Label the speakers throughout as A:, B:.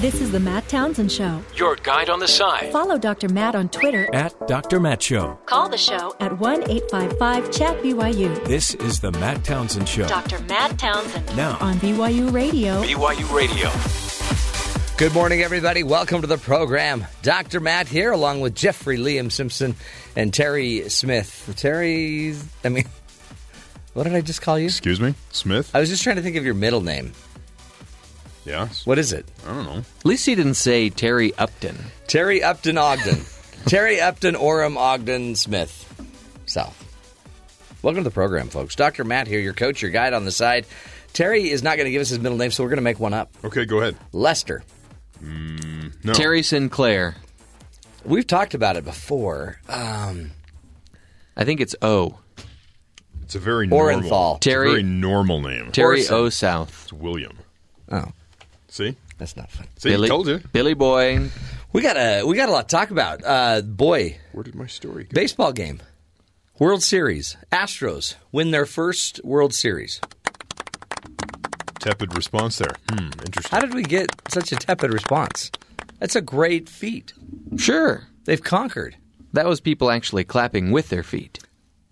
A: This is the Matt Townsend Show.
B: Your guide on the side.
A: Follow Dr. Matt on Twitter.
B: At Dr. Matt Show.
A: Call the show at 1 855 Chat BYU.
B: This is the Matt Townsend Show.
A: Dr. Matt Townsend.
B: Now.
A: On BYU Radio.
B: BYU Radio.
C: Good morning, everybody. Welcome to the program. Dr. Matt here, along with Jeffrey Liam Simpson and Terry Smith. Terry, I mean, what did I just call you?
D: Excuse me, Smith.
C: I was just trying to think of your middle name.
D: Yes.
C: What is it?
D: I don't know.
E: At least he didn't say Terry Upton.
C: Terry Upton Ogden. Terry Upton Orem Ogden Smith. South. Welcome to the program, folks. Dr. Matt here, your coach, your guide on the side. Terry is not going to give us his middle name, so we're going to make one up.
D: Okay, go ahead.
C: Lester.
D: Mm, No.
E: Terry Sinclair.
C: We've talked about it before. Um,
E: I think it's O.
D: It's a very
C: Orenthal.
D: normal. it's a
E: Terry-
D: very normal name.
E: Terry
C: Orson.
E: O South.
D: It's William.
C: oh,
D: See,
C: that's not fun.
D: see, told you.
E: Billy Boy.
C: We got a we got a lot to talk about. Uh, boy,
D: Where did my story go?
C: baseball game, World Series. Astros win their first World Series.
D: Tepid response there. Hmm, interesting.
C: How did we get such a tepid response? That's a great feat.
E: Sure.
C: They've conquered.
E: That was people actually clapping with their feet.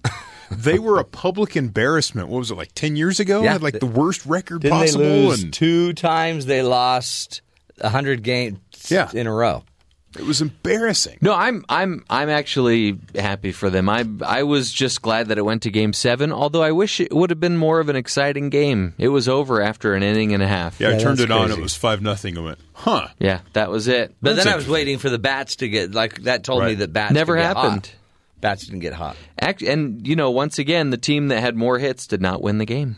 D: they were a public embarrassment. What was it like ten years ago?
C: Yeah.
D: Had like the worst record
C: Didn't
D: possible.
C: they lose
D: and
C: two times? They lost hundred games
D: Yeah.
C: in a row.
D: it was embarrassing.
E: No, I'm I'm I'm actually happy for them. I I was just glad that it went to game 7, although I wish it would have been more of an exciting game. It was over after an inning and a half.
D: Yeah, I
C: Yeah,
D: turned
C: that's
D: it on.
C: crazy.
D: It was five nothing. I went, huh?
E: Yeah, that was it.
C: But then I was
D: interesting.
C: waiting for the bats to get like that. Told me
D: Right.
C: that bats
E: Never
C: could get
E: happened.
C: hot. Bats didn't get hot.
E: Act- and you know, once again, the team that had more hits did not win the game.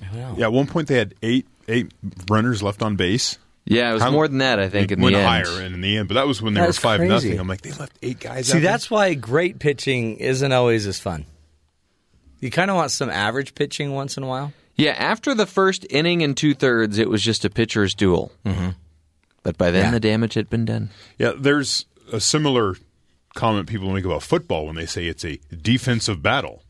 C: Oh,
D: Yeah, at one point they had eight eight runners left on base.
E: Yeah, it was
D: How-
E: more than that, I think,
D: It
E: in the
D: went
E: end.
D: higher in the end, but that was when they
C: That
D: were
C: was
D: five
C: crazy.
D: nothing. I'm like, they left eight guys.
C: See,
D: out there?
C: that's why great pitching isn't always as fun. You kind of want some average pitching once in a while.
E: Yeah, after the first inning and two thirds, it was just a pitcher's duel. Mm-hmm. But by then, the damage had been done.
D: Yeah, there's a similar comment people make about football when they say it's a defensive battle.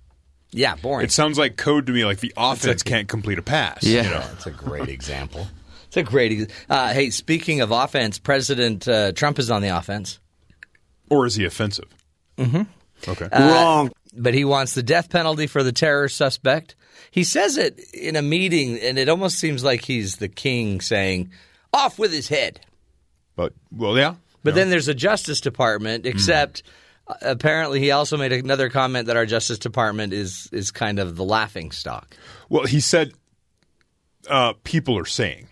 C: Yeah, boring.
D: It sounds like code to me, like the offense can't complete a pass.
E: Yeah.
D: you know?
C: That's a great example. It's a great. Ex- uh, hey, speaking of offense, President uh, Trump is on the offense,
D: or is he offensive? Mm-hmm. Okay,
C: Uh, but he wants the death penalty for the terror suspect. He says it in a meeting, and it almost seems like he's the king saying, "Off with his head."
D: but well, yeah, Hmm.
C: But then there's a Justice Department, except uh, apparently he also made another comment that our Justice Department is is kind of the laughing stock.
D: well, he said uh, people are saying.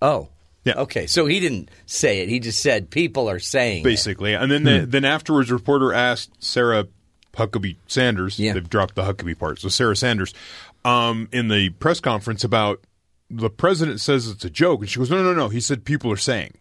C: Oh.
D: Yeah.
C: Okay. So he didn't say it. He just said people are saying. it." Hmm.
D: basically. And then the, then afterwards, reporter asked Sarah Huckabee Sanders.
C: Yeah.
D: They've dropped the Huckabee part. So Sarah Sanders, um, in the press conference about the president says it's a joke, and she goes, "No, no, no." He said people are saying.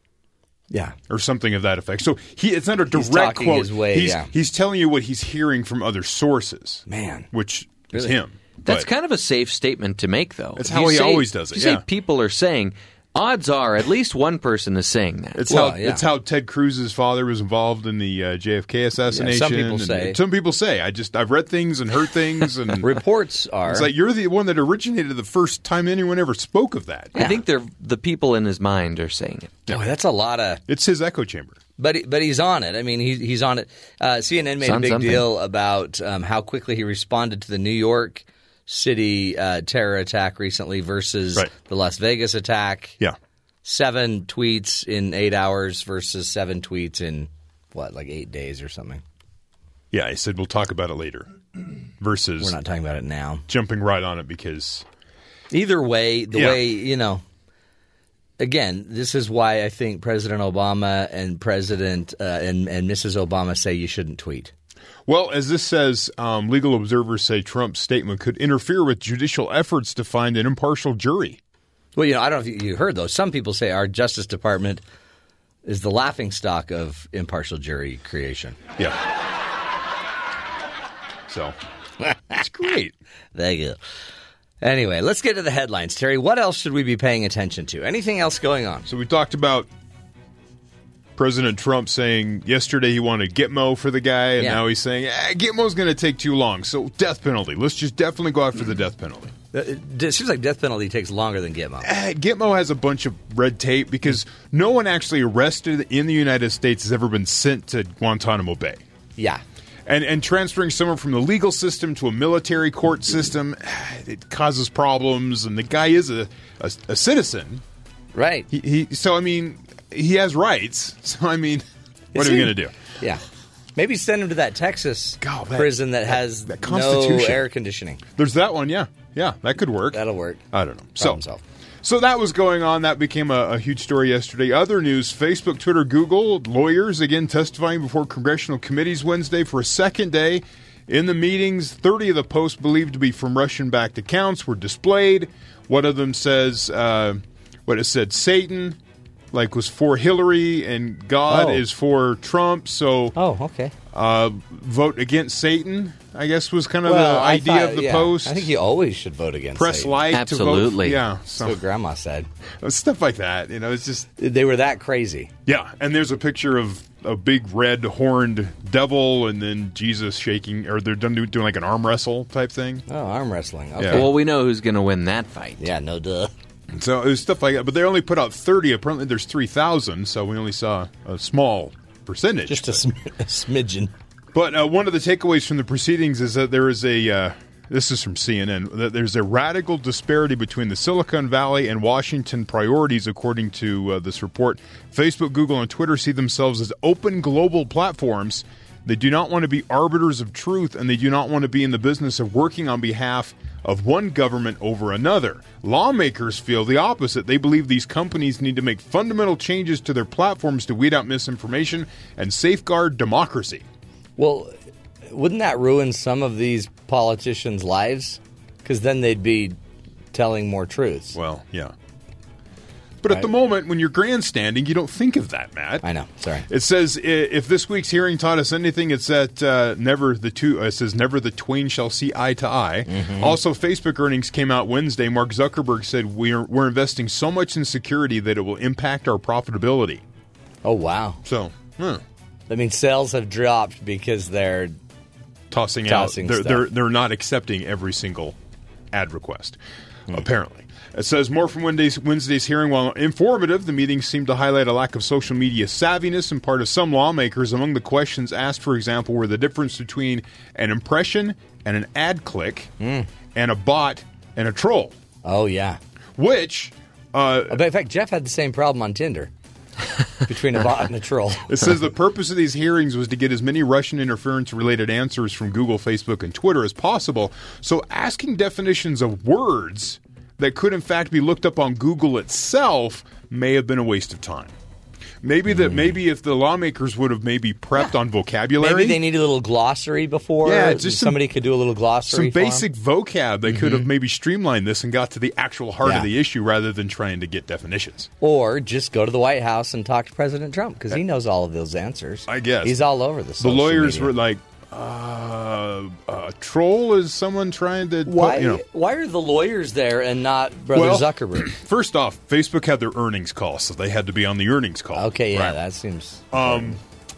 C: Yeah.
D: Or something of that effect. So he, it's not a direct
C: talking
D: quote.
C: his way,
D: he's,
C: yeah.
D: he's telling you what he's hearing from other sources.
C: Man.
D: which is
C: Really?
D: him.
E: That's
D: But
E: kind of a safe statement to make, though.
D: That's
E: If
D: how
E: you
D: he
E: say-
D: always does it,
E: if You
D: yeah.
E: say people are saying, odds are at least one person is saying that.
D: It's
C: Well,
D: how
C: yeah.
D: it's how Ted Cruz's father was involved in the uh, JFK assassination.
C: people
D: and
C: say.
D: Some people say. I just I've read things and heard things and
C: Reports are.
D: It's like you're the one that originated the first time anyone ever spoke of that.
E: I think they're the people in his mind are saying it.
C: Boy, that's a lot of.
D: It's his echo chamber.
C: But he- but he's on it. I mean, he, he's on it. Uh, CNN made
E: It's
C: a
E: on
C: big
E: something.
C: deal about um, how quickly he responded to the New York City uh, terror attack recently versus
D: Right.
C: the Las Vegas attack.
D: Yeah.
C: Seven tweets in eight hours versus seven tweets in what, like eight days or something.
D: Yeah, I said we'll talk about it later.
C: We're
D: Versus
C: not talking about it now.
D: jumping right on it because
C: Either way, the
D: Yeah.
C: way, you know, again, this is why I think President Obama and President uh, and, and Mrs. Obama say you shouldn't tweet.
D: well, as this says, um, legal observers say Trump's statement could interfere with judicial efforts to find an impartial jury.
C: Well, you know, I don't know if you heard those. Some people say our Justice Department is the laughing stock of impartial jury creation.
D: Yeah. So it's great.
C: Thank you. Anyway, let's get to the headlines. Terry, what else should we be paying attention to? Anything else going on?
D: So we talked about President Trump saying yesterday he wanted Gitmo for the guy, and
C: Yeah.
D: now he's saying eh, Gitmo's going to take too long. So death penalty. Let's just definitely go after the death penalty.
C: Uh,
F: It it seems like death penalty takes longer than Gitmo.
D: Uh, Gitmo has a bunch of red tape because no one actually arrested in the United States has ever been sent to Guantanamo Bay.
F: Yeah.
D: And, and transferring someone from the legal system to a military court system, it causes problems. And the guy is a, a, a citizen.
F: Right.
D: He, he so I mean, he has rights. So I mean, what
F: Is
D: are we
F: he-
D: going to do?
F: Yeah. Maybe send him to that Texas
D: God, that-
F: prison that
D: that-
F: has
D: that
F: no
D: Constitution.
F: air conditioning.
D: There's that one. Yeah, yeah, that could work.
F: That'll work.
D: I don't know.
F: Problem
D: so,
F: solved.
D: so that was going on. That became a, a huge story yesterday. Other news: Facebook, Twitter, Google lawyers again testifying before congressional committees Wednesday for a second day. In the meetings, 30 of the posts believed to be from Russian-backed accounts were displayed. One of them says, uh, "What it said, Satan." Like was for Hillary and God
F: Oh.
D: is for Trump, so
F: Oh, okay.
D: uh, vote against Satan. I guess was kind of the
F: I
D: idea
F: thought-
D: of the
F: yeah.
D: post
F: I think you always should vote against
D: press
F: Satan.
D: like
E: Absolutely.
D: to vote. Yeah,
F: That's
D: so
F: what Grandma said.
D: stuff like that. You know, it's just
F: They were that crazy.
D: yeah. And there's a picture of a big red horned devil, and then Jesus shaking, or they're done do- doing like an arm wrestle type thing.
F: Oh, arm wrestling. Okay.
D: Yeah.
E: Well, we know who's going to win that fight.
F: Yeah, no duh.
D: And so it was stuff like that. But they only put out thirty. Apparently, there's three thousand, so we only saw a small percentage.
F: Just a, sm- a smidgen.
D: But uh, one of the takeaways from the proceedings is that there is a. Uh, this is from CNN. That there's a radical disparity between the Silicon Valley and Washington priorities, according to uh, this report. Facebook, Google, and Twitter see themselves as open global platforms. They do not want to be arbiters of truth, and they do not want to be in the business of working on behalf of one government over another. Lawmakers feel the opposite. They believe these companies need to make fundamental changes to their platforms to weed out misinformation and safeguard democracy.
F: Well, wouldn't that ruin some of these politicians' lives? Because then they'd be telling more truths.
D: Well, yeah. But at the moment, when you're grandstanding, you don't think of that, Matt.
F: I know. Sorry.
D: It says i- if this week's hearing taught us anything, it's that uh, never the two. Uh, it says never the twain shall see eye to eye. Also, Facebook earnings came out Wednesday. Mark Zuckerberg said we're we're investing so much in security that it will impact our profitability.
F: Oh, wow.
D: So. huh,
F: That means sales have dropped because they're
D: Tossing,
F: Tossing
D: out. They're,
F: stuff.
D: they're they're not accepting every single ad request,
F: Hmm.
D: apparently. It says more from Wednesday's, Wednesday's hearing. While informative, the meeting seemed to highlight a lack of social media savviness on part of some lawmakers. Among the questions asked, for example, were the difference between an impression and an ad click, and a bot and a troll.
F: Hmm. Oh yeah.
D: Which uh,
F: But in fact, Jeff had the same problem on Tinder between a bot and a troll.
D: It says the purpose of these hearings was to get as many Russian interference related answers from Google, Facebook, and Twitter as possible. So asking definitions of words that could in fact be looked up on Google itself may have been a waste of time. Maybe
F: Hmm.
D: that maybe if the lawmakers would have maybe prepped on vocabulary
F: Maybe they need a little glossary before.
D: Yeah, just some-
F: somebody could do a little glossary.
D: some
F: for 'em. Mm-hmm.
D: basic vocab, they could have maybe streamlined this and got to the actual heart
F: Yeah.
D: of the issue rather than trying to get definitions. Eh.
F: or just go to the White House and talk to President Trump because he knows all of those answers.
D: I guess.
F: he's all over this.
D: The lawyers were like, uh, a troll is someone trying to put-
F: why?
D: you know.
F: Why are the lawyers there and not Brother
D: Well-
F: Zuckerberg?
D: First off, Facebook had their earnings call, so they had to be on the earnings call.
F: Okay, yeah,
D: Right. Um,
F: that seems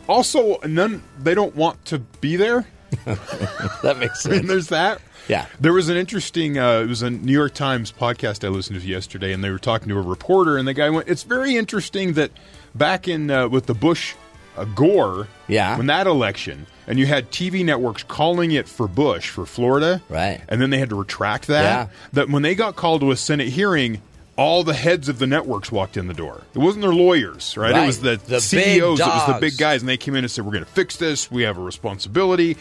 D: also, none they don't want to be there.
F: that makes
D: I mean,
F: sense.
D: there's that.
F: Yeah.
D: There was an interesting. Uh, it was a New York Times podcast I listened to yesterday, and they were talking to a reporter, and the guy went, "It's very interesting that back in uh, with the Bush uh, Gore,
F: Yeah.
D: when that election." And you had TV networks calling it for Bush for Florida,
F: Right.
D: And then they had to retract that.
F: Yeah.
D: That when they got called to a Senate hearing, all the heads of the networks walked in the door. It wasn't their lawyers, right?
F: Right.
D: It was the,
F: The big
D: CEOs. It was the
F: dogs.
D: big guys guys, and they came in and said, "We're going to fix this. We have a responsibility."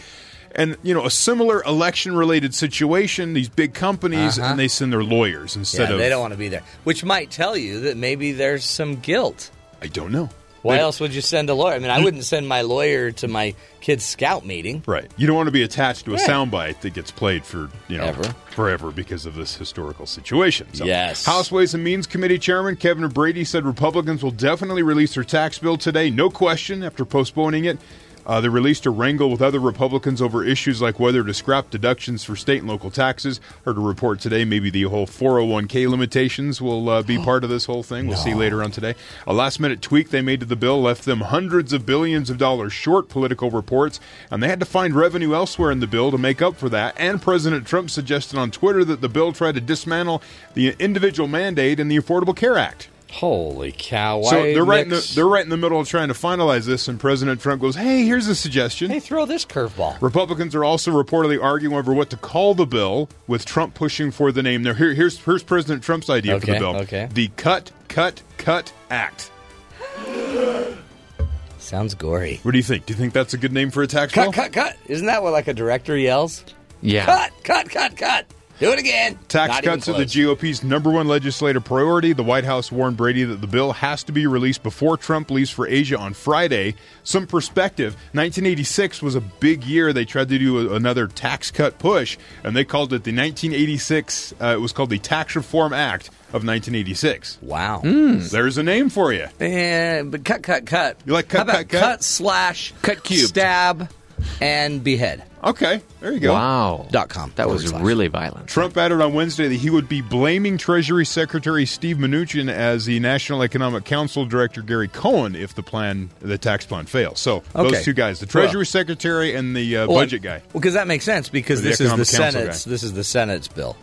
D: And you know, a similar election-related situation. These big companies, and they send their lawyers instead
F: Uh-huh. Yeah,
D: of
F: they don't want to be there, which might tell you that maybe there's some guilt.
D: I don't know.
F: Why
D: They- Hmm.
F: else would you send a lawyer? I mean, I wouldn't send my lawyer to my kid's scout meeting.
D: Right. You don't want to be attached to a soundbite that gets played for, you know,
F: Ever.
D: forever because of this historical situation. So,
F: Yes.
D: House Ways and Means Committee Chairman Kevin Brady said Republicans will definitely release their tax bill today, no question, after postponing it. Uh, they released a wrangle with other Republicans over issues like whether to scrap deductions for state and local taxes. Heard a report today, maybe the whole 401k limitations will uh, be part of this whole thing. We'll see later on today. A last minute tweak they made to the bill left them hundreds of billions of dollars short, political reports, and they had to find revenue elsewhere in the bill to make up for that. And President Trump suggested on Twitter that the bill tried to dismantle the individual mandate in the Affordable Care Act.
F: Holy cow!
D: So
F: why
D: they're right, in the,
F: mix-
D: they're right in the middle of trying to finalize this, and President Trump goes, "Hey, here's a suggestion."
F: Hey, throw this curveball.
D: Republicans are also reportedly arguing over what to call the bill, with Trump pushing for the name. Now, here, here's here's President Trump's idea for
F: Okay,
D: the bill:
F: okay.
D: the Cut, Cut, Cut Act.
F: Sounds gory.
D: What do you think? Do you think that's a good name for a tax
F: Cut,
D: bill?
F: cut, cut! Isn't that what like a director yells?
E: Yeah.
F: Cut, cut, cut, cut! Do it again.
D: Tax
F: Not even
D: cuts are the
F: close.
D: GOP's number one legislative priority. The White House warned Brady that the bill has to be released before Trump leaves for Asia on Friday. Some perspective 1986 was a big year. They tried to do a, another tax cut push, and they called it the 1986, uh, it was called the Tax Reform Act of 1986.
F: Wow.
D: There's a name for you.
F: Eh, but cut, cut, cut.
D: You like cut,
F: How about
D: cut, cut?
F: slash,
E: Cut cubed.
F: stab, and behead.
D: Okay, there you go.
E: Wow.
F: Dot com
E: That was
F: forward slash.
E: really violent.
D: Trump added on Wednesday that he would be blaming Treasury Secretary Steve Mnuchin as the National Economic Council Director Gary Cohen if the plan, the tax plan fails. So
F: Okay.
D: those two guys, the Treasury Secretary and the uh,
F: Well,
D: budget guy.
F: Well, because that makes sense because
D: Or the
F: this is the
D: Economic Council
F: Senate's.
D: guy.
F: This is the Senate's bill.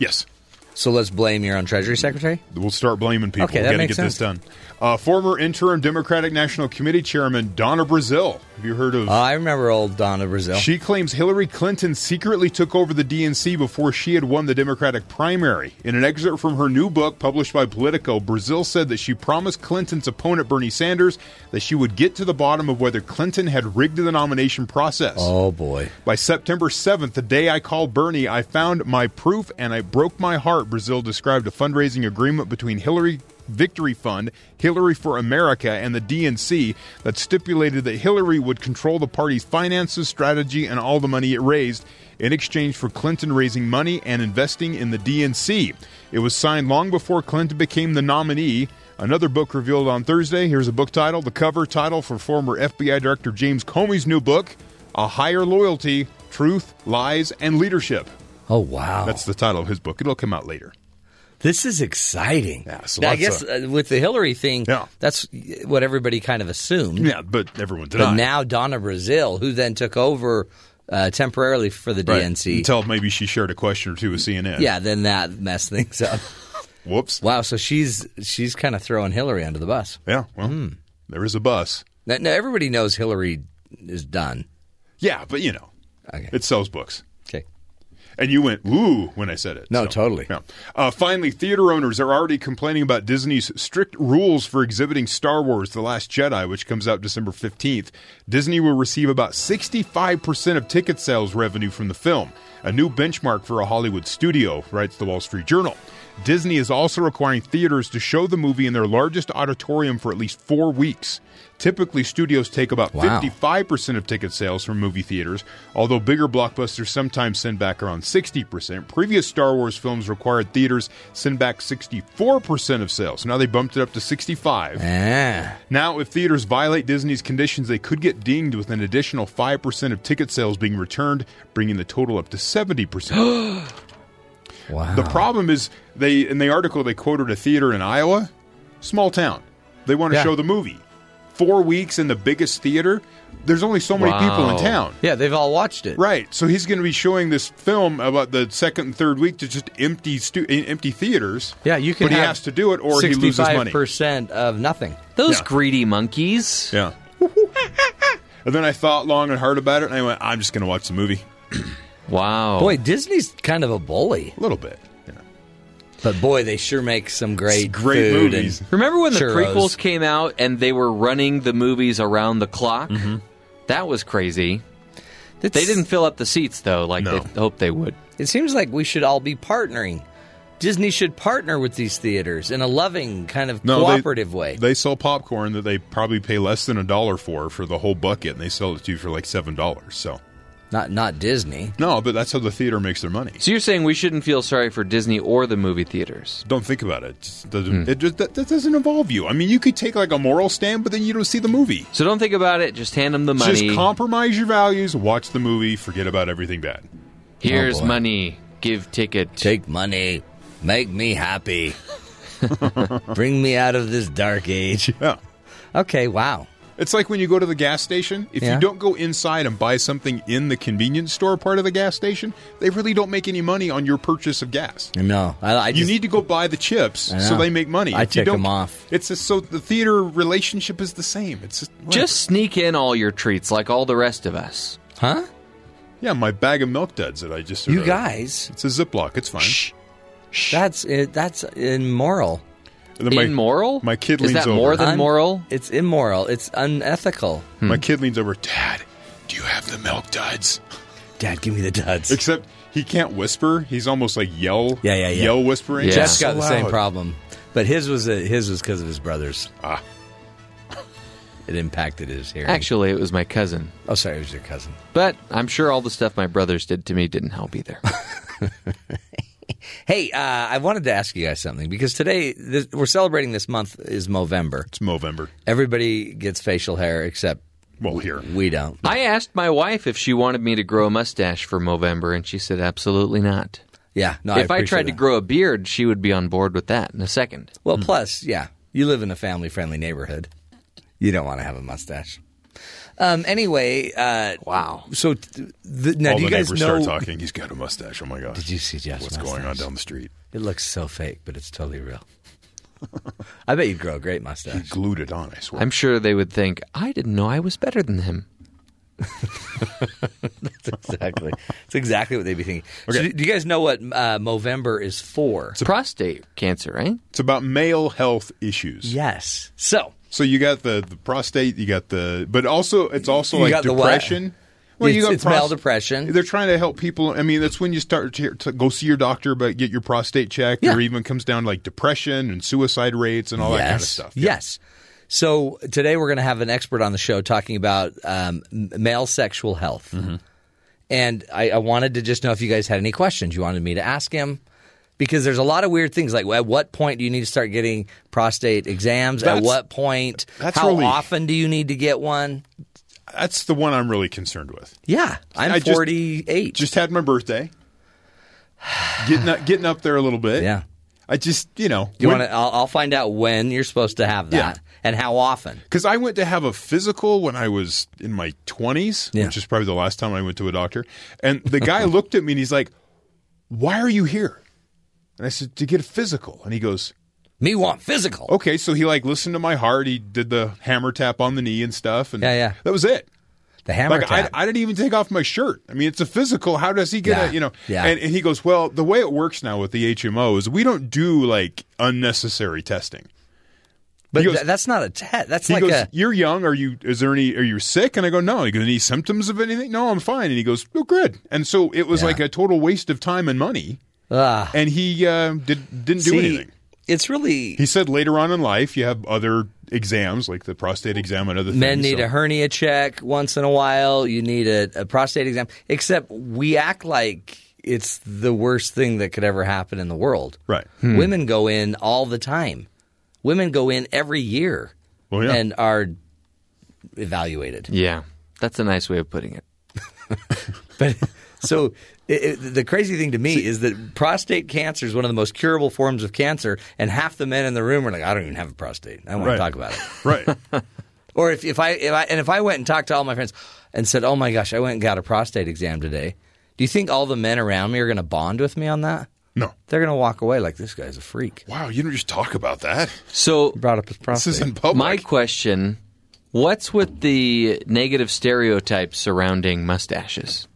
D: Yes.
F: So let's blame your own Treasury Secretary.
D: We'll start blaming people.
F: Okay,
D: we
F: that
D: got to
F: makes
D: get
F: sense.
D: this done. Uh, former interim Democratic National Committee Chairman Donna Brazil. Have you heard of?
F: Uh, I remember old Donna Brazil.
D: She claims Hillary Clinton secretly took over the DNC before she had won the Democratic primary. In an excerpt from her new book published by Politico, Brazil said that she promised Clinton's opponent Bernie Sanders that she would get to the bottom of whether Clinton had rigged the nomination process.
F: oh boy.
D: By September 7th, the day I called Bernie, I found my proof and I broke my heart. Brazil described a fundraising agreement between Hillary Victory Fund, Hillary for America, and the DNC that stipulated that Hillary would control the party's finances, strategy, and all the money it raised in exchange for Clinton raising money and investing in the DNC. It was signed long before Clinton became the nominee. Another book revealed on Thursday. Here's a book title, the cover title for former FBI Director James Comey's new book, a Higher Loyalty Truth, Lies, and Leadership.
F: Oh wow.
D: That's the title of his book. It'll come out later.
F: This is exciting.
D: Yeah, so
F: Now, I
D: lots
F: guess uh, with the Hillary thing,
D: Yeah.
F: that's what everybody kind of assumed.
D: Yeah, but everyone denied.
F: But now Donna Brazil, who then took over uh, temporarily for the
D: Right.
F: DNC,
D: Until maybe she shared a question or two with CNN.
F: yeah, then that messed things up.
D: Whoops.
F: wow, so she's she's kind of throwing Hillary under the bus. Hmm.
D: Yeah, well, there is a bus.
F: Now, now everybody knows Hillary is done.
D: Yeah, but you know,
F: Okay.
D: it sells books.
F: Okay.
D: And you went, ooh, when I said it.
F: No, totally.
D: yeah. Uh, finally, theater owners are already complaining about Disney's strict rules for exhibiting Star Wars The Last Jedi, which comes out December 15th. Disney will receive about 65% of ticket sales revenue from the film, a new benchmark for a Hollywood studio, writes the Wall Street Journal. Disney is also requiring theaters to show the movie in their largest auditorium for at least four weeks. Typically, studios take about
F: Wow.
D: 50 Five percent of ticket sales from movie theaters, although bigger blockbusters sometimes send back around 60%. Previous Star Wars films required theaters send back 64% of sales. Now they bumped it up to 65.
F: Ah,
D: Now, if theaters violate Disney's conditions, they could get dinged with an additional 5% of ticket sales being returned, bringing the total up to 70%.
F: wow.
D: the problem is they in the article they quoted a theater in Iowa, small town. They want to
F: Yeah.
D: show the movie. 4 weeks in the biggest theater. There's only so many people in
E: Wow.
D: town.
F: yeah, they've all watched it.
D: Right. So he's going to be showing this film about the second and third week to just empty stu- empty theaters.
F: Yeah, you can.
D: But he
F: have
D: has to do it, or he loses money.
F: percent of nothing.
E: Those
D: Yeah.
E: greedy monkeys.
D: Yeah. and then I thought long and hard about it, and I went, "I'm just going to watch the movie
E: Wow.
F: Boy, Disney's kind of a bully,
D: a little bit." Yeah.
F: but boy, they sure make some great,
D: great
F: food
D: movies.
F: and-
E: Remember when the
F: Churros.
E: prequels came out and they were running the movies around the clock? That was crazy. They
F: It's-
E: didn't fill up the seats though, like
D: No.
E: they hoped they would.
F: It seems like we should all be partnering. Disney should partner with these theaters in a loving, kind of
D: No, they-
F: cooperative way.
D: They sell popcorn that they probably pay less than a dollar for for the whole bucket, and they sell it to you for like seven dollars. So
C: Not not Disney.
D: No, but that's how the theater makes their money.
E: So you're saying we shouldn't feel sorry for Disney or the movie theaters?
D: Don't think about it. It just doesn't, it just, that, that doesn't involve you. I mean, you could take like a moral stand, but then you don't see the movie.
E: So don't think about it. Just hand them the money.
D: Just compromise your values, watch the movie, forget about everything bad.
E: Here's
C: Oh, boy.
E: money. Give ticket.
C: Take money. Make me happy. Bring me out of this dark age.
D: Yeah.
C: Okay, wow.
D: It's like when you go to the gas station. If
C: Yeah.
D: you don't go inside and buy something in the convenience store part of the gas station, they really don't make any money on your purchase of gas.
C: No, I, I
D: You
C: just,
D: need to go buy the chips
C: I
D: so
C: know.
D: they make money.
C: I
D: If you
C: tick
D: don't-
C: 'em off.
D: It's just, so the theater relationship is the same. It's just, whatever.
E: Just sneak in all your treats like all the rest of us.
C: huh?
D: yeah, my bag of milk duds that I just
C: You
D: uh,
C: guys,
D: It's a Ziploc. It's fine.
C: that's uh, that's immoral.
D: And then my-
E: Immoral?
D: My kid
E: Is
D: leans
E: that
D: over. Hmm.
E: more than- Hmm. Immoral?
C: It's immoral. It's unethical.
D: my kid leans over. Dad, do you have the milk duds?
C: Dad, give me the duds.
D: Except he can't whisper. He's almost like yell.
C: Yeah, yeah, yeah.
D: Yell whispering.
E: Yeah.
C: Jeff's
E: Jeff's
C: got
D: So
C: the same
D: loud.
C: problem, but his was a, his was because of his brothers.
D: Ah.
C: It impacted his hearing.
E: Actually, it was my cousin.
C: oh, sorry, it was your cousin.
E: But I'm sure all the stuff my brothers did to me didn't help either.
C: Hey, uh, I wanted to ask you guys something because today this, we're celebrating this month is Movember.
D: It's Movember.
C: Everybody gets facial hair except
D: Well, here.
C: we don't.
E: I asked my wife if she wanted me to grow a mustache for Movember, and she said absolutely not.
C: Yeah, no.
E: if I
C: appreciate
E: tried to
C: that.
E: grow a beard, she would be on board with that in a second.
C: well, plus, yeah, you live in a family-friendly neighborhood. You don't want to have a mustache. Um. Anyway, uh,
E: Wow.
C: so t- th now
D: All
C: do you
D: the
C: guys
D: neighbors
C: know?
D: start talking. He's got a mustache. Oh my gosh.
C: Did you see Jeff's
D: What's going on
C: mustache?
D: down the street?
C: It looks so fake, but it's totally real. I bet you'd grow a great
D: He
C: mustache.
D: glued it on. I swear.
E: I'm sure they would think, I didn't know I was better than him.
C: exactly. It's exactly what they'd be thinking. So
D: Okay.
C: do, do you guys know what uh, Movember is for?
E: Prostate cancer, right?
D: it's about male health issues.
C: Yes. So
D: So you got the, the prostate. You got the, but also it's also
C: You
D: like
C: got the what?
D: depression.
C: It's- it's male depression.
D: They're trying to help people. I mean, that's when you start to, to go see your doctor, but get your prostate checked,
C: Yeah.
D: or even comes down to like depression and suicide rates and all that kind of stuff. Yeah.
C: Yes. So today we're going to have an expert on the show talking about um, m- male sexual health.
D: Mm-hmm.
C: And I, I wanted to just know if you guys had any questions you wanted me to ask him. Because there's a lot of weird things like at what point do you need to start getting prostate exams? at
D: That's-
C: what point?
D: that's
C: how
D: really-
C: often do you need to get one?
D: That's the one I'm really concerned with.
C: Yeah, I'm
D: I just-
C: 48.
D: Just had my birthday. Getting up, getting up there a little bit.
C: Yeah.
D: I just, you know,
C: you want to? I'll, I'll find out when you're supposed to have that
D: Yeah.
C: and how often.
D: because I went to have a physical when I was in my 20s,
C: Yeah.
D: which is probably the last time I went to a doctor. And the guy looked at me and he's like, Why are you here? And I said, To get a physical. And he goes,
C: Me want physical.
D: Okay. So he like listened to my heart. He did the hammer tap on the knee and stuff. And
C: Yeah, yeah.
D: That was it.
C: The hammer
D: like
C: tap.
D: I, I didn't even take off my shirt. I mean, it's a physical. How does he get
C: Yeah,
D: it? You know.
C: yeah.
D: And, and he goes, well, the way it works now with the HMO is we don't do like unnecessary testing.
C: but
D: he goes-
C: tha- that's not a test. That's
D: He
C: like
D: goes,
C: a
D: you're young. Are you? Is there any? Are you sick? And I go, no. He goes, any symptoms of anything? No, I'm fine. And he goes, oh, good. And so it was
C: Yeah. Ah.
D: like a total waste of time and money. And he uh, did didn't do
C: See,
D: anything.
C: It's really
D: He said later on in life you have other exams like the prostate exam and other
C: men
D: things.
C: need
D: so-
C: a hernia check once in a while. You need a, a prostate exam. Except we act like it's the worst thing that could ever happen in the world.
D: Right.
C: Women go in all the time. Women go in every year
D: Well, yeah.
C: and are evaluated.
E: Yeah. That's a nice way of putting it.
C: But so it, it, the crazy thing to me is that prostate cancer is one of the most curable forms of cancer, and half the men in the room are like, "I don't even have a prostate. I don't want
D: Right.
C: to talk about it."
D: Right.
C: Or if, if I if I and if I went and talked to all my friends and said, "Oh my gosh, I went and got a prostate exam today," do you think all the men around me are going to bond with me on that?
D: no.
C: They're going to walk away like this guy's a freak.
D: Wow, you don't just talk about that.
E: So,
C: Brought up his prostate.
D: This is in public.
E: my question what's with the negative stereotypes surrounding mustaches?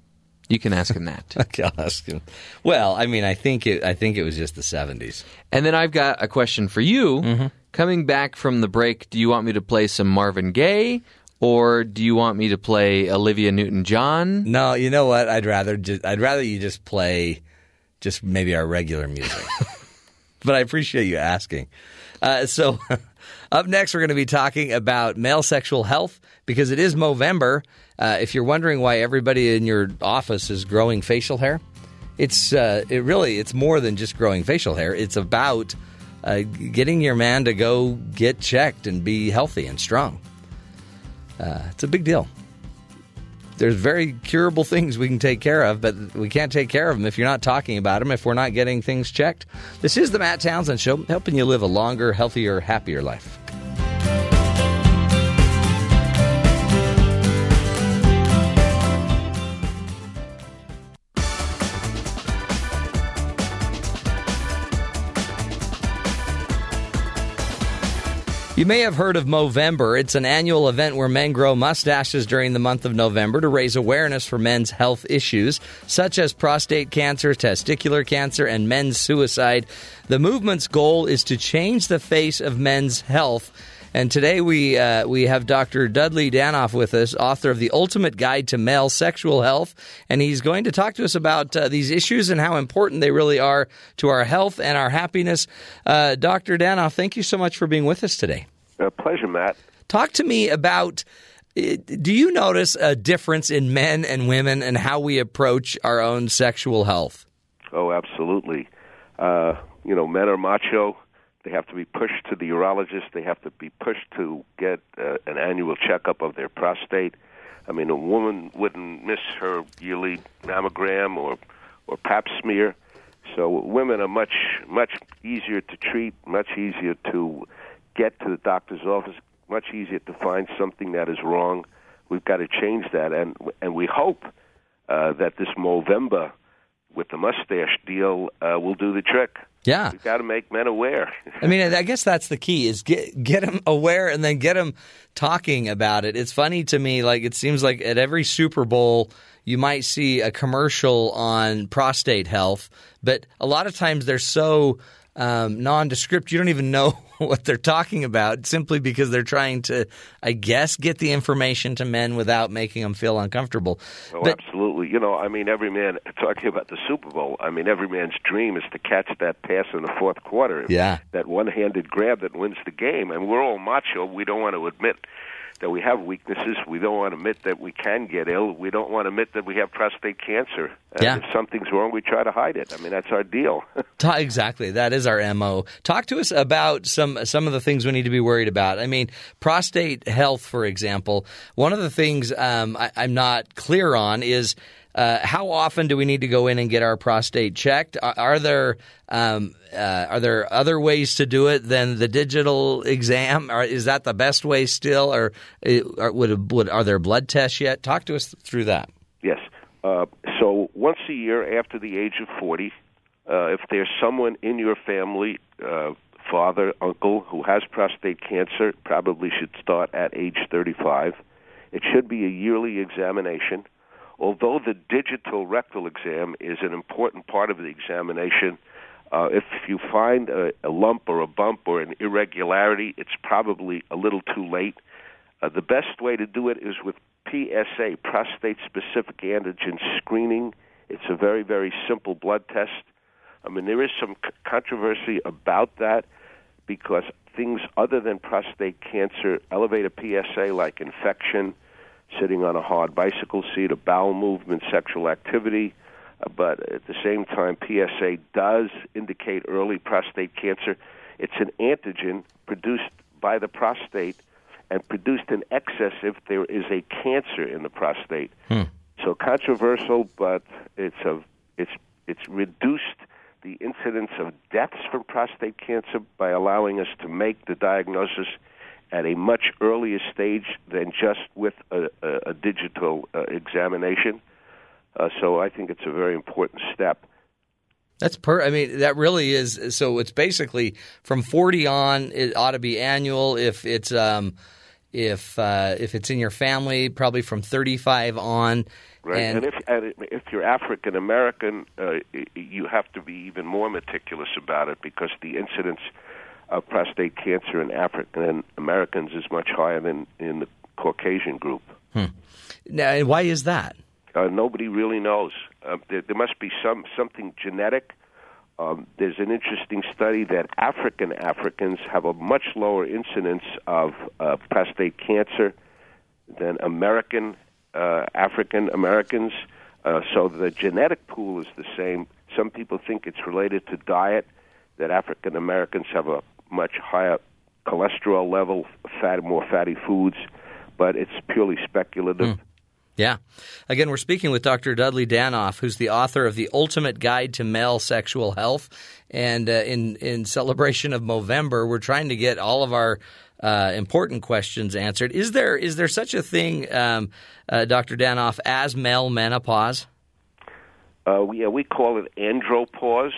E: You can ask him that.
C: Okay, I'll ask him. Well, I mean, I think it. I think it was just the seventies. Mm-hmm.
E: And then I've got a question for you. Coming back from the break, do you want me to play some Marvin Gaye or do you want me to play Olivia Newton John?
C: No, you know what? I'd rather. Just, I'd rather you just play, just maybe our regular music. but I appreciate you asking. Uh, so, up next, we're going to be talking about male sexual health because it is Movember. Uh, if you're wondering why everybody in your office is growing facial hair, it's uh, it really it's more than just growing facial hair. It's about uh, getting your man to go get checked and be healthy and strong. Uh, it's a big deal. There's very curable things we can take care of, but we can't take care of them if you're not talking about them, if we're not getting things checked. This is the Matt Townsend Show, helping you live a longer, healthier, happier life. You may have heard of Movember. It's an annual event where men grow mustaches during the month of November to raise awareness for men's health issues, such as prostate cancer, testicular cancer, and men's suicide. The movement's goal is to change the face of men's health. And today we uh, we have Dr. Dudley Danoff with us, author of the Ultimate Guide to Male Sexual Health, and he's going to talk to us about uh, these issues and how important they really are to our health and our happiness. Uh, Dr. Danoff, thank you so much for being with us today.
G: A pleasure, Matt.
C: Talk to me about uh, do you notice a difference in men and women and how we approach our own sexual health?
G: Oh, absolutely. Uh, you know, men are macho. They have to be pushed to the urologist. They have to be pushed to get uh, an annual checkup of their prostate. I mean, a woman wouldn't miss her yearly mammogram or or pap smear. So women are much much easier to treat, much easier to get to the doctor's office, much easier to find something that is wrong. We've got to change that, and and we hope uh, that this Movember with the mustache deal uh, will do the trick.
C: Yeah.
G: We've got to make men aware.
C: I mean, I guess that's the key is get get them aware and then get them talking about it. It's funny to me, like it seems like at every Super Bowl you might see a commercial on prostate health, but a lot of times they're so um, nondescript you don't even know what they're talking about simply because they're trying to, I guess, get the information to men without making them feel uncomfortable.
G: Oh,
C: But-
G: absolutely. You know, I mean, every man talking about the Super Bowl. I mean, every man's dream is to catch that pass in the fourth quarter.
C: Yeah.
G: that one-handed grab that wins the game. And we're all macho. We don't want to admit that we have weaknesses. We don't want to admit that we can get ill. We don't want to admit that we have prostate cancer. And
C: Yeah.
G: if something's wrong, we try to hide it. I mean, that's our deal.
C: Ta- exactly. That is our MO. Talk to us about some some of the things we need to be worried about. I mean, prostate health, for example. One of the things um, I, I'm not clear on is uh, how often do we need to go in and get our prostate checked? Are, are there um, uh, are there other ways to do it than the digital exam? Or is that the best way still? Or, uh, or would, would are there blood tests yet? Talk to us through that.
G: Yes. Uh, so once a year after the age of 40, uh, if there's someone in your family, uh, father, uncle, who has prostate cancer, probably should start at age 35. It should be a yearly examination. Although the digital rectal exam is an important part of the examination, uh, if you find a, a lump or a bump or an irregularity, it's probably a little too late. Uh, the best way to do it is with PSA, prostate specific antigen screening. It's a very, very simple blood test. I mean, there is some c- controversy about that because things other than prostate cancer elevate a PSA like infection, sitting on a hard bicycle seat, a bowel movement, sexual activity. Uh, But at the same time, PSA does indicate early prostate cancer. It's an antigen produced by the prostate and produced in excess if there is a cancer in the prostate.
C: Hmm.
G: So controversial, but it's a it's it's reduced the incidence of deaths from prostate cancer by allowing us to make the diagnosis at a much earlier stage than just with a, a, a digital uh, examination. Uh, so I think it's a very important step.
C: That's per. I mean, that really is. So it's basically from forty on. It ought to be annual. If it's um, if uh, if it's in your family, probably from thirty five on.
G: Right, and,
C: And,
G: if and if you're African American, uh, y- you have to be even more meticulous about it because the incidence of prostate cancer in African Americans is much higher than in the Caucasian group.
C: now, and why is that?
G: Uh, nobody really knows. Uh, there, there must be some something genetic, Um, there's an interesting study that African Africans have a much lower incidence of uh, prostate cancer than American uh, African Americans. Uh, so the genetic pool is the same. Some people think it's related to diet that African Americans have a much higher cholesterol level, fat, more fatty foods, but it's purely speculative.
C: Yeah. Again, we're speaking with Dr. Dudley Danoff, who's the author of The Ultimate Guide to Male Sexual Health. And uh, in, in celebration of Movember, we're trying to get all of our uh, important questions answered. Is there is there such a thing, um, uh, Dr. Danoff, as male menopause?
G: Uh, we, yeah, we call it andropause.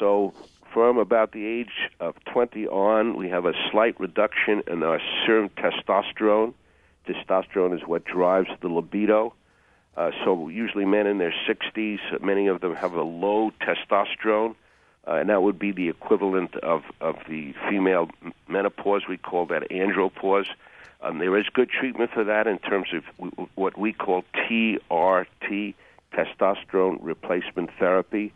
G: So, from about the age of 20 on, we have a slight reduction in our serum testosterone. Testosterone is what drives the libido. Uh, so, usually men in their 60s, many of them have a low testosterone, uh, and that would be the equivalent of, of the female m- menopause. We call that andropause. Um, there is good treatment for that in terms of w- w- what we call TRT, testosterone replacement therapy.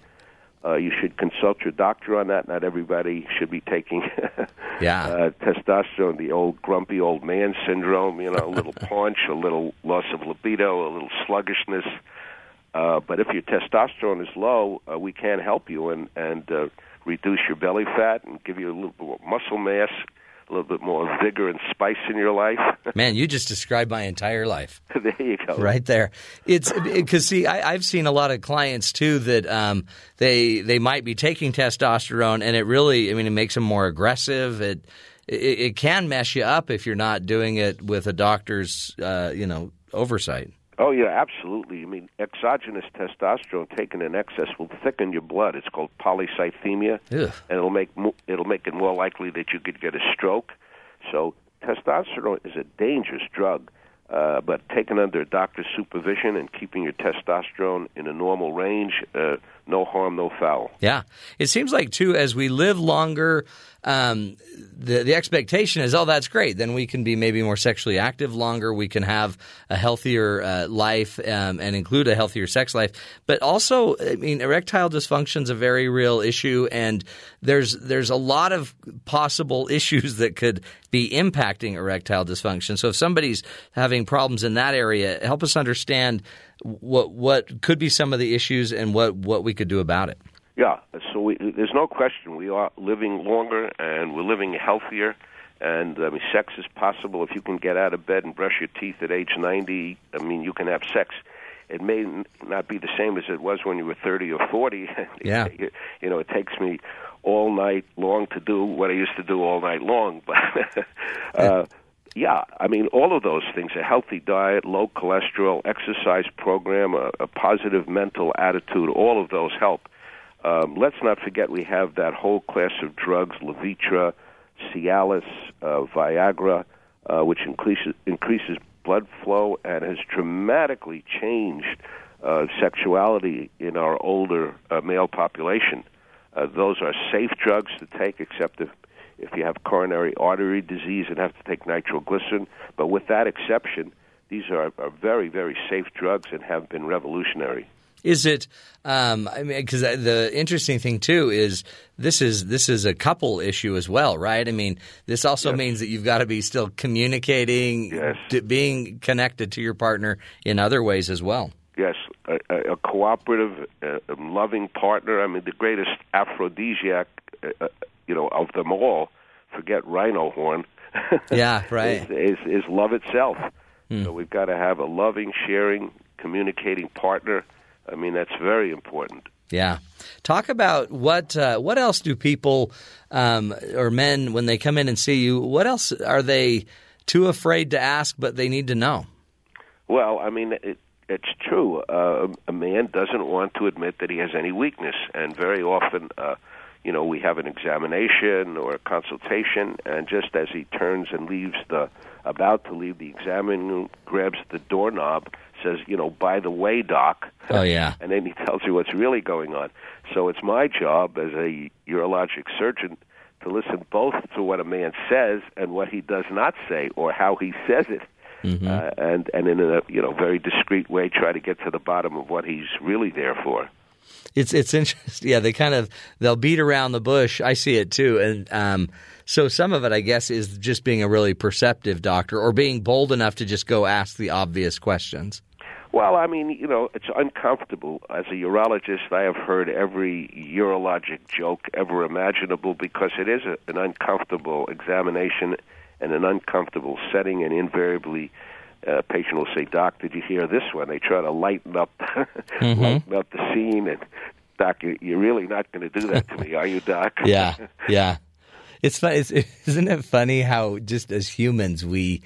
G: Uh, you should consult your doctor on that. Not everybody should be taking
B: Ah.
C: Yeah.
G: uh, testosterone, the old grumpy old man syndrome, you know, a little paunch, a little loss of libido, a little sluggishness. Uh, but if your testosterone is low, uh, we can help you and, and uh, reduce your belly fat and give you a little bit more muscle mass, a little bit more vigor and spice in your life.
C: Man, you just described my entire life.
G: there you go.
C: right there. It's because see, I, I've seen a lot of clients too that um, they they might be taking testosterone, and it really, I mean, it makes them more aggressive. It it, it can mess you up if you're not doing it with a doctor's, uh, you know, oversight.
G: Oh yeah, absolutely. I mean, exogenous testosterone taken in excess will thicken your blood. It's called polycythemia,
C: Ugh.
G: and it'll make mo- it'll make it more likely that you could get a stroke. So, testosterone is a dangerous drug, uh, but taken under a doctor's supervision and keeping your testosterone in a normal range, uh, no harm, no foul.
C: Yeah, it seems like too as we live longer, um, the the expectation is, oh, that's great. Then we can be maybe more sexually active longer. We can have a healthier uh, life um, and include a healthier sex life. But also, I mean, erectile dysfunction is a very real issue, and there's there's a lot of possible issues that could be impacting erectile dysfunction. So if somebody's having problems in that area, help us understand what what could be some of the issues and what what we could do about it.
G: Yeah, so we, there's no question we are living longer and we're living healthier. And I mean, sex is possible if you can get out of bed and brush your teeth at age 90. I mean, you can have sex. It may n- not be the same as it was when you were 30 or 40.
C: Yeah.
G: you, you know, it takes me all night long to do what I used to do all night long. But uh, yeah, I mean, all of those things a healthy diet, low cholesterol, exercise program, a, a positive mental attitude all of those help. Um, let's not forget we have that whole class of drugs Levitra, Cialis, uh, Viagra, uh, which increases, increases blood flow and has dramatically changed uh, sexuality in our older uh, male population. Uh, those are safe drugs to take, except if, if you have coronary artery disease and have to take nitroglycerin. But with that exception, these are, are very, very safe drugs and have been revolutionary.
C: Is it? Um, I mean, because the interesting thing too is this is this is a couple issue as well, right? I mean, this also means that you've got to be still communicating,
G: Yes.
C: d- being connected to your partner in other ways as well.
G: Yes, a, a, a cooperative, uh um loving partner. I mean, the greatest aphrodisiac, uh, uh, you know, of them all. Forget rhino horn.
C: Yeah, right.
G: Is, is is love itself. So we've got to have a loving, sharing, communicating partner. I mean, that's very important.
C: Yeah. Talk about what uh, what else do people um, or men when they come in and see you? What else are they too afraid to ask, but they need to know?
G: Well, I mean, it, it's true. Uh, a man doesn't want to admit that he has any weakness, and very often, uh, you know, we have an examination or a consultation, and just as he turns and leaves the about to leave the examining room, grabs the doorknob, says, you know, by the way, doc.
C: Oh, yeah.
G: and then he tells you what's really going on. So it's my job as a urologic surgeon to listen both to what a man says and what he does not say or how he says it. Uh, and and in a you know very discreet way try to get to the bottom of what he's really there for.
C: It's it's interesting. Yeah, they kind of they'll beat around the bush. I see it too, and um, so some of it, I guess, is just being a really perceptive doctor or being bold enough to just go ask the obvious questions.
G: Well, I mean, you know, it's uncomfortable. As a urologist, I have heard every urologic joke ever imaginable because it is a, an uncomfortable examination and an uncomfortable setting, and invariably, a patient will say, "Doc, did you hear this one?" They try to lighten up,
F: Mm-hmm.
G: lighten up the scene, and Doc, you- you're really not going to do that to me, are you, Doc?
C: Yeah, yeah. It's fun. It's, isn't it funny how just as humans we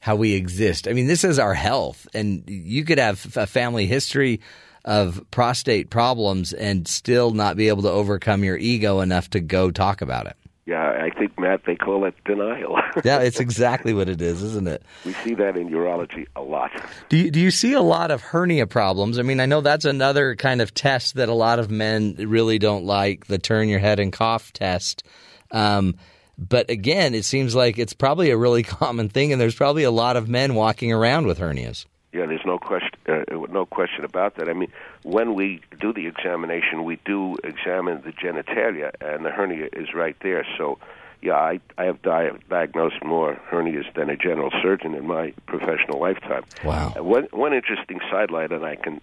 C: how we exist? I mean, this is our health, and you could have a family history of prostate problems and still not be able to overcome your ego enough to go talk about it.
G: yeah. I think Matt, they call that denial.
C: Yeah, it's exactly what it is, isn't it?
G: we see that in urology a lot.
C: Do you, do you see a lot of hernia problems? I mean, I know that's another kind of test that a lot of men really don't like the turn your head and cough test. Um, but again, it seems like it's probably a really common thing, and there's probably a lot of men walking around with hernias.
G: Yeah, there's no question, uh, no question about that. I mean, when we do the examination, we do examine the genitalia, and the hernia is right there. So, yeah, I, I have di- diagnosed more hernias than a general surgeon in my professional lifetime.
C: Wow.
G: Uh, One, one interesting sidelight, and I can,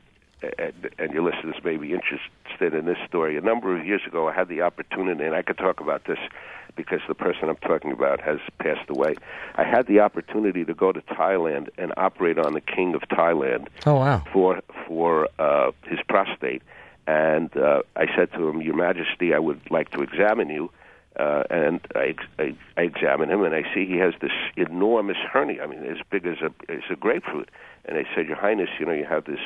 G: and, and your listeners may be interested in this story. A number of years ago, I had the opportunity, and I could talk about this because the person I'm talking about has passed away. I had the opportunity to go to Thailand and operate on the king of Thailand
C: Oh, wow.
G: for for uh, his prostate, and uh, I said to him, "Your Majesty, I would like to examine you." Uh, and I, ex- I, I examine him, and I see he has this enormous hernia. I mean, as big as a as a grapefruit. And I said, "Your Highness, you know, you have this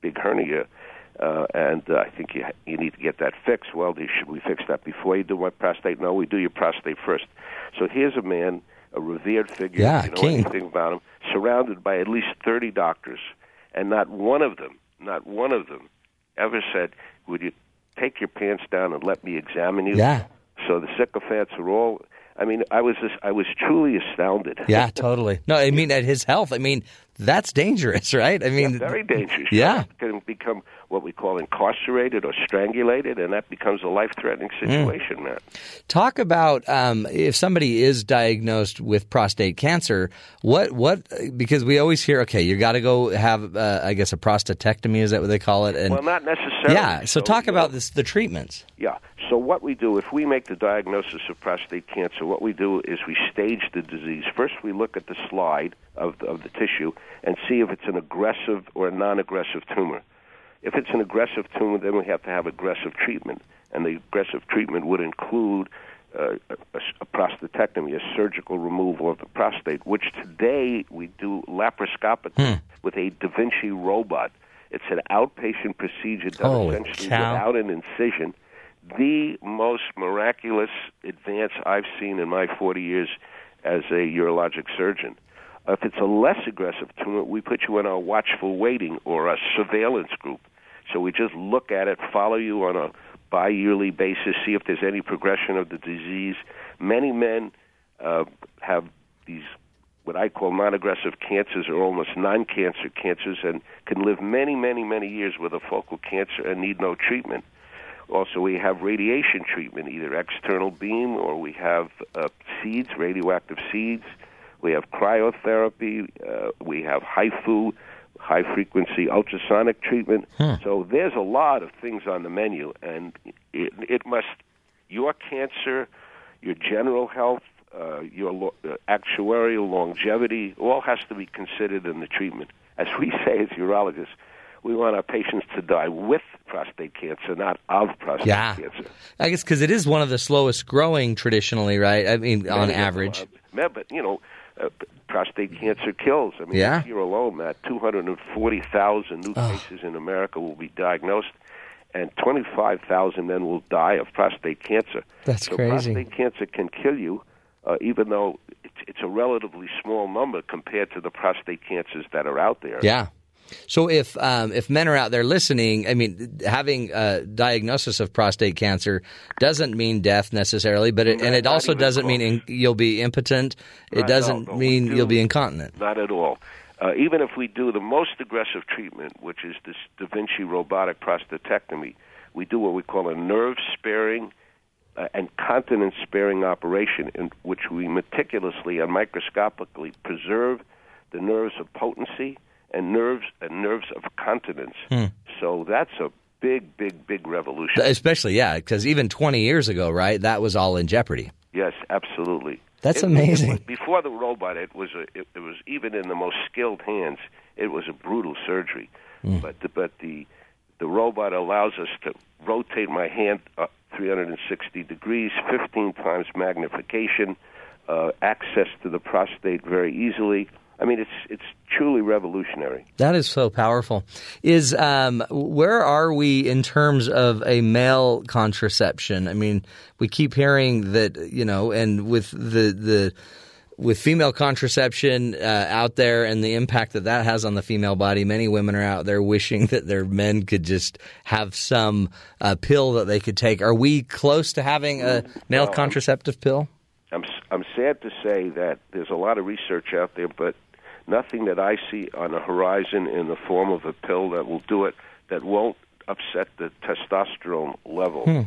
G: big hernia, uh, and uh, I think you ha- you need to get that fixed." Well, do you- should we fix that before you do my prostate? No, we do your prostate first. So here's a man, a revered figure.
C: Yeah,
G: you know
C: king.
G: anything about him. Surrounded by at least thirty doctors, and not one of them, not one of them, ever said, "Would you take your pants down and let me examine you?"
C: Yeah.
G: So the sycophants are all. I mean, I was just, I was truly astounded.
C: Yeah, totally. No, I mean, at his health, I mean, that's dangerous, right? I mean,
G: very dangerous.
C: Yeah.
G: It can become what we call incarcerated or strangulated, and that becomes a life threatening
C: Mm.
G: situation, Matt.
C: Talk about um, if somebody is diagnosed with prostate cancer. What what? Because we always hear, okay, you got to go have, uh, I guess, a prostatectomy. Is that what they call it? And
G: Well, not necessarily.
C: yeah. So, talk
G: you know,
C: about this, the treatments.
G: Yeah. So what we do if we make the diagnosis of prostate cancer, what we do is we stage the disease. First, we look at the slide of the, of the tissue and see if it's an aggressive or a non-aggressive tumor. If it's an aggressive tumor, then we have to have aggressive treatment, and the aggressive treatment would include uh, a, a s- a prostatectomy, a surgical removal of the prostate, which today we do
C: Hmm.
G: laparoscopically with a Da Vinci robot. It's an outpatient procedure done
C: Holy
G: essentially
C: cow.
G: without without an incision, the most miraculous advance I've seen in my 40 years as a urologic surgeon. If it's a less aggressive tumor, we put you in our watchful waiting or a surveillance group. So we just look at it, follow you on a bi yearly basis, see if there's any progression of the disease. Many men uh, have these what I call non-aggressive cancers or almost non-cancer cancers and can live many, many, many years with a focal cancer and need no treatment. Also, we have radiation treatment, either external beam or we have uh, seeds, radioactive seeds. We have cryotherapy. Uh, we have HIFU, high frequency ultrasonic treatment. So there's a lot of things on the menu, and it, it must, your cancer, your general health, uh, your lo- uh, actuarial longevity, all has to be considered in the treatment. As we say as urologists, we want our patients to die with prostate cancer, not of prostate
C: Yeah.
G: cancer.
C: I guess because it is one of the slowest growing traditionally, right? I mean, on average.
G: Yeah, but you know, uh, p- prostate cancer kills. I mean,
C: Yeah.
G: this year alone, Matt, two hundred and forty thousand new cases in America will be diagnosed, and twenty-five thousand men will die of prostate cancer.
C: That's
G: so
C: crazy.
G: Prostate cancer can kill you, uh, even though it's, it's a relatively small number compared to the prostate cancers that are out there.
C: Yeah. So if um, if men are out there listening, I mean, having a diagnosis of prostate cancer doesn't mean death necessarily, but it, and it
G: Not
C: also
G: even
C: doesn't mean
G: close.
C: in, you'll be impotent. It
G: Right,
C: doesn't
G: no, no, we
C: mean
G: do-
C: you'll be incontinent.
G: Not at all. Uh, uh, even if we do the most aggressive treatment, which is this Da Vinci robotic prostatectomy, we do what we call a nerve sparing uh, and continence sparing operation, in which we meticulously and microscopically preserve the nerves of potency and nerves and nerves of continence. So that's a big, big, big revolution.
C: Especially, yeah, because even 20 years ago, right, that was all in jeopardy.
G: Yes, absolutely.
C: That's
G: It-
C: amazing.
G: it was- before the robot, it was a, it, it was even in the most skilled hands, it was a brutal surgery.
C: Hmm.
G: But the, but the the robot allows us to rotate my hand uh, 360 degrees, 15 times magnification, uh, access to the prostate very easily. I mean, it's it's truly revolutionary.
C: That is so powerful. Is um, where are we in terms of a male contraception? I mean, we keep hearing that you know, and with the the with female contraception uh, out there and the impact that that has on the female body, many women are out there wishing that their men could just have some uh, pill that they could take. Are we close to having a male contraceptive pill?
G: I'm s- I'm sad to say that there's a lot of research out there, but nothing that I see on the horizon in the form of a pill that will do it that won't upset the testosterone level.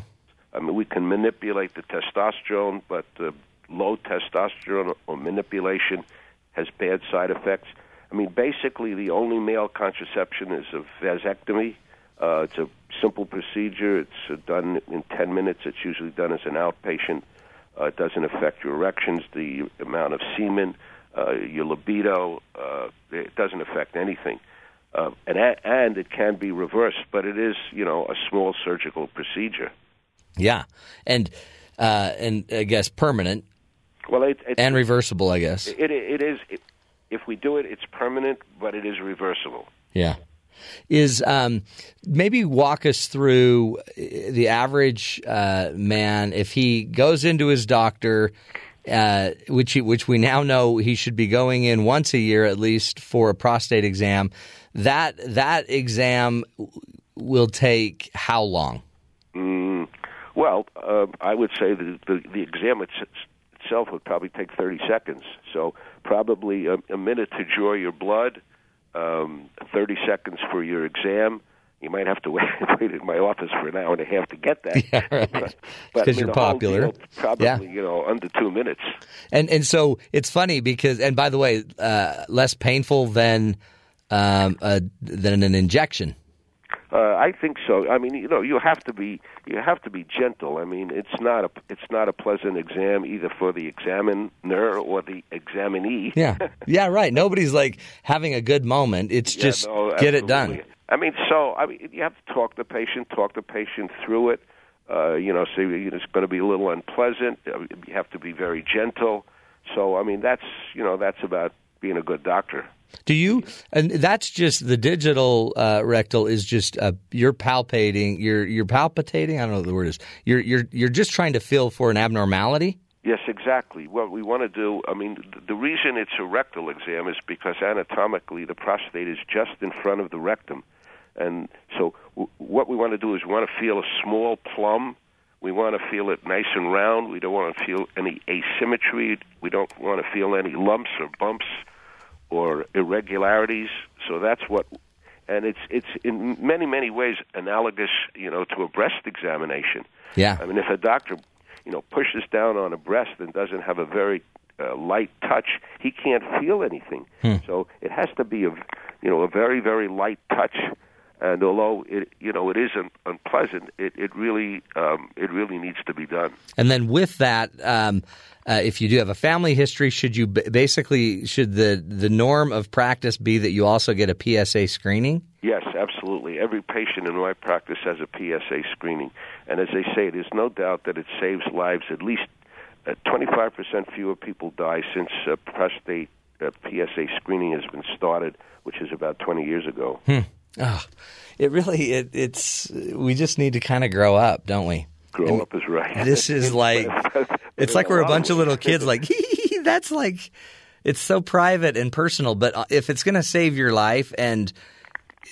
G: I mean, we can manipulate the testosterone, but uh, low testosterone or manipulation has bad side effects. I mean, basically, the only male contraception is a vasectomy. Uh, it's a simple procedure. It's uh, done in 10 minutes. It's usually done as an outpatient. Uh, it doesn't affect your erections, the amount of semen, uh, your libido. Uh, it doesn't affect anything. Uh, and, a- and it can be reversed, but it is, you know, a small surgical procedure.
C: Yeah, and uh, and I guess permanent
G: Well, it, it,
C: and reversible. I guess.
G: it, it is, it, if we do it, it's permanent, but it is reversible.
C: Yeah. Is um, maybe walk us through uh, the average uh, man if he goes into his doctor, uh, which he, which we now know he should be going in once a year at least for a prostate exam. That that exam w- will take how long?
G: Mm, Well, uh, I would say the, the, the exam it's- itself would probably take 30 seconds. So probably a, a minute to draw your blood, um, 30 seconds for your exam. You might have to wait, wait in my office for an hour and a half to get that.
C: Yeah, right.
G: But- but, I
C: 'Cause
G: mean,
C: you're
G: the whole
C: popular.
G: deal, probably,
C: Yeah.
G: you know, under two minutes.
C: And and so it's funny because and by the way, uh, less painful than um, uh, than an injection.
G: Uh, I think so. I mean, you know, you have to be you have to be gentle. I mean, it's not a it's not a pleasant exam either for the examiner or the examinee.
C: Yeah. Yeah, right. Nobody's like having a good moment. It's
G: Yeah,
C: just
G: no,
C: get it done.
G: absolutely. I mean, so I mean, you have to talk the patient, talk the patient through it. Uh, you know, say you know, it's going to be a little unpleasant. Uh, You have to be very gentle. So I mean, that's you know, that's about being a good doctor.
C: Do you and that's just the digital uh, rectal is just uh, you're palpating, you're you're palpitating, I don't know what the word is. You're you're you're just trying to feel for an abnormality?
G: Yes, exactly. What we want to do, I mean, th- the reason it's a rectal exam is because anatomically the prostate is just in front of the rectum. And so w- what we want to do is we want to feel a small plum. We want to feel it nice and round. We don't want to feel any asymmetry. We don't want to feel any lumps or bumps or irregularities. So that's what and it's it's in many many ways analogous, you know, to a breast examination.
C: Yeah.
G: I mean, if a doctor, you know, pushes down on a breast and doesn't have a very uh, light touch, he can't feel anything. So it has to be a, you know, a very very light touch. And although it, you know, it is un- unpleasant, it it really um, it really needs to be done.
C: And then with that, um, uh, if you do have a family history, should you ba- basically should the the norm of practice be that you also get a PSA screening?
G: Yes, absolutely. Every patient in my practice has a PSA screening. And as they say, there's no doubt that it saves lives. At least uh, 25% fewer people die since uh, prostate uh, PSA screening has been started, which is about 20 years ago.
C: Oh, it really it, it's we just need to kind of grow up, don't we?
G: Grow up is right.
C: This is like it's like we're a bunch of little kids. Like that's like it's so private and personal. But uh, if it's going to save your life and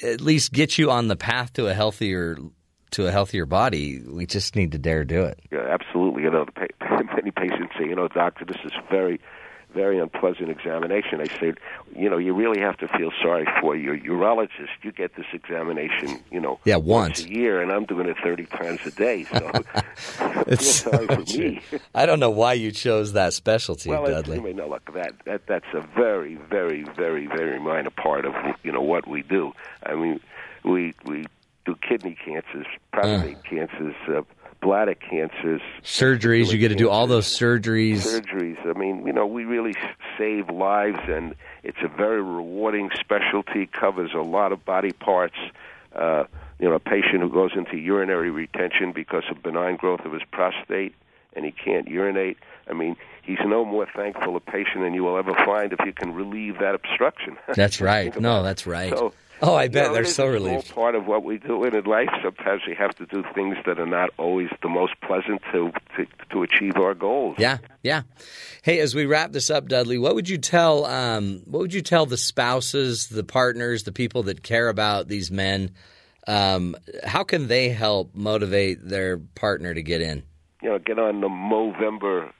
C: at least get you on the path to a healthier to a healthier body, we just need to dare do it.
G: Yeah, absolutely. You know, the pa- many patients say, you know, doctor, this is very, very unpleasant examination. I said, you know, you really have to feel sorry for your urologist. You get this examination, you know,
C: Yeah, once.
G: a year, and I'm doing it 30 times a day. So feel sorry for me.
C: I don't know why you chose that specialty,
G: Well, it's-
C: Dudley.
G: anyway, no, look, that, that that's a very, very, very, very minor part of you know what we do. I mean, we we do kidney cancers, prostate
C: Ah.
G: cancers, uh, bladder cancers,
C: Surgeries, you get to do all those surgeries.
G: surgeries. I mean, you know, we really s- save lives, and it's a very rewarding specialty. Covers a lot of body parts. Uh, you know, a patient who goes into urinary retention because of benign growth of his prostate and he can't urinate. I mean, he's no more thankful a patient than you will ever find if you can relieve that obstruction.
C: That's right.
G: Think
C: No,
G: about it.
C: that's right.
G: So,
C: Oh, I
G: you
C: bet
G: know,
C: they're
G: it is
C: so
G: a small
C: relieved.
G: Part of what we do in life, sometimes we have to do things that are not always the most pleasant to to, to achieve our goals.
C: Yeah, yeah. Hey, as we wrap this up, Dudley, what would you tell? Um, what would you tell the spouses, the partners, the people that care about these men? Um, how can they help motivate their partner to get in?
G: you know, get on the Movember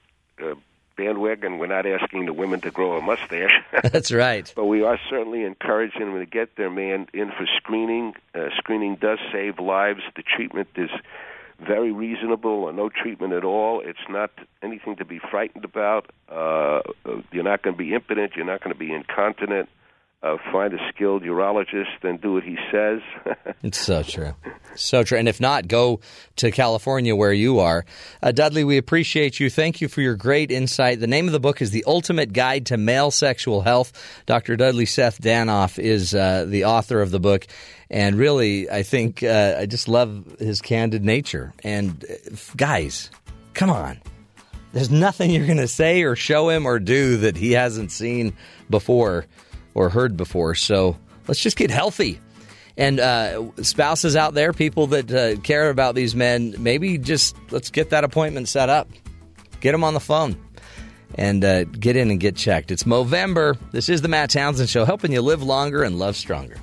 G: uh, bandwagon. We're not asking the women to grow a mustache,
C: That's right.
G: but we are certainly encouraging them to get their man in for screening. Uh, screening does save lives. The treatment is very reasonable or no treatment at all. It's not anything to be frightened about. Uh, you're not going to be impotent. You're not going to be incontinent. Uh, find a skilled urologist and do what he says.
C: It's so true. So true. And if not, go to California where you are. Uh, Dudley, we appreciate you. Thank you for your great insight. The name of the book is The Ultimate Guide to Male Sexual Health. Dr. Dudley Seth Danoff is uh, the author of the book. And really, I think uh, I just love his candid nature. And uh, f- guys, come on. There's nothing you're going to say or show him or do that he hasn't seen before or heard before. So let's just get healthy. And uh, spouses out there, people that uh, care about these men, maybe just let's get that appointment set up. Get them on the phone and uh, get in and get checked. It's Movember. This is the Matt Townsend Show, helping you live longer and love stronger.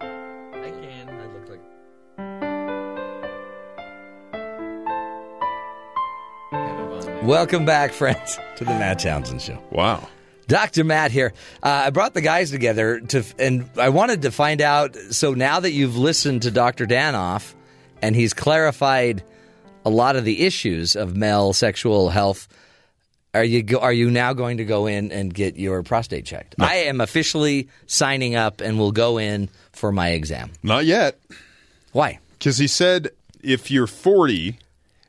E: I can.
C: Welcome back, friends, to the Matt Townsend Show.
D: Wow.
C: Dr. Matt here. Uh, I brought the guys together to, and I wanted to find out. So now that you've listened to Dr. Danoff and he's clarified a lot of the issues of male sexual health, are you go, are you now going to go in and get your prostate checked? I am officially signing up and will go in for my exam.
D: Not yet.
C: Why?
D: Because he said if you're 40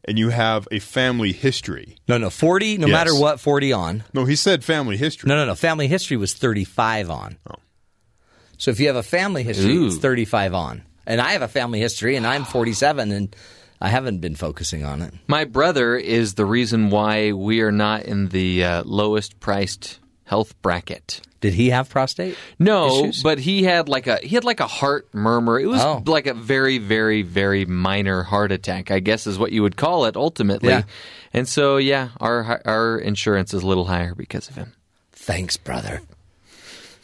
D: and you have a family history.
C: No, no, forty. No
D: Yes.
C: matter what, forty on.
D: No, he said family history.
C: No, no, no. Family history was 35 on. Oh. So if you have a family history, it's
E: Ooh.
C: 35 on. And I have a family history, and I'm 47, and I haven't been focusing on it.
E: My brother is the reason why we are not in the uh, lowest priced health bracket.
C: Did he have prostate?
E: No,
C: Issues?
E: but he had like a he had like a heart murmur. It was
C: Oh.
E: like a very very very minor heart attack, I guess is what you would call it ultimately.
C: Yeah.
E: And so yeah, our hi- our insurance is a little higher because of him.
C: Thanks, brother.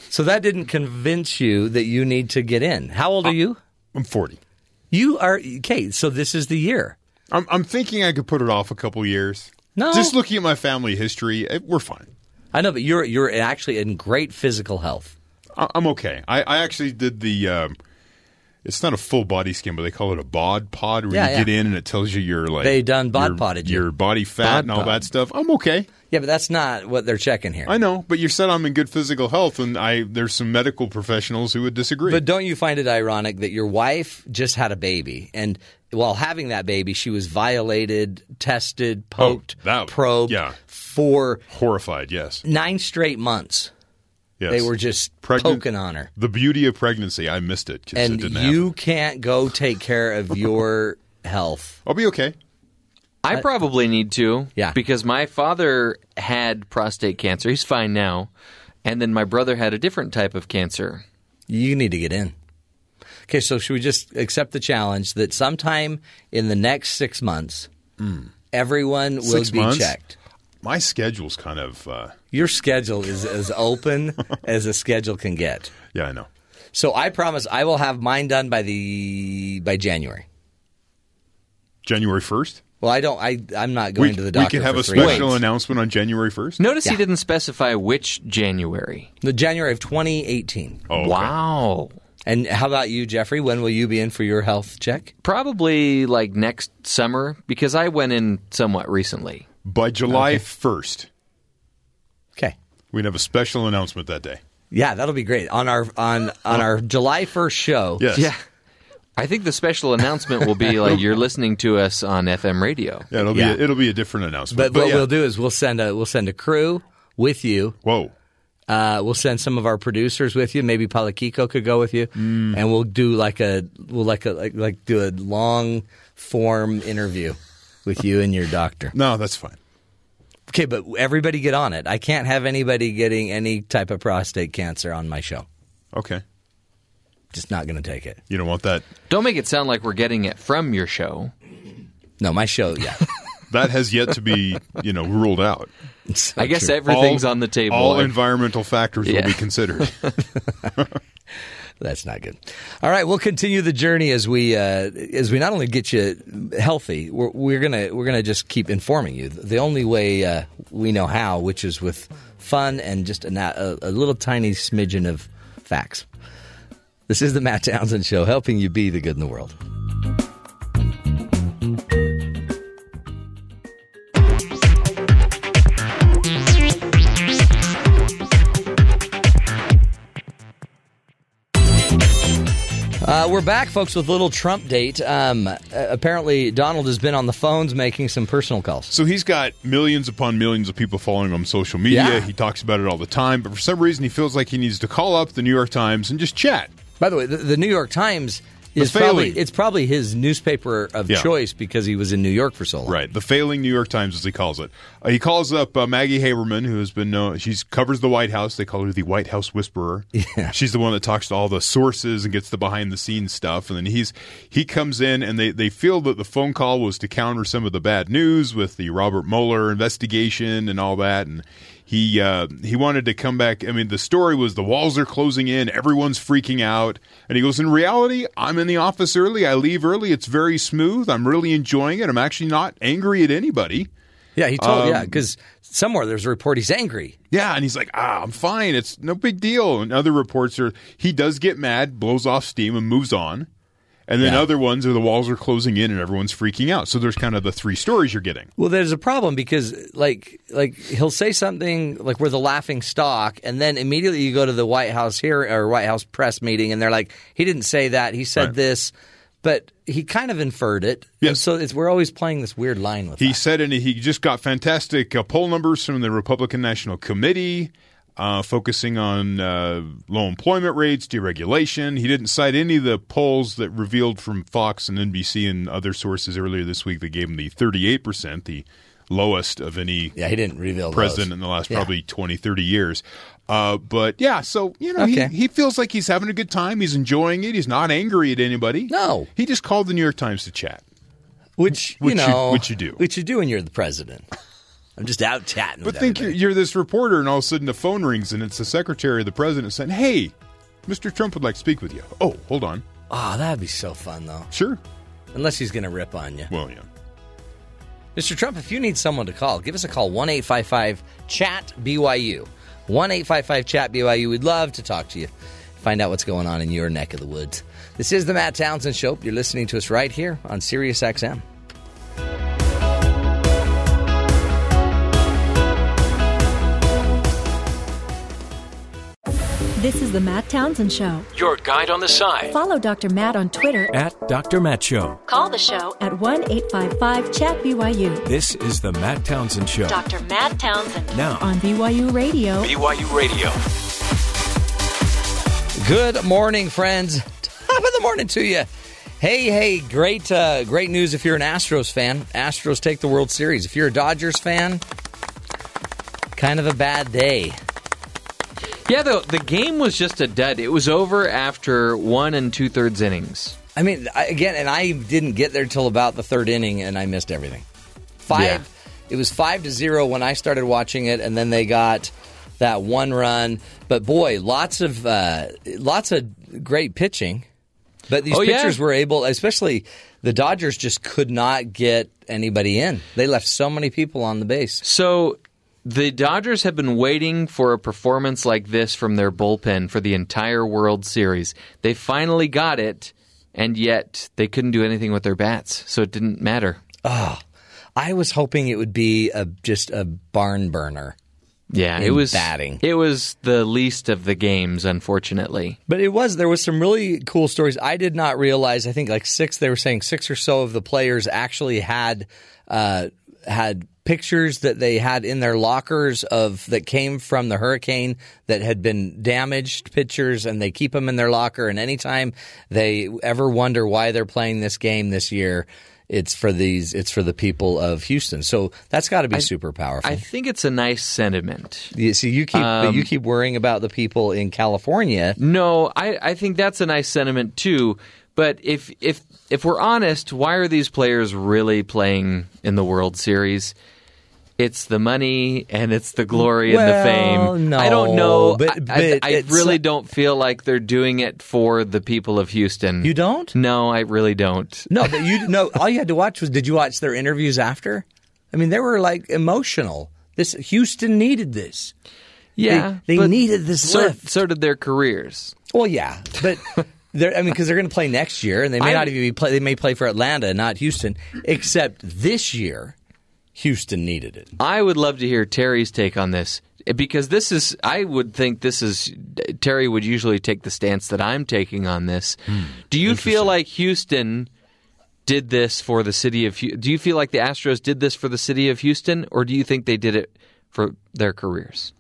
C: So that didn't convince you that you need to get in. How old are you?
D: I'm 40.
C: You are okay. So this is the year.
D: I'm, I'm thinking I could put it off a couple years.
C: No.
D: Just looking at my family history, eh, we're fine.
C: I know, but you're you're actually in great physical health.
D: I- I'm okay. I, I actually did the. Um, it's not a full body scan, but they call it a bod pod, where
C: Yeah,
D: you
C: yeah.
D: get in and it tells you your like
C: They done bod
D: your-
C: podded you.
D: your body fat
E: Bod
D: and all
E: pod.
D: that stuff. I'm okay.
C: Yeah, but that's not what they're checking here.
D: I know, but you said I'm in good physical health, and I there's some medical professionals who would disagree.
C: But don't you find it ironic that your wife just had a baby and while having that baby she was violated, tested, poked,
D: Oh, that-
C: probed
D: yeah.
C: for
D: Horrified, yes,
C: nine straight months.
D: yes.
C: They were just poking on her.
D: The beauty of pregnancy, I missed it because it
C: And
D: didn't
C: you
D: happen.
C: can't go take care of your health.
D: I'll be okay.
E: I probably need to.
C: Yeah.
E: Because my father had prostate cancer. He's fine now. And then my brother had a different type of cancer.
C: You need to get in. Okay, so should we just accept the challenge that sometime in the next six months,
E: Hmm.
C: everyone will
D: Six
C: be
D: months?
C: checked?
D: My schedule's kind of uh,
C: Your schedule is as open as a schedule can get.
D: yeah, I know.
C: So I promise I will have mine done by the by January.
D: January first.
C: Well, I don't. I I'm not going
D: We,
C: to
D: we
C: the doctor.
D: can have
C: for
D: a
C: three
D: special
C: weeks.
D: announcement on January first.
E: Notice he
C: Yeah.
E: didn't specify which January.
C: the January of 2018.
D: Oh, okay.
E: Wow.
C: And how about you, Jeffrey? When will you be in for your health check?
E: Probably like next summer because I went in somewhat recently.
D: By July first,
C: Okay.
D: we'd have a special announcement that day.
C: Yeah, that'll be great on our on on our July 1st show.
D: Uh, Yes.
E: Yeah. I think the special announcement will be like you're listening to us on FM radio.
D: Yeah, it'll
C: Yeah.
D: be a, it'll be a different announcement.
C: But, what
D: yeah.
C: we'll do is we'll send a we'll send a crew with you.
D: Whoa.
C: Uh, we'll send some of our producers with you. Maybe Palakiko could go with you,
D: Mm.
C: and we'll do like a we'll like a like, like do a long form interview with you and your doctor.
D: No, that's fine.
C: Okay, but everybody get on it. I can't have anybody getting any type of prostate cancer on my show.
D: Okay.
C: Just not going to take it.
D: You don't want that.
E: Don't make it sound like we're getting it from your show.
C: No, my show. Yeah,
D: That has yet to be, you know, ruled out.
C: It's
E: I
C: not
E: guess
C: true.
E: everything's
D: All-
E: on the table.
D: All environmental factors
E: Yeah.
D: will be considered.
C: That's not good. All right, we'll continue the journey as we uh, as we not only get you healthy, we're, we're gonna we're gonna just keep informing you the only way uh, we know how, which is with fun and just a, na- a, a little tiny smidgen of facts. This is the Matt Townsend Show, helping you be the good in the world. Uh, we're back, folks, with little Trump date. Um, uh, apparently, Donald has been on the phones making some personal calls.
D: so he's got millions upon millions of people following him on social media.
C: Yeah.
D: He talks about it all the time, but for some reason he feels like he needs to call up the New York Times and just chat.
C: By the way, the, the New York Times is
D: failing.
C: probably it's probably his newspaper of
D: Yeah.
C: choice because he was in New York for so long.
D: Right, the failing New York Times, as he calls it. Uh, he calls up uh, Maggie Haberman, who has been known. She covers the White House. They call her the White House Whisperer. Yeah. she's the one that talks to all the sources and gets the behind the scenes stuff. And then he's he comes in, and they they feel that the phone call was to counter some of the bad news with the Robert Mueller investigation and all that. And he uh, he wanted to come back. I mean, the story was the walls are closing in, everyone's freaking out, and he goes. In reality, I'm in the office early. I leave early. It's very smooth. I'm really enjoying it. I'm actually not angry at anybody. Um,
C: Yeah, he told. yeah, because somewhere there's a report he's angry.
D: Yeah, and he's like, ah, I'm fine. It's no big deal. And other reports are he does get mad, blows off steam, and moves on. And then other ones are the walls are closing in and everyone's freaking out. So there's kind of the three stories you're getting.
C: Well, there's a problem because like like he'll say something like we're the laughing stock, and then immediately you go to the White House here or White House press meeting, and they're like, he didn't say that. He said
D: Right.
C: this, but he kind of inferred it.
D: Yes.
C: And so it's, we're always playing this weird line with.
D: He
C: that.
D: said, and he just got fantastic uh, poll numbers from the Republican National Committee, uh, focusing on uh, low employment rates, deregulation. He didn't cite any of the polls that revealed from Fox and NBC and other sources earlier this week that gave him the 38%, the lowest of any
C: Yeah, he didn't reveal. those.
D: president in the last probably 20, 30 years. Uh, but yeah, so, you know,
C: Okay.
D: he, he feels like he's having a good time. He's enjoying it. He's not angry at anybody.
C: No.
D: He just called the New York Times to chat.
C: Which,
D: Which
C: you
D: you-
C: know,
D: which you do.
C: which you do when you're the president. I'm just out chatting.
D: But
C: with
D: think you're,
C: everybody.
D: you're this reporter, and all of a sudden the phone rings, and it's the secretary of the president saying, Hey, Mr. Trump would like to speak with you. Oh, hold on.
C: oh, that'd be so fun though.
D: Sure.
C: Unless he's going to rip on you,
D: Well, yeah.
C: Mr. Trump. If you need someone to call, give us a call one eight five five chat BYU one eight five five chat BYU. We'd love to talk to you, find out what's going on in your neck of the woods. This is the Matt Townsend Show. You're listening to us right here on Sirius XM.
A: This is the Matt Townsend Show.
B: Your guide on the side.
A: Follow Dr. Matt on Twitter.
B: At Dr. Matt Show.
A: Call the show at 1 855 Chat BYU.
B: This is the Matt Townsend Show.
A: Dr. Matt Townsend.
B: Now.
A: On BYU Radio.
B: BYU Radio.
C: Good morning, friends. Top of the morning to you. Hey, hey, great, uh, great news if you're an Astros fan. Astros take the World Series. If you're a Dodgers fan, kind of a bad day.
E: Yeah, though the game was just a dud. It was over after one and two thirds innings.
C: I mean, I, again, and I didn't get there till about the third inning, and I missed everything. Five.
E: Yeah.
C: It was five to zero when I started watching it, and then they got that one run. But boy, lots of uh, lots of great pitching. But these
E: Oh, yeah.
C: pitchers were able, especially the Dodgers, just could not get anybody in. They left so many people on the base.
E: So the Dodgers have been waiting for a performance like this from their bullpen for the entire World Series. They finally got it, and yet they couldn't do anything with their bats, so it didn't matter.
C: Oh, I was hoping it would be a just a barn burner,
E: Yeah, it
C: In
E: was
C: batting.
E: It was the least of the games, unfortunately.
C: but it was. There was some really cool stories. I did not realize. I think like six. They were saying six or so of the players actually had uh, had pictures that they had in their lockers of that came from the hurricane that had been damaged pictures and they keep them in their locker and anytime they ever wonder why they're playing this game this year it's for these it's for the people of Houston so that's got to be super powerful
E: I think it's a nice sentiment. Um,
C: You see, you keep but you keep worrying about the people in California.
E: No, I, I think that's a nice sentiment too. But if if if we're honest, why are these players really playing in the World Series? It's the money and it's the glory and
C: Well,
E: the fame. I don't
C: no,
E: know.
C: but-
E: I- I,
C: but
E: I
C: it's-
E: really don't feel like they're doing it for the people of Houston.
C: You don't?
E: No, I really don't.
C: No, but you no. All you had to watch was did you watch their interviews after? I mean, they were like emotional. This Houston needed this.
E: Yeah,
C: they
E: but
C: needed this
E: so,
C: lift.
E: So did their careers.
C: Well, yeah, but they're, I mean, because they're going to play next year, and they may
E: I-
C: not even be play. They may play for Atlanta, not Houston. Except this year, Houston needed it.
E: I would love to hear Terry's take on this because this is I would think this is Terry would usually take the stance that I'm taking on this.
C: Hmm.
E: do you feel like Houston did this for the city of Hu- Do you feel like the Astros did this for the city of Houston or do you think they did it for their careers?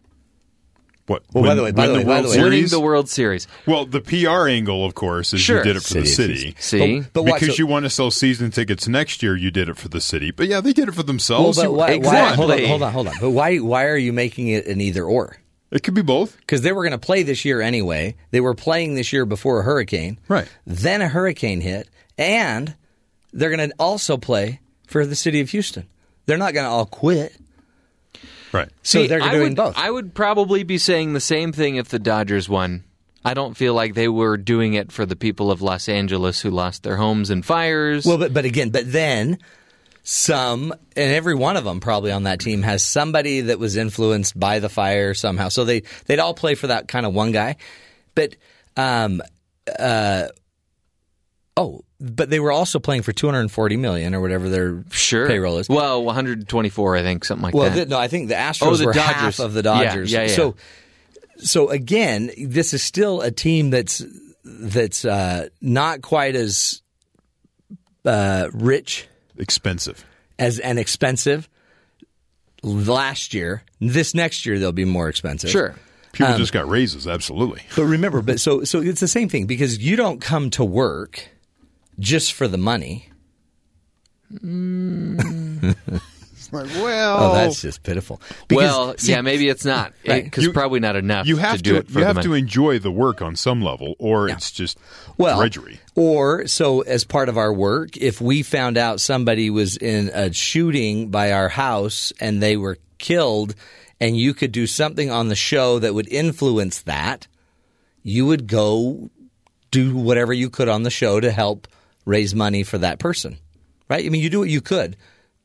D: What?
C: Well, by
D: win-
C: the way- by
D: win
C: the way- by
D: World
C: the way-
E: Winning
D: Series?
E: the World Series.
D: Well, the PR angle, of course, is
E: Sure.
D: you did it for the city.
E: See?
C: but, but watch,
D: because
C: so-
D: you want to sell season tickets next year, you did it for the city. But yeah, they did it for
C: Well,
D: themselves.
C: but why,
D: You-
C: why, hold on,
E: Exactly.
C: hold on, hold on. But why? Why are you making it an either or?
D: It could be both.
C: because they were going to play this year anyway. They were playing this year before a hurricane.
D: Right.
C: Then a hurricane hit, and they're going to also play for the city of Houston. They're not going to all quit.
D: Right.
C: So
E: See,
C: they're
E: I
C: doing
E: would,
C: both.
E: I would probably be saying the same thing if the Dodgers won. I don't feel like they were doing it for the people of Los Angeles who lost their homes in fires.
C: well, but, but again, but then some, and every one of them probably on that team has somebody that was influenced by the fire somehow. So they, they'd all play for that kind of one guy. But, um, uh, oh, but they were also playing for 240 million or whatever their
E: Sure.
C: payroll is.
E: Well, 124, I think, something like
C: Well,
E: that.
C: the, no, I think the Astros
E: Oh, the
C: were half
E: Dodgers.
C: of the
E: Yeah,
C: Dodgers.
E: yeah, yeah.
C: So, so again, this is still a team that's that's uh, not quite as uh, rich
D: Expensive.
C: as and expensive. Last year, this next year they'll be more expensive. Um,
E: sure.
D: People just got raises. Absolutely.
C: but remember, but so so it's the same thing because you don't come to work just for the money.
D: Like, well,
C: Oh, that's just pitiful. Because,
E: well,
C: see,
E: yeah, maybe it's not
C: Right.
E: because
D: You-
E: probably not enough.
D: you
E: to
D: have to,
E: do it for
D: you
E: the
D: have
E: money.
D: to enjoy the work on some level, or it's just
C: well,
D: drudgery.
C: Or so as part of our work, if we found out somebody was in a shooting by our house and they were killed, and you could do something on the show that would influence that, you would go do whatever you could on the show to help raise money for that person, right? I mean, you do what you could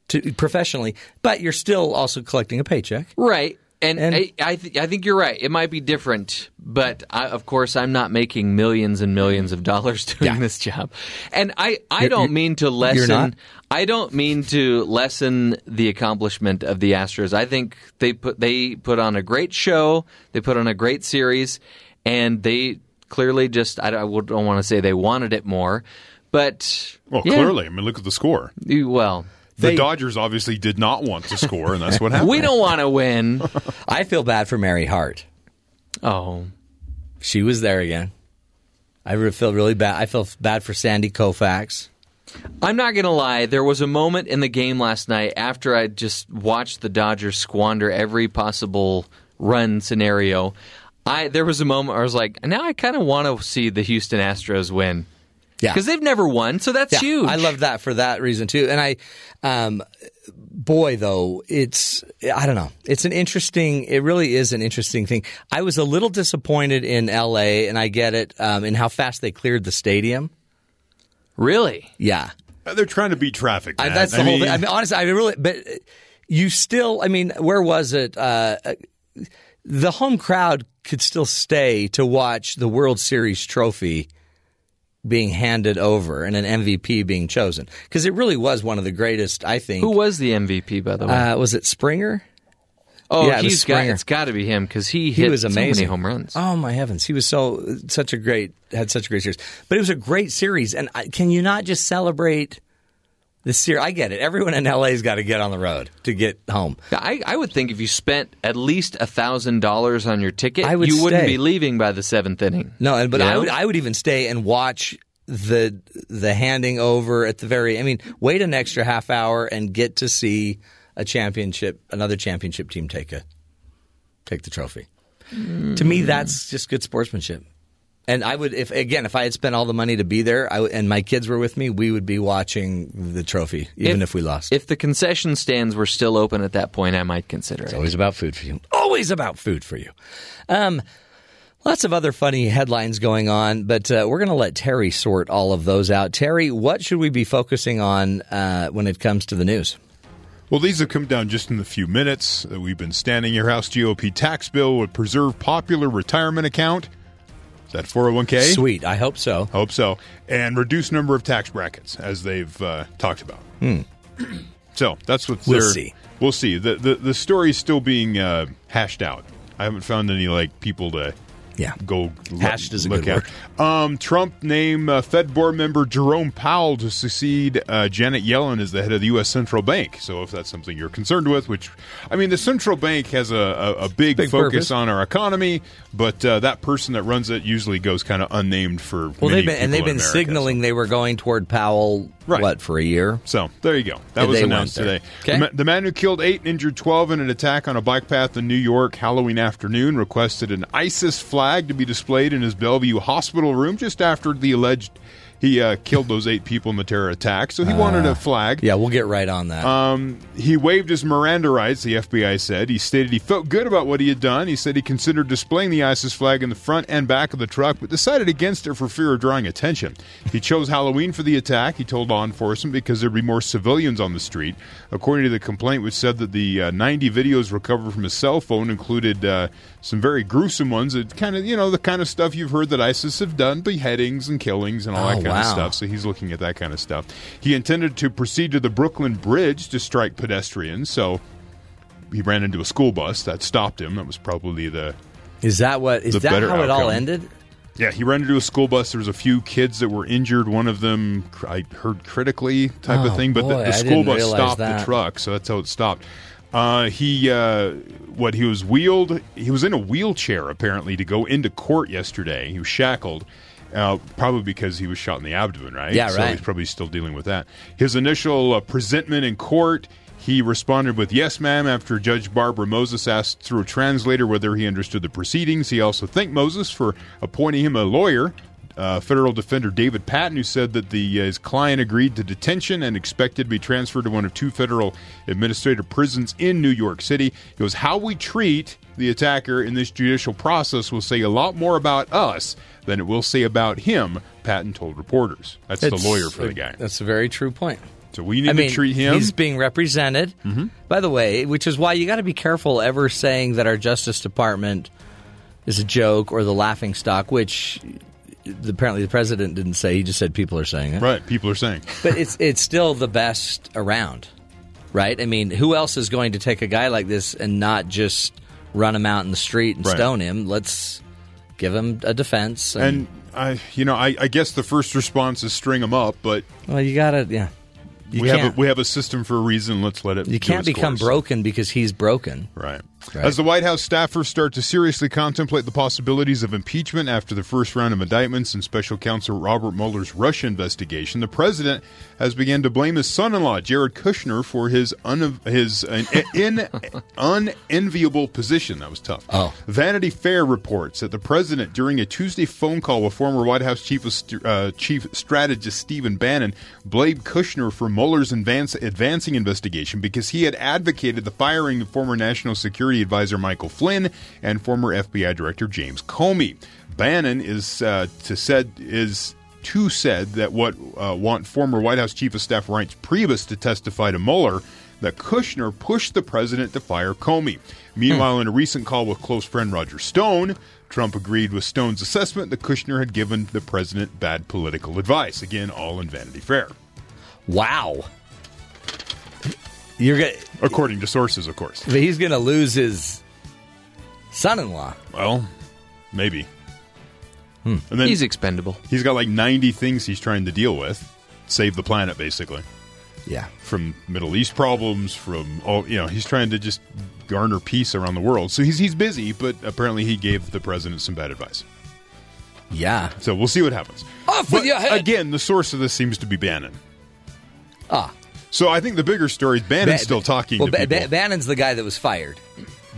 C: to professionally, but you're still also collecting a paycheck.
E: Right. And,
C: And-
E: I, I, th- I think you're right. It might be different, but I, of course, I'm not making millions and millions of dollars doing
C: Yeah.
E: this job. And I, I
C: You're-
E: don't
C: you're-
E: mean to
C: you're not?
E: lessen. I don't mean to lessen the accomplishment of the Astros. I think they put they put on a great show. They put on a great series, and they clearly just I don't, I would- don't want to say they wanted it more, but
D: Well,
E: yeah.
D: clearly, I mean, look at the score.
E: You- well.
D: the Dodgers obviously did not want to score, and that's what happened.
E: We don't want to win.
C: I feel bad for Mary Hart.
E: Oh,
C: She was there again. I re- feel really bad. I feel bad for Sandy Koufax.
E: I'm not going to lie. There was a moment in the game last night after I just watched the Dodgers squander every possible run scenario. I there was a moment where I was like, now I kind of want to see the Houston Astros win
C: Yeah,
E: because they've never won, so that's
C: Yeah,
E: huge.
C: I love that for that reason too. And I, um, boy, though it's I don't know. It's an interesting. It really is an interesting thing. I was a little disappointed in L.A. and I get it um, in how fast they cleared the stadium.
E: Really?
C: Yeah.
D: Uh, They're trying to beat traffic.
C: I,
D: Matt.
C: that's the whole
D: mean,
C: thing. I mean, honestly, I mean, really, but uh, you still, I mean, where was it? Uh, uh, the home crowd could still stay to watch the World Series trophy being handed over and an MVP being chosen because it really was one of the greatest. I think.
E: Who was the MVP by the way?
C: uh, was it Springer?
E: oh,
C: yeah, it was
E: he's got
C: Springer.
E: it's got to be him because he
C: He
E: hit
C: was amazing.
E: so many home runs.
C: Oh my heavens, he was so such a great had such a great series. But it was a great series, and I, can you not just celebrate the series? I get it. Everyone in LA's got to get on the road to get home.
E: I, I would think if you spent at least thousand dollars on your ticket,
C: I would
E: you wouldn't
C: stay.
E: be leaving by the seventh inning.
C: No, and but
E: You
C: I
E: know?
C: would I would even stay and watch the the handing over at the very. I mean, wait an extra half hour and get to see a championship, another championship team take a take the trophy. To
E: Hmm.
C: me, that's just good sportsmanship. And I would, if again, if I had spent all the money to be there, I, would- and my kids were with me, we would be watching the trophy, even if, we lost.
E: If the concession stands were still open at that point, I might consider it.
C: Always about food for you. Always about food for you. Um, lots of other funny headlines going on, but uh, we're going to let Terry sort all of those out. Terry, what should we be focusing on uh, when it comes to the news?
D: Well, these have come down just in the few minutes that we've been standing. Your House GOP tax bill would preserve popular retirement account. Is that 401k?
C: Sweet. I hope so.
D: Hope so. And reduce number of tax brackets, as they've uh, talked about.
C: Hmm.
D: so that's what
C: We'll
D: they're-
C: see.
D: We'll see. The, the, the story's still being uh, hashed out. I haven't found any like people to
C: Yeah.
D: go lo-
C: Hashed is a
D: look
C: good
D: at. Um, Trump named uh, Fed board member Jerome Powell to succeed uh, Janet Yellen as the head of the U.S. Central Bank. So if that's something you're concerned with, which I mean, the central bank has a, a, a big,
C: Big
D: focus
C: purpose.
D: on our economy, but uh, that person that runs it usually goes kind of unnamed for.
C: Well,
D: many
C: they've been and they've
D: people in
C: been
D: America, so-
C: signaling they were going toward Powell.
D: Right.
C: What for a year?
D: So there you go. That
C: And
D: was
C: they
D: announced
C: weren't there.
D: today.
C: Okay.
D: The, ma- the man who killed eight and injured 12 in an attack on a bike path in New York Halloween afternoon requested an ISIS flag to be displayed in his Bellevue hospital room just after the alleged he uh, killed those eight people in the terror attack. So he wanted a
C: Ah.
D: flag. Um,
C: Yeah, we'll get right on that.
D: He waived his Miranda rights, the FBI said. He stated he felt good about what he had done. He said he considered displaying the ISIS flag in the front and back of the truck, but decided against it for fear of drawing attention. He chose Halloween for the attack, he told law enforcement, because there'd be more civilians on the street. According to the complaint, which said that the uh, 90 videos recovered from his cell phone included uh, some very gruesome ones, that kind of, you know, the kind of stuff you've heard that ISIS have done beheadings and killings and all
C: Oh,
D: that kind
C: wow.
D: of stuff. So he's looking at that kind of stuff. He intended to proceed to the Brooklyn Bridge to strike pedestrians. So he ran into a school bus that stopped him. That was probably the
C: is that what is
D: the
C: that how
D: better
C: it all
D: outcome.
C: ended?
D: yeah. He ran into a school bus. There was a few kids that were injured. One of them cr- I heard critically type
C: Oh,
D: of thing. But
C: boy,
D: the,
C: I
D: the school
C: didn't
D: bus
C: realize
D: stopped
C: that.
D: the truck, so that's how it stopped. Uh, he uh, what he was wheeled. He was in a wheelchair apparently to go into court yesterday. He was shackled. Uh, probably because he was shot in the abdomen, right?
C: Yeah,
D: so
C: right.
D: he's probably still dealing with that. His initial uh, presentment in court, he responded with "Yes, ma'am." After Judge Barbara Moses asked through a translator whether he understood the proceedings, he also thanked Moses for appointing him a lawyer. Uh, federal defender David Patton, who said that the uh, his client agreed to detention and expected to be transferred to one of two federal administrative prisons in New York City. It was how we treat the attacker in this judicial process will say a lot more about us than it will say about him. Patton told reporters. That's
C: It's-
D: the lawyer for the guy.
C: That's a very true point.
D: So we need
C: I mean,
D: to treat him. Mm-hmm.
C: He's being represented. By the way, which is why you got to be careful ever saying that our Justice Department is a joke or the laughing stock, which apparently the president didn't say. He just said people are saying it.
D: right, people are saying.
C: But it's it's still the best around, right? I mean, who else is going to take a guy like this and not just run him out in the street and
D: Right.
C: stone him? Let's give him a defense.
D: And I, you know, I, I guess the first response is string them up, but
C: well, you got to yeah. You
D: we
C: can't,
D: have a, we have a system for a reason. Let's let it.
C: you
D: do
C: can't
D: its
C: become
D: course.
C: broken because he's broken.
D: Right.
C: Right.
D: As the White House staffers start to seriously contemplate the possibilities of impeachment after the first round of indictments and special counsel Robert Mueller's Russia investigation, the president has begun to blame his son-in-law Jared Kushner for his un- his an, in, unenviable position. That was tough.
C: Oh.
D: Vanity Fair reports that the president, during a Tuesday phone call with former White House chief of st- uh, chief strategist Stephen Bannon, blamed Kushner for Mueller's advance- advancing investigation because he had advocated the firing of former National Security Advisor Michael Flynn and former FBI Director James Comey. Bannon is uh, to said is too said that what uh, want former White House Chief of Staff Reince Priebus to testify to Mueller that Kushner pushed the president to fire Comey. Meanwhile, in a recent call with close friend Roger Stone, Trump agreed with Stone's assessment that Kushner had given the president bad political advice. Again, all in Vanity Fair,
C: Wow. You're gonna,
D: according to sources, of course.
C: but he's gonna lose his son-in-law.
D: Well, maybe.
C: Hmm.
D: And then
E: He's expendable.
D: he's got like 90 things he's trying to deal with. Save the planet, basically.
C: Yeah.
D: from Middle East problems, from all you know, he's trying to just garner peace around the world. So he's he's busy, but apparently he gave the president some bad advice.
C: Yeah.
D: So we'll see what happens.
C: Off with
D: But
C: your head.
D: Again, the source of this seems to be Bannon.
C: Ah.
D: So I think the bigger story is Bannon's
C: Ba-
D: still talking
C: Well,
D: to
C: Ba-
D: people.
C: Ba- Bannon's the guy that was fired.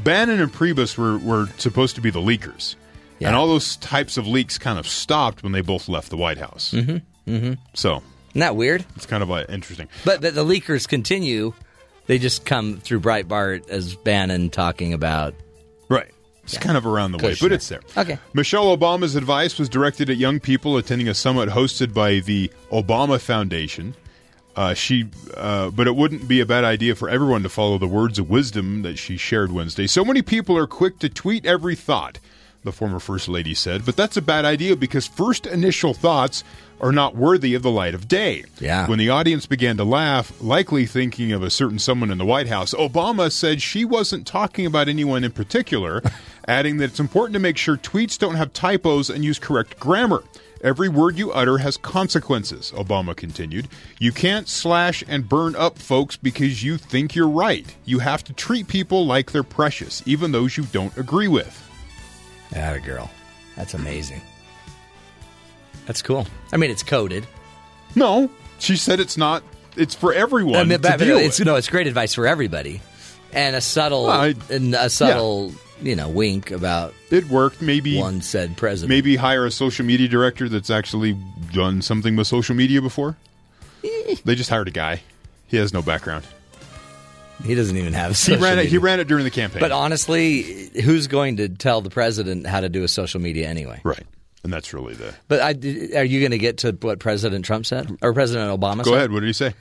D: Bannon and Priebus were, were supposed to be the leakers.
C: Yeah.
D: And all those types of leaks kind of stopped when they both left the White House. Mm-hmm. Mm-hmm. So
C: Isn't that weird?
D: it's kind of uh, interesting.
C: But but the leakers continue. They just come through Breitbart as Bannon talking about.
D: Right. It's kind of around the way,
C: Kushner.
D: but
C: Uh,
D: it's there.
C: Okay.
D: Michelle Obama's advice was directed at young people attending a summit hosted by the Obama Foundation. Uh, she, uh, but it wouldn't be a bad idea for everyone to follow the words of wisdom that she shared Wednesday. So many people are quick to tweet every thought, the former first lady said. But that's a bad idea because first initial thoughts are not worthy of the light of day.
C: Yeah.
D: When the audience began to laugh, likely thinking of a certain someone in the White House, Obama said she wasn't talking about anyone in particular, adding that it's important to make sure tweets don't have typos and use correct grammar. Every word you utter has consequences, Obama continued. You can't slash and burn up folks because you think you're right. You have to treat people like they're precious, even those you don't agree with.
C: That a girl. That's amazing. That's cool. I mean, it's coded.
D: No, she said it's not. It's for everyone
C: I mean,
D: to
C: but- but
D: deal
C: it's
D: with.
C: no, it's great advice for everybody, and a subtle
D: Well, I-
C: and a subtle you know wink about
D: It worked. Maybe
C: one said president.
D: Maybe hire a social media director that's actually done something with social media before.
C: Eh.
D: they just hired a guy. He has no background.
C: he doesn't even have.
D: He
C: Social
D: ran it. He
C: media.
D: ran it during the campaign.
C: But honestly, who's going to tell the president how to do a social media anyway?
D: right, and that's really the.
C: But I, are you going to get to what President Trump said or President Obama?
D: Go
C: said?
D: ahead. What did he say?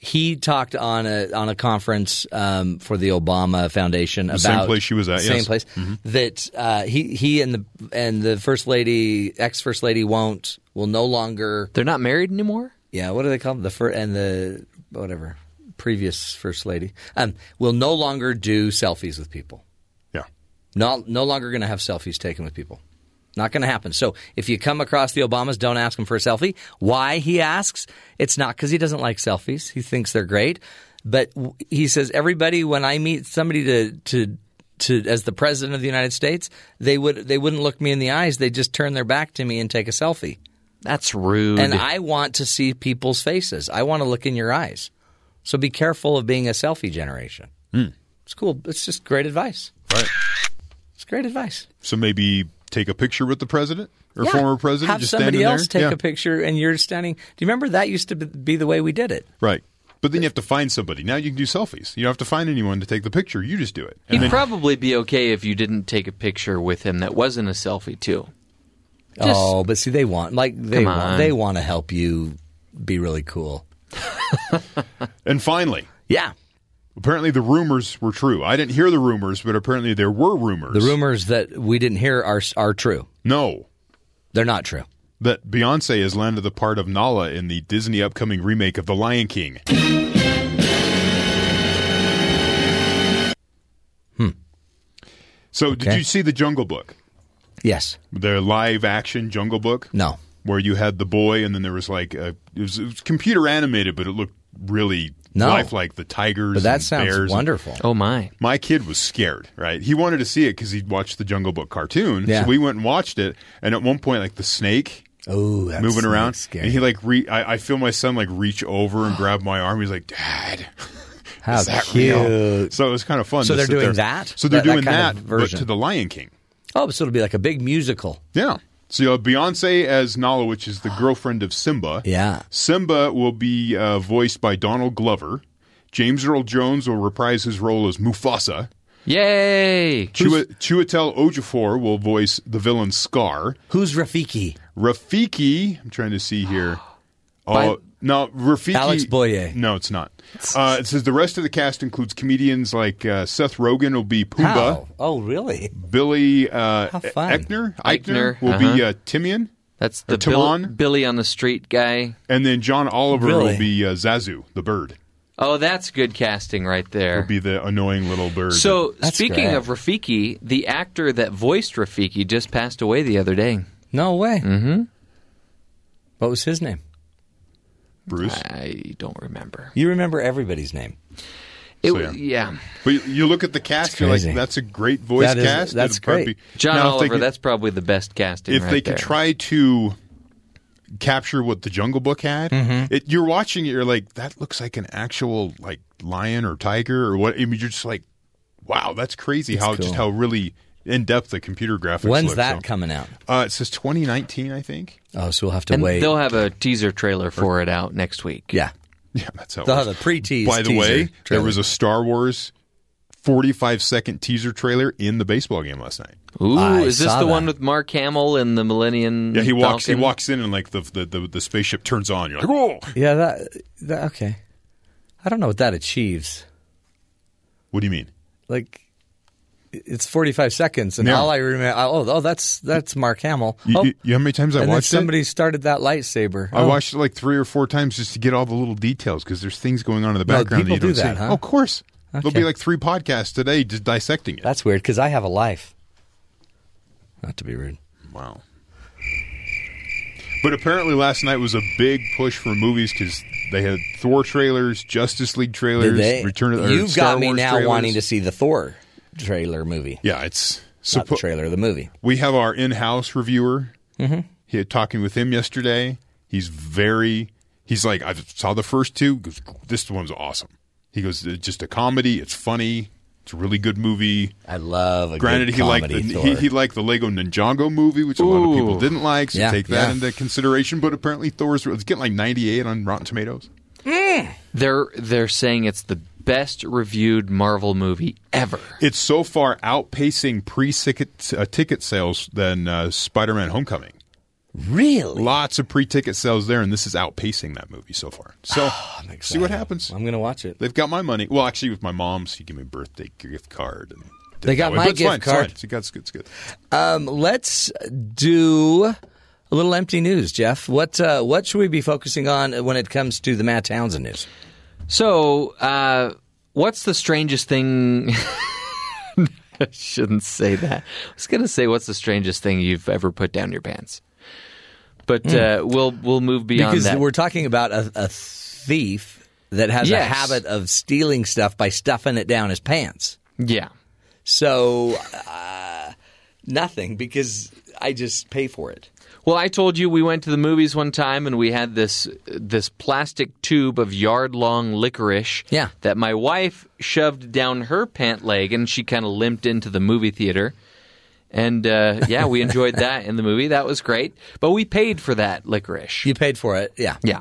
C: He talked on a on a conference um, for the Obama Foundation about
D: same place she was at,
C: Same
D: yes. Mm-hmm.
C: place that uh, he he and the and the first lady, ex first lady, won't will no longer.
E: They're not married anymore?
C: Yeah, what do they call them? The fir- and the whatever previous first lady um, will no longer do selfies with people.
D: Yeah.
C: No, no longer going to have selfies taken with people. Not going to happen. So if you come across the Obamas, don't ask him for a selfie. Why he asks? It's not because he doesn't like selfies. He thinks they're great, but w- he says everybody when I meet somebody to to to as the president of the United States, they would they wouldn't look me in the eyes. They just turn their back to me and take a selfie.
E: That's rude.
C: And I want to see people's faces. I want to look in your eyes. So be careful of being a selfie generation. It's cool. It's just great advice.
D: Right.
C: It's great advice.
D: So maybe take a picture with the president or
C: Yeah.
D: former president.
C: Have
D: just
C: somebody
D: standing
C: else
D: there.
C: take
D: Yeah.
C: a picture, and you're standing. Do you remember that used to be- be the way we did it?
D: Right. But then you have to find somebody. Now you can do selfies. You don't have to find anyone to take the picture. You just do it. And
E: He'd
D: then-
E: probably be okay if you didn't take a picture with him that wasn't a selfie, too. Just-
C: oh, but see, they want like they
E: Come
C: want,
E: on.
C: they want to help you be really cool.
D: and finally,
C: Yeah,
D: apparently the rumors were true. I didn't hear the rumors, but apparently there were rumors.
C: the rumors that we didn't hear are are true.
D: No.
C: They're not true.
D: that Beyonce has landed the part of Nala in the Disney upcoming remake of The Lion King. Hmm. So, did
C: Okay.
D: you see the Jungle Book?
C: Yes.
D: The live action Jungle Book?
C: No.
D: Where you had the boy, and then there was like a. It was, it was computer animated, but it looked really
C: No.
D: lifelike the tigers
C: But that
D: and
C: sounds
D: bears.
C: wonderful.
E: Oh, my.
D: My kid was scared, right? He wanted to see it because he'd watched the Jungle Book cartoon.
C: Yeah.
D: So we went and watched it, and at one point, like the snake
C: Oh, that's
D: moving around.
C: Scary.
D: And he like re- I, I feel my son like reach over and grab my arm. He's like, Dad.
C: How
D: is that
C: cute.
D: real? So it was kind of fun.
C: So
D: to
C: they're
D: sit
C: doing
D: there.
C: that?
D: So they're
C: That- that
D: doing
C: kind of
D: that, but
C: version.
D: to the Lion King.
C: Oh, so it'll be like a big musical.
D: Yeah. So you have Beyonce as Nala, which is the girlfriend of Simba.
C: Yeah.
D: Simba will be uh, voiced by Donald Glover. James Earl Jones will reprise his role as Mufasa.
E: Yay!
D: Chua- Chiwetel Ejiofor will voice the villain Scar.
C: Who's Rafiki?
D: Rafiki, I'm trying to see here. Oh,
E: By-
D: no, Rafiki.
C: Alex Boyer.
D: No, it's not. Uh, it says the rest of the cast includes comedians like uh, Seth Rogen will be Pumbaa.
C: How? Oh, really?
D: Billy uh,
C: How fun.
D: Eichner,
E: Eichner,
D: will be
E: uh-huh.
D: uh, Timian,
E: That's
D: Or
E: the Bill,
D: Timon?
E: Billy on the Street guy.
D: and then John Oliver
C: Really?
D: will be uh, Zazu, the bird.
E: Oh, that's good casting right there.
D: Will be the annoying little bird.
E: So,
C: That's
E: speaking
C: great.
E: of Rafiki, the actor that voiced Rafiki just passed away the other day.
C: No way. Mm-hmm. What was his name?
D: Bruce.
E: I don't remember.
C: You remember everybody's name.
E: It
D: So,
E: was, yeah.
D: But you- you look at the cast, you're like,
C: crazy.
D: that's a great voice
C: That is-
D: cast.
C: that's
D: It'd probably
C: great.
D: be-
E: John
D: Now, if they
E: Oliver,
D: could-
E: that's probably the best casting
D: if
E: right
D: they could
E: there.
D: try to capture what the Jungle Book had,
C: Mm-hmm.
D: it, you're watching it, you're like, that looks like an actual like lion or tiger or what. I mean, you're just like, wow, that's crazy
C: cool.
D: how just how really in depth the computer graphics.
C: When's
D: look.
C: that
D: So,
C: coming out?
D: Uh, it says 2019, I think.
C: Oh, so we'll have to
E: and
C: wait.
E: they'll have a teaser trailer for it out next week.
C: yeah.
D: Yeah, that's how. it
C: They'll
D: was.
C: have a pre-tease
D: By the
C: teaser
D: way, there
C: trailer.
D: was a Star Wars 45 second teaser trailer in the baseball game last night.
E: Ooh,
C: I
E: is this
C: saw
E: the one
C: that.
E: with Mark Hamill and the Millennium?
D: Yeah, he walks.
E: Falcon?
D: He walks in and like the the, the the spaceship turns on. You're like, oh,
C: Yeah, that, that okay. I don't know what that achieves.
D: what do you mean?
C: Like it's 45 seconds and
D: Yeah.
C: all I remember oh, oh that's that's Mark Hamill.
D: You,
C: oh,
D: you, you know how many times I
C: and then
D: watched
C: somebody
D: it?
C: started that lightsaber.
D: I
C: Oh,
D: watched it like three or four times just to get all the little details because there's things going on in the
C: No,
D: background.
C: people
D: that you
C: do
D: don't
C: that,
D: see.
C: huh?
D: of course. There'll
C: Okay.
D: be like three podcasts today just dissecting it.
C: That's weird cuz I have a life. Not to be rude.
D: wow. But apparently, last night was a big push for movies because they had Thor trailers, Justice League trailers,
C: They-
D: Return of the
C: you've
D: Star
C: got me
D: Wars
C: now
D: trailers.
C: wanting to see the Thor trailer movie.
D: Yeah, it's
C: Not the
D: suppo-
C: trailer, the movie.
D: We have our in-house reviewer.
C: Mm-hmm.
D: He had talking with him yesterday. He's very. He's like, I saw the first two. He Goes, this one's awesome. He goes, it's just a comedy. It's funny. It's a really good movie.
C: I love a
D: Granted,
C: good
D: he liked the,
C: comedy
D: he,
C: Thor.
D: he liked the Lego Ninjago movie, which a lot of people
E: Ooh.
D: didn't like. So
C: Yeah,
D: take that
C: yeah.
D: into consideration. But apparently, Thor's it's getting like 98 on Rotten Tomatoes.
H: Mm.
E: They're they're saying it's the best reviewed Marvel movie ever.
D: It's so far outpacing pre-ticket uh, ticket sales than uh, Spider-Man: Homecoming.
C: really?
D: lots of pre-ticket sales there, and this is outpacing that movie so far. So
C: Ah,
D: see what happens.
C: I'm going to watch it.
D: They've got my money. Well, actually, with my mom, she gave me a birthday gift card. And did
C: They
D: it
C: got
D: that way.
C: my
D: But it's
C: gift
D: fine, it's
C: card.
D: fine. It's good, it's good, it's good.
C: Um, let's do a little empty news, Jeff. What uh, what should we be focusing on when it comes to the Matt Townsend news?
E: So, uh, what's the strangest thing? I shouldn't say that. I was going to say, what's the strangest thing you've ever put down your pants? But
C: Hmm.
E: uh, we'll we'll move beyond
C: Mm. Because
E: that.
C: we're talking about a, a thief that has a
E: Yes.
C: habit of stealing stuff by stuffing it down his pants.
E: yeah,
C: So uh, nothing because I just pay for it.
E: Well, I told you we went to the movies one time and we had this this plastic tube of yard long licorice
C: Yeah.
E: that my wife shoved down her pant leg and she kind of limped into the movie theater. And uh, yeah, we enjoyed that in the movie. That was great. But we paid for that licorice.
C: You paid for it, yeah.
E: Yeah.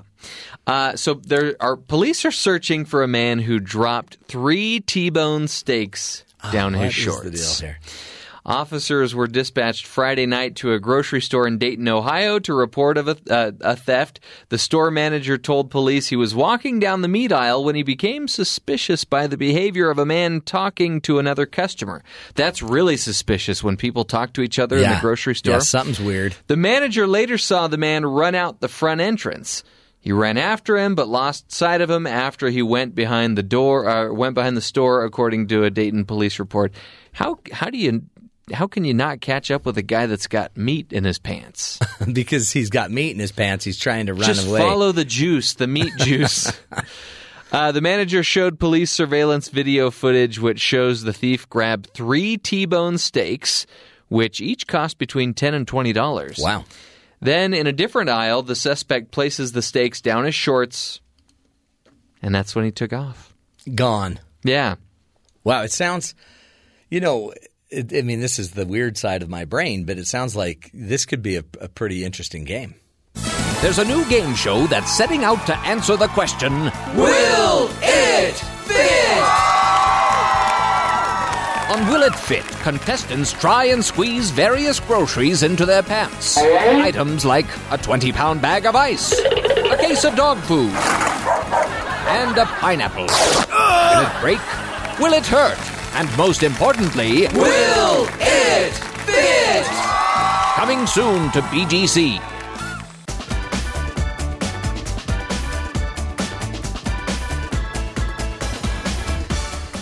E: Uh, so there are police are searching for a man who dropped three T-bone steaks down
C: Ah, What
E: his
C: is
E: shorts.
C: the deal here?
E: Officers were dispatched Friday night to a grocery store in Dayton, Ohio, to report of a, uh, a theft. The store manager told police he was walking down the meat aisle when he became suspicious by the behavior of a man talking to another customer. That's really suspicious when people talk to each other in the grocery store.
C: Yeah, something's weird.
E: The manager later saw the man run out the front entrance. He ran after him, but lost sight of him after he went behind the door. Uh, went behind the store, according to a Dayton police report. How how do you how can you not catch up with a guy that's got meat in his pants?
C: because he's got meat in his pants, he's trying to run
E: Just
C: away.
E: follow the juice, the meat juice. Uh, the manager showed police surveillance video footage, which shows the thief grab three T-bone steaks, which each cost between ten and twenty dollars.
C: Wow.
E: Then, in a different aisle, the suspect places the stakes down his shorts, and that's when he took off.
C: Gone.
E: Yeah.
C: Wow, it sounds, you know, it, I mean, this is the weird side of my brain, but it sounds like this could be a, a pretty interesting game.
I: There's a new game show that's setting out to answer the question Will it fit? On will it fit? Contestants try and squeeze various groceries into their pants. Items like a 20 pound bag of ice, a case of dog food, and a pineapple. Will it break? Will it hurt? And most importantly, will it fit? Coming soon to BGC.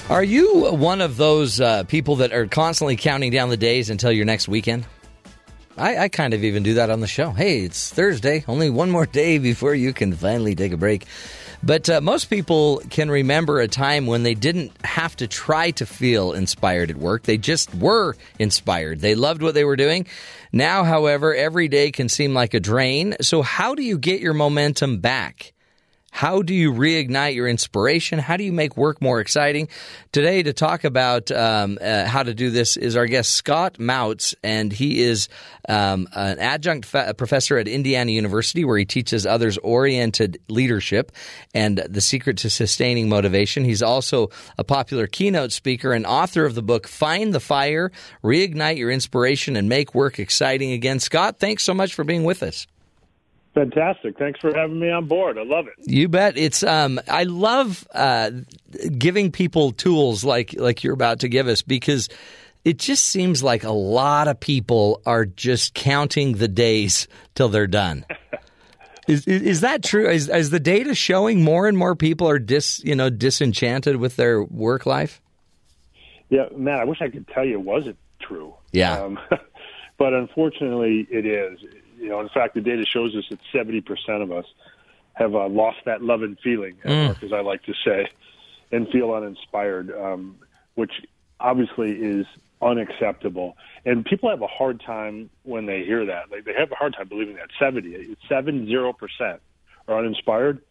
C: Are you one of those uh, people that are constantly counting down the days until your next weekend? I, I kind of even do that on the show. Hey, it's Thursday, only one more day before you can finally take a break. But uh, most people can remember a time when they didn't have to try to feel inspired at work. They just were inspired. They loved what they were doing. Now, however, every day can seem like a drain. So, how do you get your momentum back? How do you reignite your inspiration? How do you make work more exciting? Today, to talk about um, uh, how to do this is our guest Scott Mouts, and he is um, an adjunct fa- professor at Indiana University, where he teaches others oriented leadership and the secret to sustaining motivation. He's also a popular keynote speaker and author of the book "Find the Fire: Reignite Your Inspiration and Make Work Exciting Again." Scott, thanks so much for being with us.
J: Fantastic. Thanks for having me on board. I love it.
C: You bet. It's um, I love uh, giving people tools like like you're about to give us because it just seems like a lot of people are just counting the days till they're done. Is, is, is that true? Is, is the data showing more and more people are dis you know disenchanted with their work life?
J: Yeah, Matt, I wish I could tell you it wasn't true.
C: Yeah.
J: Um, but unfortunately, it is. You know, in fact, the data shows us that 70% of us have uh, lost that love and feeling, at work,
C: Hmm.
J: as I like to say, and feel uninspired, um, which obviously is unacceptable. And people have a hard time when they hear that. Like, they have a hard time believing that 70, 70% are uninspired.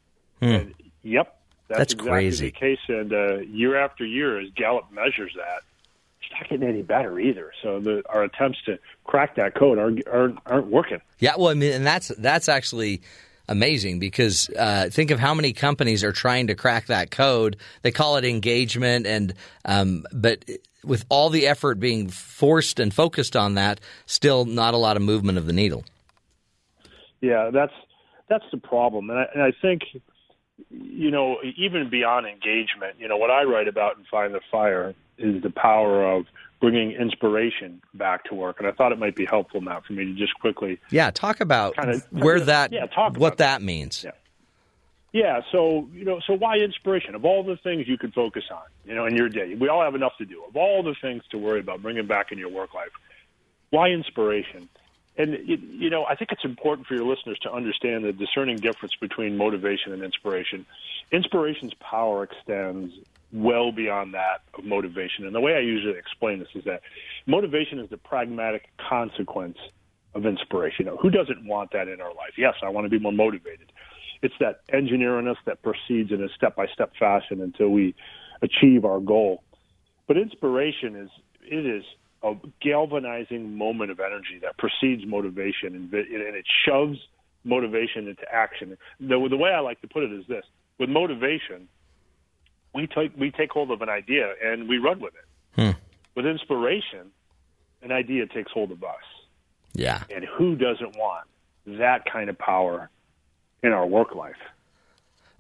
C: Hmm.
J: And, yep. That's,
C: That's
J: exactly
C: crazy.
J: The case, and uh, year after year, as Gallup measures that, it's not getting any better either. So the, our attempts to crack that code aren't aren't, aren't working.
C: Yeah, well, I mean, and that's that's actually amazing because uh, think of how many companies are trying to crack that code. They call it engagement, and um, but with all the effort being forced and focused on that, still not a lot of movement of the needle.
J: Yeah, that's that's the problem, and I, and I think you know even beyond engagement, you know what I write about in Find the Fire is the power of bringing inspiration back to work, and I thought it might be helpful, Matt, for me to just quickly
C: Yeah, talk about
J: Kinda-
C: where that
J: Yeah, talk
C: what
J: about
C: that means.
J: Yeah. Yeah, so you know, so why inspiration? Of all the things you could focus on, you know, in your day, we all have enough to do. Of all the things to worry about, bringing back in your work life, why inspiration? And you, you know, I think it's important for your listeners to understand the discerning difference between motivation and inspiration. Inspiration's power extends well beyond that of motivation. And the way I usually explain this is that motivation is the pragmatic consequence of inspiration. You know, who doesn't want that in our life? Yes, I want to be more motivated it's that engineer in us that proceeds in a step by step fashion until we achieve our goal. But inspiration is it is a galvanizing moment of energy that precedes motivation and, vi- and it shoves motivation into action. The, the way I like to put it is this: with motivation, we take we take hold of an idea and we run with it.
C: Hmm.
J: With inspiration, an idea takes hold of us,
C: Yeah.
J: and who doesn't want that kind of power in our work life?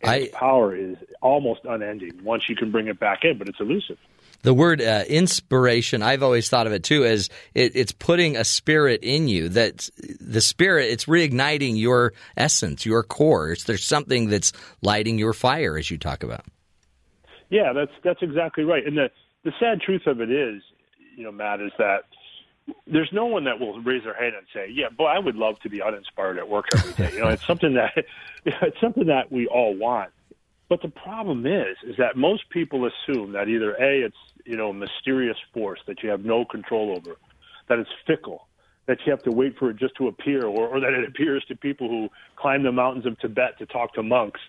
C: I,
J: its power is almost unending once you can bring it back in, but it's elusive.
C: The word uh, inspiration, I've always thought of it too as it, it's putting a spirit in you. That the spirit, it's reigniting your essence, your core. It's, there's something that's lighting your fire, as you talk about.
J: Yeah, that's that's exactly right. And the the sad truth of it is, you know, Matt, is that there's no one that will raise their hand and say, "Yeah, boy, I would love to be uninspired at work every day." You know, it's something that it's something that we all want. But the problem is, is that most people assume that either a, it's you know a mysterious force that you have no control over, that it's fickle, that you have to wait for it just to appear, or, or that it appears to people who climb the mountains of Tibet to talk to monks,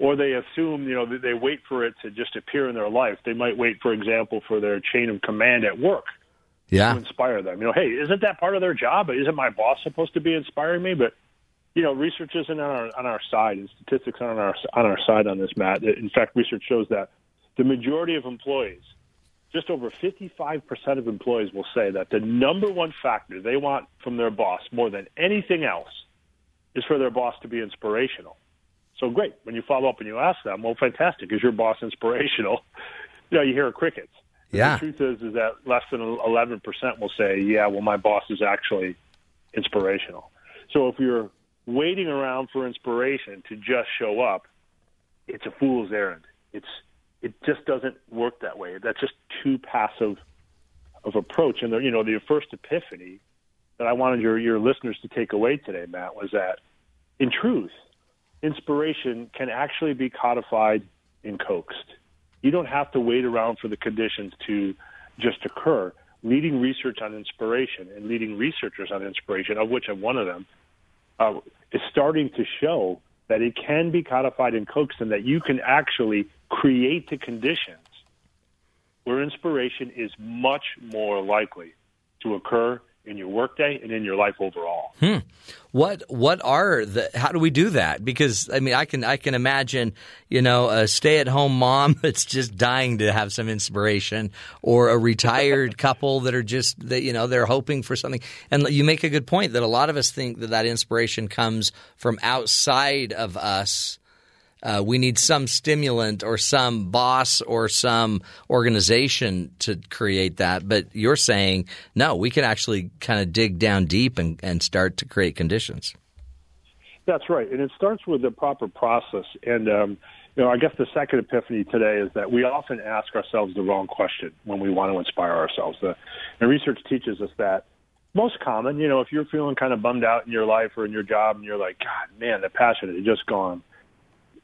J: or they assume you know that they wait for it to just appear in their life. They might wait, for example, for their chain of command at work to
C: Yeah.
J: inspire them. You know, hey, isn't that part of their job? Isn't my boss supposed to be inspiring me? But you know, research isn't on our on our side, and statistics aren't on our on our side on this, Matt. In fact, research shows that the majority of employees just over 55% of employees will say that the number one factor they want from their boss more than anything else is for their boss to be inspirational. So great. When you follow up and you ask them, well, fantastic. Is your boss inspirational? You know, you hear crickets.
C: Yeah.
J: The truth is, is that less than 11% will say, yeah, well, my boss is actually inspirational. So if you're waiting around for inspiration to just show up, it's a fool's errand. It's it just doesn't work that way. That's just too passive of approach. And the, you know, the first epiphany that I wanted your your listeners to take away today, Matt, was that in truth, inspiration can actually be codified and coaxed. You don't have to wait around for the conditions to just occur. Leading research on inspiration and leading researchers on inspiration, of which I'm one of them, uh, is starting to show that it can be codified and coaxed and that you can actually create the conditions where inspiration is much more likely to occur in your workday and in your life overall.
C: Hmm. What what are the how do we do that? Because I mean I can I can imagine, you know, a stay-at-home mom that's just dying to have some inspiration or a retired couple that are just that you know, they're hoping for something. And you make a good point that a lot of us think that that inspiration comes from outside of us. Uh, we need some stimulant or some boss or some organization to create that. But you're saying, no, we can actually kind of dig down deep and, and start to create conditions.
J: That's right, and it starts with the proper process. And um, you know, I guess the second epiphany today is that we often ask ourselves the wrong question when we want to inspire ourselves. The, and research teaches us that most common. You know, if you're feeling kind of bummed out in your life or in your job, and you're like, God, man, the passion is just gone.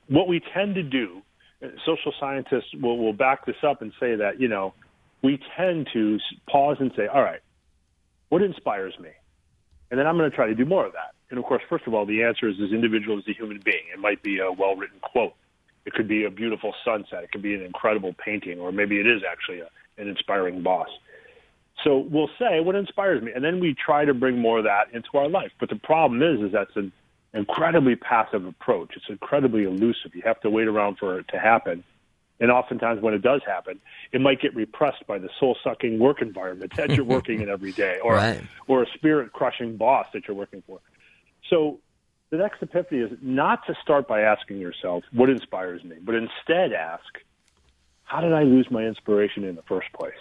J: What we tend to do, uh, social scientists will, will back this up and say that you know, we tend to s- pause and say, All right, what inspires me? And then I'm going to try to do more of that. And of course, first of all, the answer is as individual as a human being. It might be a well written quote, it could be a beautiful sunset, it could be an incredible painting, or maybe it is actually a, an inspiring boss. So we'll say what inspires me, and then we try to bring more of that into our life. But the problem is, is that's an incredibly passive approach. It's incredibly elusive. You have to wait around for it to happen. And oftentimes, when it does happen, it might get repressed by the soul sucking work environment that you're working in every day, or
C: Right.
J: or a spirit crushing boss that you're working for. So the next epiphany is not to start by asking yourself what inspires me, but instead ask, how did I lose my inspiration in the first place?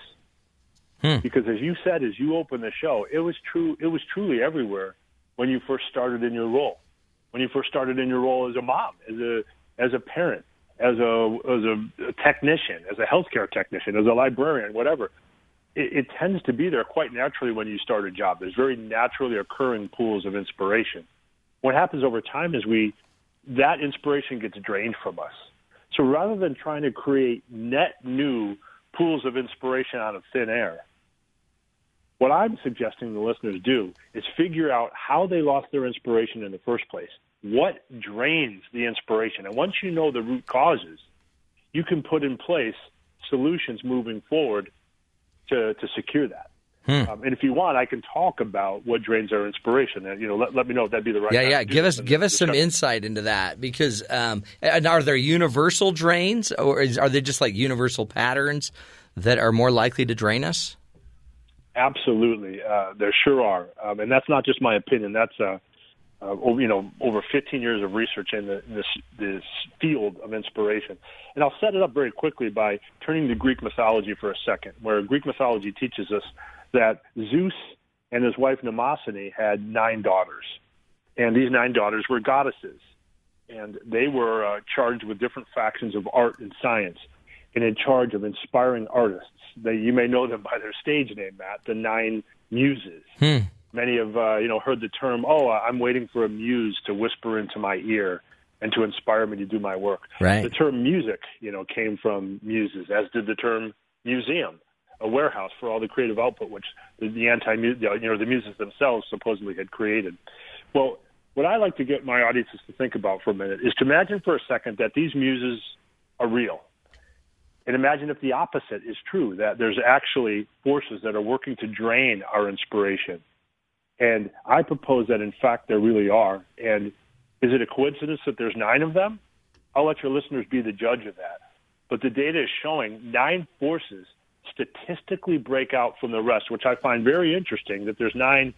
C: Hmm.
J: Because as you said, as you opened the show, it was true. It was truly everywhere when you first started in your role, when you first started in your role as a mom, as a as a parent, as a as a technician, as a healthcare technician, as a librarian, whatever it, it tends to be there quite naturally when you start a job. There's very naturally occurring pools of inspiration. What happens over time is we that inspiration gets drained from us. So rather than trying to create net new pools of inspiration out of thin air, what I'm suggesting the listeners do is figure out how they lost their inspiration in the first place. What drains the inspiration? And once you know the root causes, you can put in place solutions moving forward to, to secure that.
C: Hmm.
J: Um, and if you want, I can talk about what drains our inspiration. And, you know, let, let me know if that'd be the right.
C: Yeah,
J: time
C: yeah.
J: to do
C: Give
J: this
C: us
J: in
C: give
J: this
C: us some
J: discussion.
C: insight into that because um, and are there universal drains or is, are they just like universal patterns that are more likely to drain us?
J: Absolutely, uh, there sure are, um, and that's not just my opinion. That's uh, uh, over, you know over 15 years of research in the, this this field of inspiration. And I'll set it up very quickly by turning to Greek mythology for a second, where Greek mythology teaches us that Zeus and his wife Mnemosyne had nine daughters, and these nine daughters were goddesses. and they were uh, charged with different factions of art and science and in charge of inspiring artists. They, you may know them by their stage name, Matt, the Nine Muses.
C: Hmm.
J: Many have uh, you know heard the term, "Oh, I'm waiting for a muse to whisper into my ear and to inspire me to do my work."
C: Right.
J: The term music, you know, came from muses, as did the term museum, a warehouse for all the creative output which the, the anti you know the muses themselves supposedly had created. Well, what I like to get my audiences to think about for a minute is to imagine for a second that these muses are real. And imagine if the opposite is true, that there's actually forces that are working to drain our inspiration. And I propose that, in fact, there really are. And is it a coincidence that there's nine of them? I'll let your listeners be the judge of that. But the data is showing nine forces statistically break out from the rest, which I find very interesting that there's nine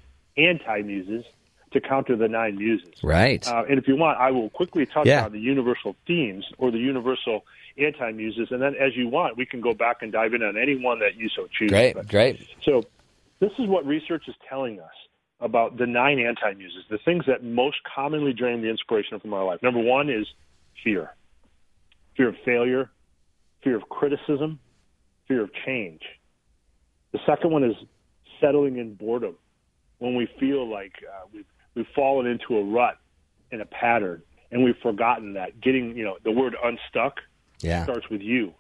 J: anti-muses to counter the nine muses.
C: Right.
J: Uh, and if you want, I will quickly touch
C: Yeah.
J: on the universal themes or the universal anti-muses, and then as you want, we can go back and dive in on any one that you so choose.
C: Great,
J: But-
C: great.
J: So this is what research is telling us about the nine anti-muses, the things that most commonly drain the inspiration from our life. Number one is fear. Fear of failure, fear of criticism, fear of change. The second one is settling in boredom. When we feel like uh, we've, we've fallen into a rut and a pattern and we've forgotten that getting, you know, the word unstuck
C: Yeah.
J: starts with you.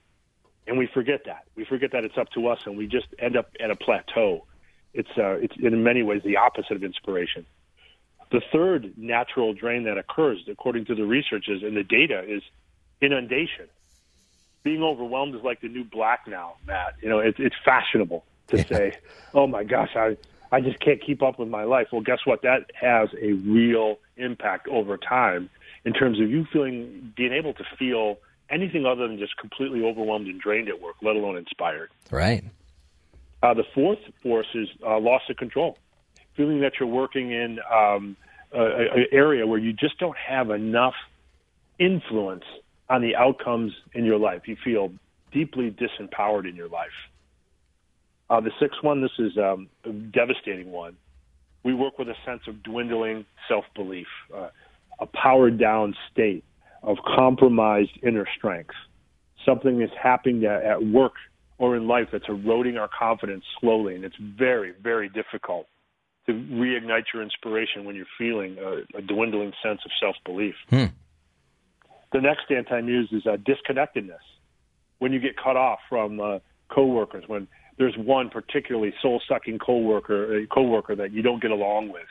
J: And we forget that. We forget that it's up to us and we just end up at a plateau. It's, uh, it's in many ways the opposite of inspiration. The third natural drain that occurs, according to the researchers and the data, is inundation being overwhelmed is like the new black now, Matt. You know, it's it's fashionable to say, "Oh my gosh, I I just can't keep up with my life." Well, guess what? That has a real impact over time in terms of you feeling being able to feel anything other than just completely overwhelmed and drained at work, let alone inspired.
C: Right.
J: Uh, the fourth force is uh, loss of control, feeling that you're working in um, an area where you just don't have enough influence on the outcomes in your life. You feel deeply disempowered in your life. Uh, the sixth one, this is um, a devastating one. We work with a sense of dwindling self belief, uh, a powered down state of compromised inner strength something is happening at, at work or in life that's eroding our confidence slowly, and it's very, very difficult to reignite your inspiration when you're feeling a, a dwindling sense of self belief.
C: Hmm.
J: The next anti muse is uh, disconnectedness. When you get cut off from uh, coworkers, when there's one particularly soul sucking coworker uh, coworker that you don't get along with,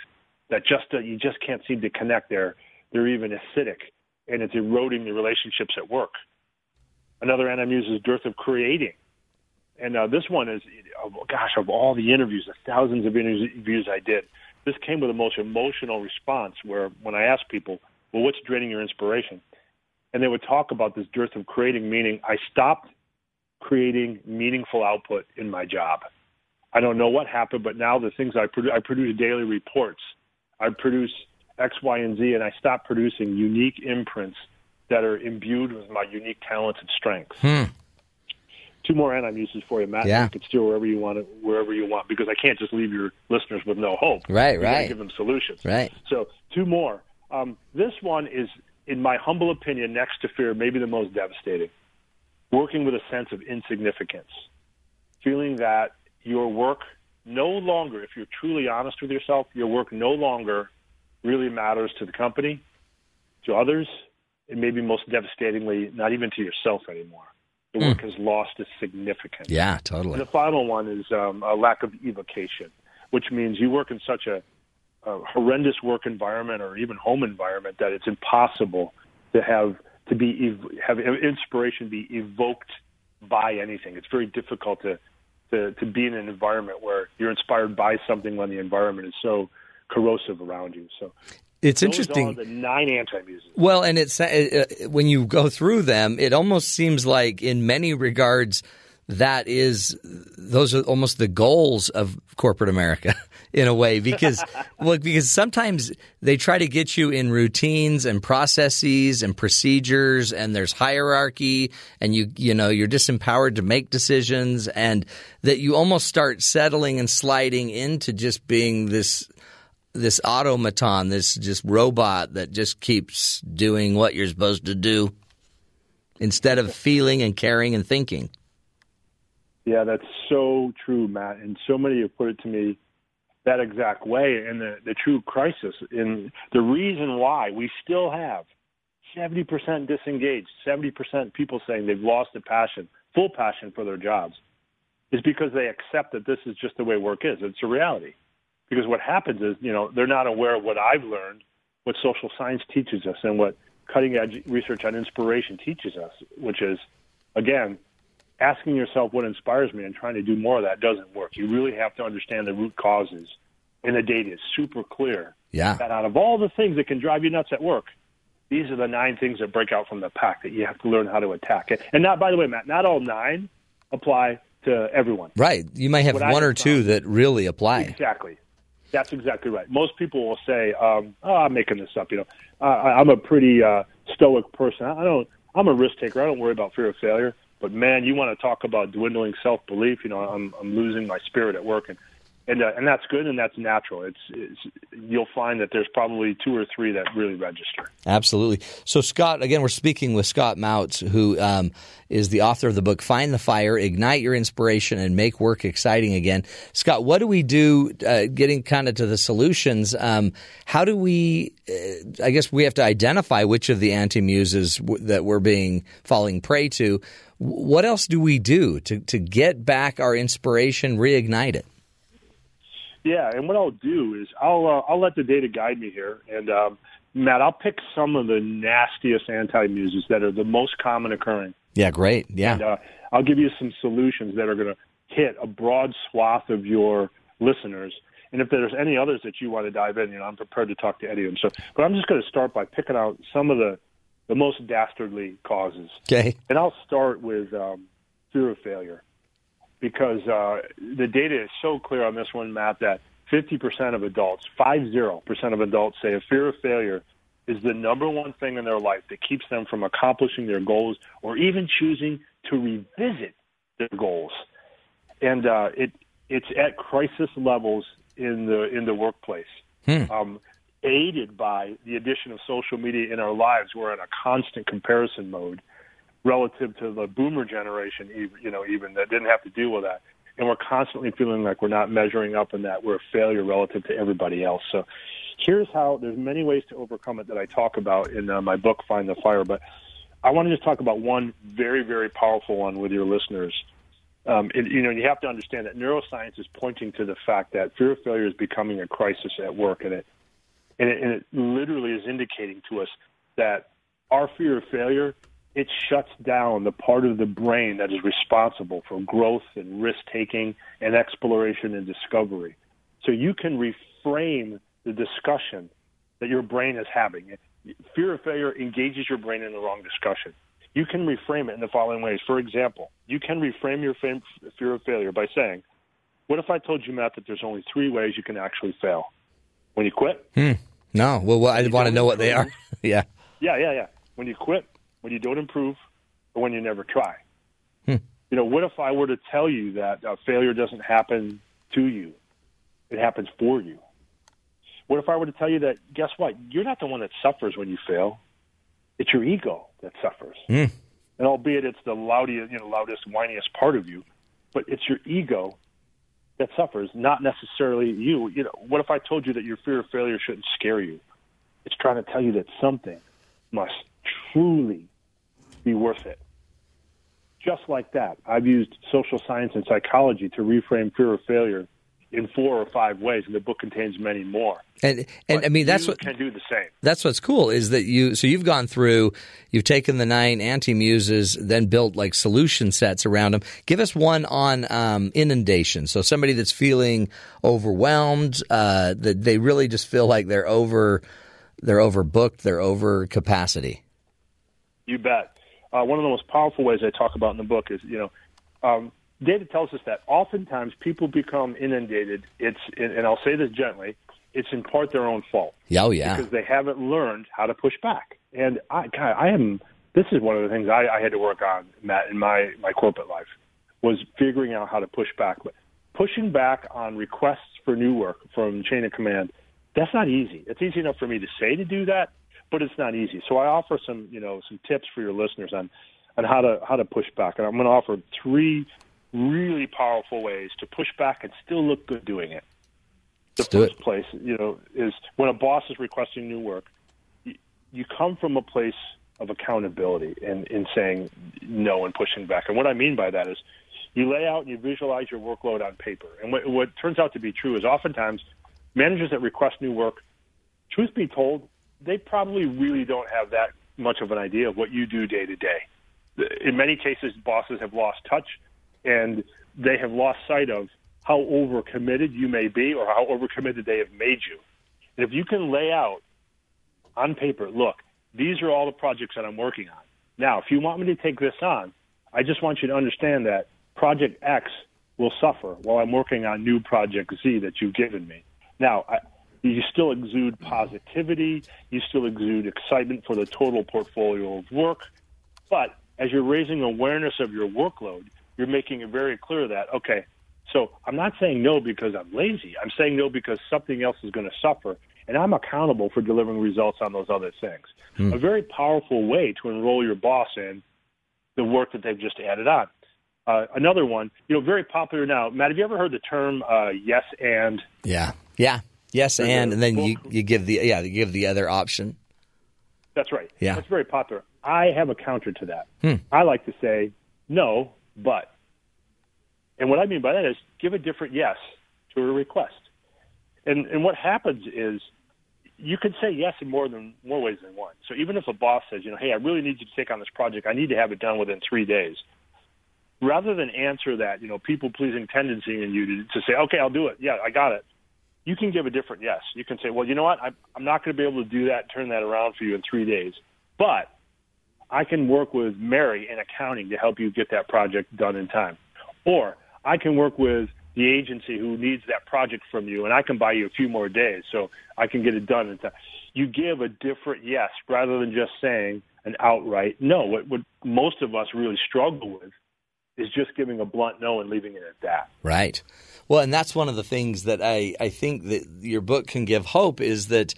J: that just uh, you just can't seem to connect. They're they're even acidic, and it's eroding the relationships at work another anti-muse is dearth of creating. And uh, this one is, oh, gosh, of all the interviews, the thousands of interviews I did, this came with the most emotional response. Where when I asked people, "Well, what's draining your inspiration?" and they would talk about this dearth of creating, meaning I stopped creating meaningful output in my job. I don't know what happened, but now the things I produce, I produce daily reports. I produce X, Y, and Z, and I stopped producing unique imprints that are imbued with my unique talents and strengths.
C: Hmm.
J: Two more anime uses for you, Matt.
C: Yeah.
J: You can steal wherever you want, it, wherever you want, because I can't just leave your listeners with no hope.
C: Right,
J: You gotta
C: right.
J: Give them solutions.
C: Right.
J: So two more. Um, this one is, in my humble opinion, next to fear, maybe the most devastating. Working with a sense of insignificance, feeling that your work no longer, if you're truly honest with yourself, your work no longer really matters to the company, to others, and maybe most devastatingly, not even to yourself anymore. The work has lost its significance.
C: Yeah,
J: And
C: totally.
J: the final one is um, a lack of evocation, which means you work in such a, a horrendous work environment or even home environment that it's impossible to have to be ev- have inspiration be evoked by anything. It's very difficult to, to to be in an environment where you're inspired by something when the environment is so corrosive around you. So
C: It's
J: Those are the nine anti muses.
C: Well, and it's uh, uh, when you go through them, it almost seems like in many regards that is those are almost the goals of corporate America in a way because look because sometimes they try to get you in routines and processes and procedures and there's hierarchy and you you know you're disempowered to make decisions and that you almost start settling and sliding into just being this this automaton, this just robot that just keeps doing what you're supposed to do instead of feeling and caring and thinking.
J: Yeah, that's so true, Matt. And so many have put it to me that exact way. And the, the true crisis and the reason why we still have 70% disengaged, 70% people saying they've lost the passion, full passion for their jobs, is because they accept that this is just the way work is. It's a reality. Because what happens is, you know, they're not aware of what I've learned, what social science teaches us, and what cutting edge research on inspiration teaches us, which is, again, asking yourself what inspires me and trying to do more of that doesn't work. You really have to understand the root causes, and the data is super clear
C: Yeah.
J: that out of all the things that can drive you nuts at work, these are the nine things that break out from the pack that you have to learn how to attack it. And not, by the way, Matt, not all nine apply to everyone.
C: Right. You might have
J: What I
C: one or
J: have
C: two
J: found-
C: that really apply.
J: Exactly. That's exactly right. Most people will say, um, oh, "I'm making this up." You know, I, I- I'm a pretty uh, stoic person. I I don't. I'm a risk taker. I don't worry about fear of failure. But man, you want to talk about dwindling self belief? You know, I'm I'm losing my spirit at work, and and uh, and that's good and that's natural. It's, it's you'll find that there's probably two or three that really register.
C: Absolutely. So, Scott, again, we're speaking with Scott Mouts, who um, is the author of the book Find the Fire, Ignite Your Inspiration, and Make Work Exciting Again. Scott, what do we do, uh, getting kind of to the solutions? Um, how do we, uh, I guess we have to identify which of the anti muses w- that we're being falling prey to. W- What else do we do to, to get back our inspiration, reignite it?
J: Yeah, and what I'll do is I'll uh, I'll let the data guide me here, and um, Matt, I'll pick some of the nastiest anti muses that are the most common occurring.
C: Yeah, great. Yeah.
J: And, uh, I'll give you some solutions that are going to hit a broad swath of your listeners. And if there's any others that you want to dive in, you know, I'm prepared to talk to any of them. So, but I'm just going to start by picking out some of the the most dastardly causes.
C: Okay.
J: And I'll start with um, fear of failure because uh, the data is so clear on this one, Matt, that 50% of adults, 50% of adults say a fear of failure is the number one thing in their life that keeps them from accomplishing their goals or even choosing to revisit their goals. And uh, it, it's at crisis levels in the, in the workplace.
C: Hmm.
J: Um, aided by the addition of social media in our lives, we're in a constant comparison mode relative to the boomer generation, even, you know, even that didn't have to deal with that. And we're constantly feeling like we're not measuring up and that we're a failure relative to everybody else. So here's how there's many ways to overcome it that I talk about in uh, my book, Find the Fire. But I want to just talk about one very, very powerful one with your listeners. Um, and, you know, you have to understand that neuroscience is pointing to the fact that fear of failure is becoming a crisis at work, and it and it, and it literally is indicating to us that our fear of failure it shuts down the part of the brain that is responsible for growth and risk taking and exploration and discovery. So you can reframe the discussion that your brain is having. Fear of failure engages your brain in the wrong discussion. You can reframe it in the following ways. For example, you can reframe your fam- fear of failure by saying, "What if I told you, Matt, that there's only three ways you can actually fail? When you quit,
C: No. Well, well I want to know what they are. yeah.
J: yeah, yeah, yeah. When you quit, when you don't improve, or when you never try. You know, what if I were to tell you that uh, failure doesn't happen to you? It happens for you. What if I were to tell you that, guess what? You're not the one that suffers when you fail. It's your ego that suffers.
C: Hmm.
J: And albeit it's the loudest, you know, loudest, whiniest part of you, but it's your ego that suffers, not necessarily you. You know, what if I told you that your fear of failure shouldn't scare you? It's trying to tell you that something must truly be worth it. Just like that, I've used social science and psychology to reframe fear of failure in four or five ways, and the book contains many more.
C: And, and I mean, that's
J: you
C: what.
J: can do the same.
C: that's what's cool is that you so you've gone through you've taken the nine anti muses then built like solution sets around them give us one on um, inundation so somebody that's feeling overwhelmed uh, that they really just feel like they're over they're overbooked they're over capacity
J: You bet. Uh, one of the most powerful ways I talk about in the book is, you know, um, data tells us that oftentimes people become inundated. It's, and and I'll say this gently, it's in part their own fault.
C: Yeah, oh yeah
J: because they haven't learned how to push back. And I, God, I am. This is one of the things I, I had to work on, Matt, in my my corporate life was figuring out how to push back. But pushing back on requests for new work from chain of command, that's not easy. It's easy enough for me to say to do that, but it's not easy. So I offer some, you know, some tips for your listeners on on how to how to push back. And I'm going to offer three really powerful ways to push back and still look good doing it the
C: Let's do
J: first place, you know, is when a boss is requesting new work, you, you come from a place of accountability and in saying no and pushing back. And what I mean by that is you lay out and you visualize your workload on paper. And what, what turns out to be true is oftentimes managers that request new work, truth be told, they probably really don't have that much of an idea of what you do day to day in many cases, bosses have lost touch and they have lost sight of how overcommitted you may be or how overcommitted they have made you. And if you can lay out on paper, look, these are all the projects that I'm working on. Now, if you want me to take this on, I just want you to understand that Project X will suffer while I'm working on new Project Z that you've given me. Now, I, you still exude positivity, you still exude excitement for the total portfolio of work, but as you're raising awareness of your workload, you're making it very clear that, okay, so I'm not saying no because I'm lazy. I'm saying no because something else is going to suffer, and I'm accountable for delivering results on those other things.
C: Hmm.
J: A very powerful way to enroll your boss in the work that they've just added on. Uh, another one, you know, very popular now. Matt, have you ever heard the term uh, yes and?
C: Yeah. Yeah. Yes, and and then you, you give the yeah you give the other option.
J: That's right.
C: Yeah.
J: That's very popular. I have a counter to that. I like to say no, but. And what I mean by that is give a different yes to a request. And and what happens is you can say yes in more than more ways than one. So even if a boss says, you know, hey, I really need you to take on this project, I need to have it done within three days. Rather than answer that, you know, people pleasing tendency in you to, to say, okay, I'll do it. Yeah, I got it. You can give a different yes. You can say, well, you know what? I'm, I'm not going to be able to do that, turn that around for you in three days, but I can work with Mary in accounting to help you get that project done in time. Or I can work with the agency who needs that project from you and I can buy you a few more days so I can get it done in time. You give a different yes rather than just saying an outright no. What, what most of us really struggle with is just giving a blunt no and leaving it at that.
C: Right. Well, and that's one of the things that I, I think that your book can give hope is that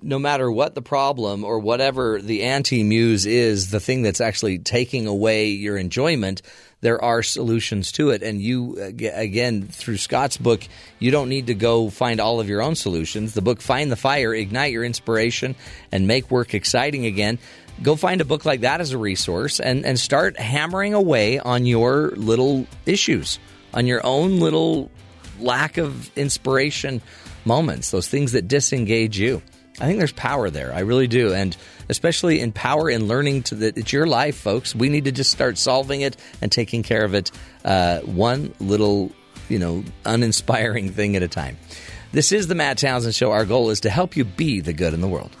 C: no matter what the problem or whatever the anti muse is, the thing that's actually taking away your enjoyment, there are solutions to it. And you, ag- again, through Scott's book, you don't need to go find all of your own solutions. The book, Find the Fire, Ignite Your Inspiration, and Make Work Exciting Again. Go find a book like that as a resource and, and start hammering away on your little issues, on your own little lack of inspiration moments, those things that disengage you. I think there's power there. I really do. And especially in power in learning to that it's your life, folks. We need to just start solving it and taking care of it uh, one little, you know, uninspiring thing at a time. This is the Matt Townsend Show. Our goal is to help you be the good in the world.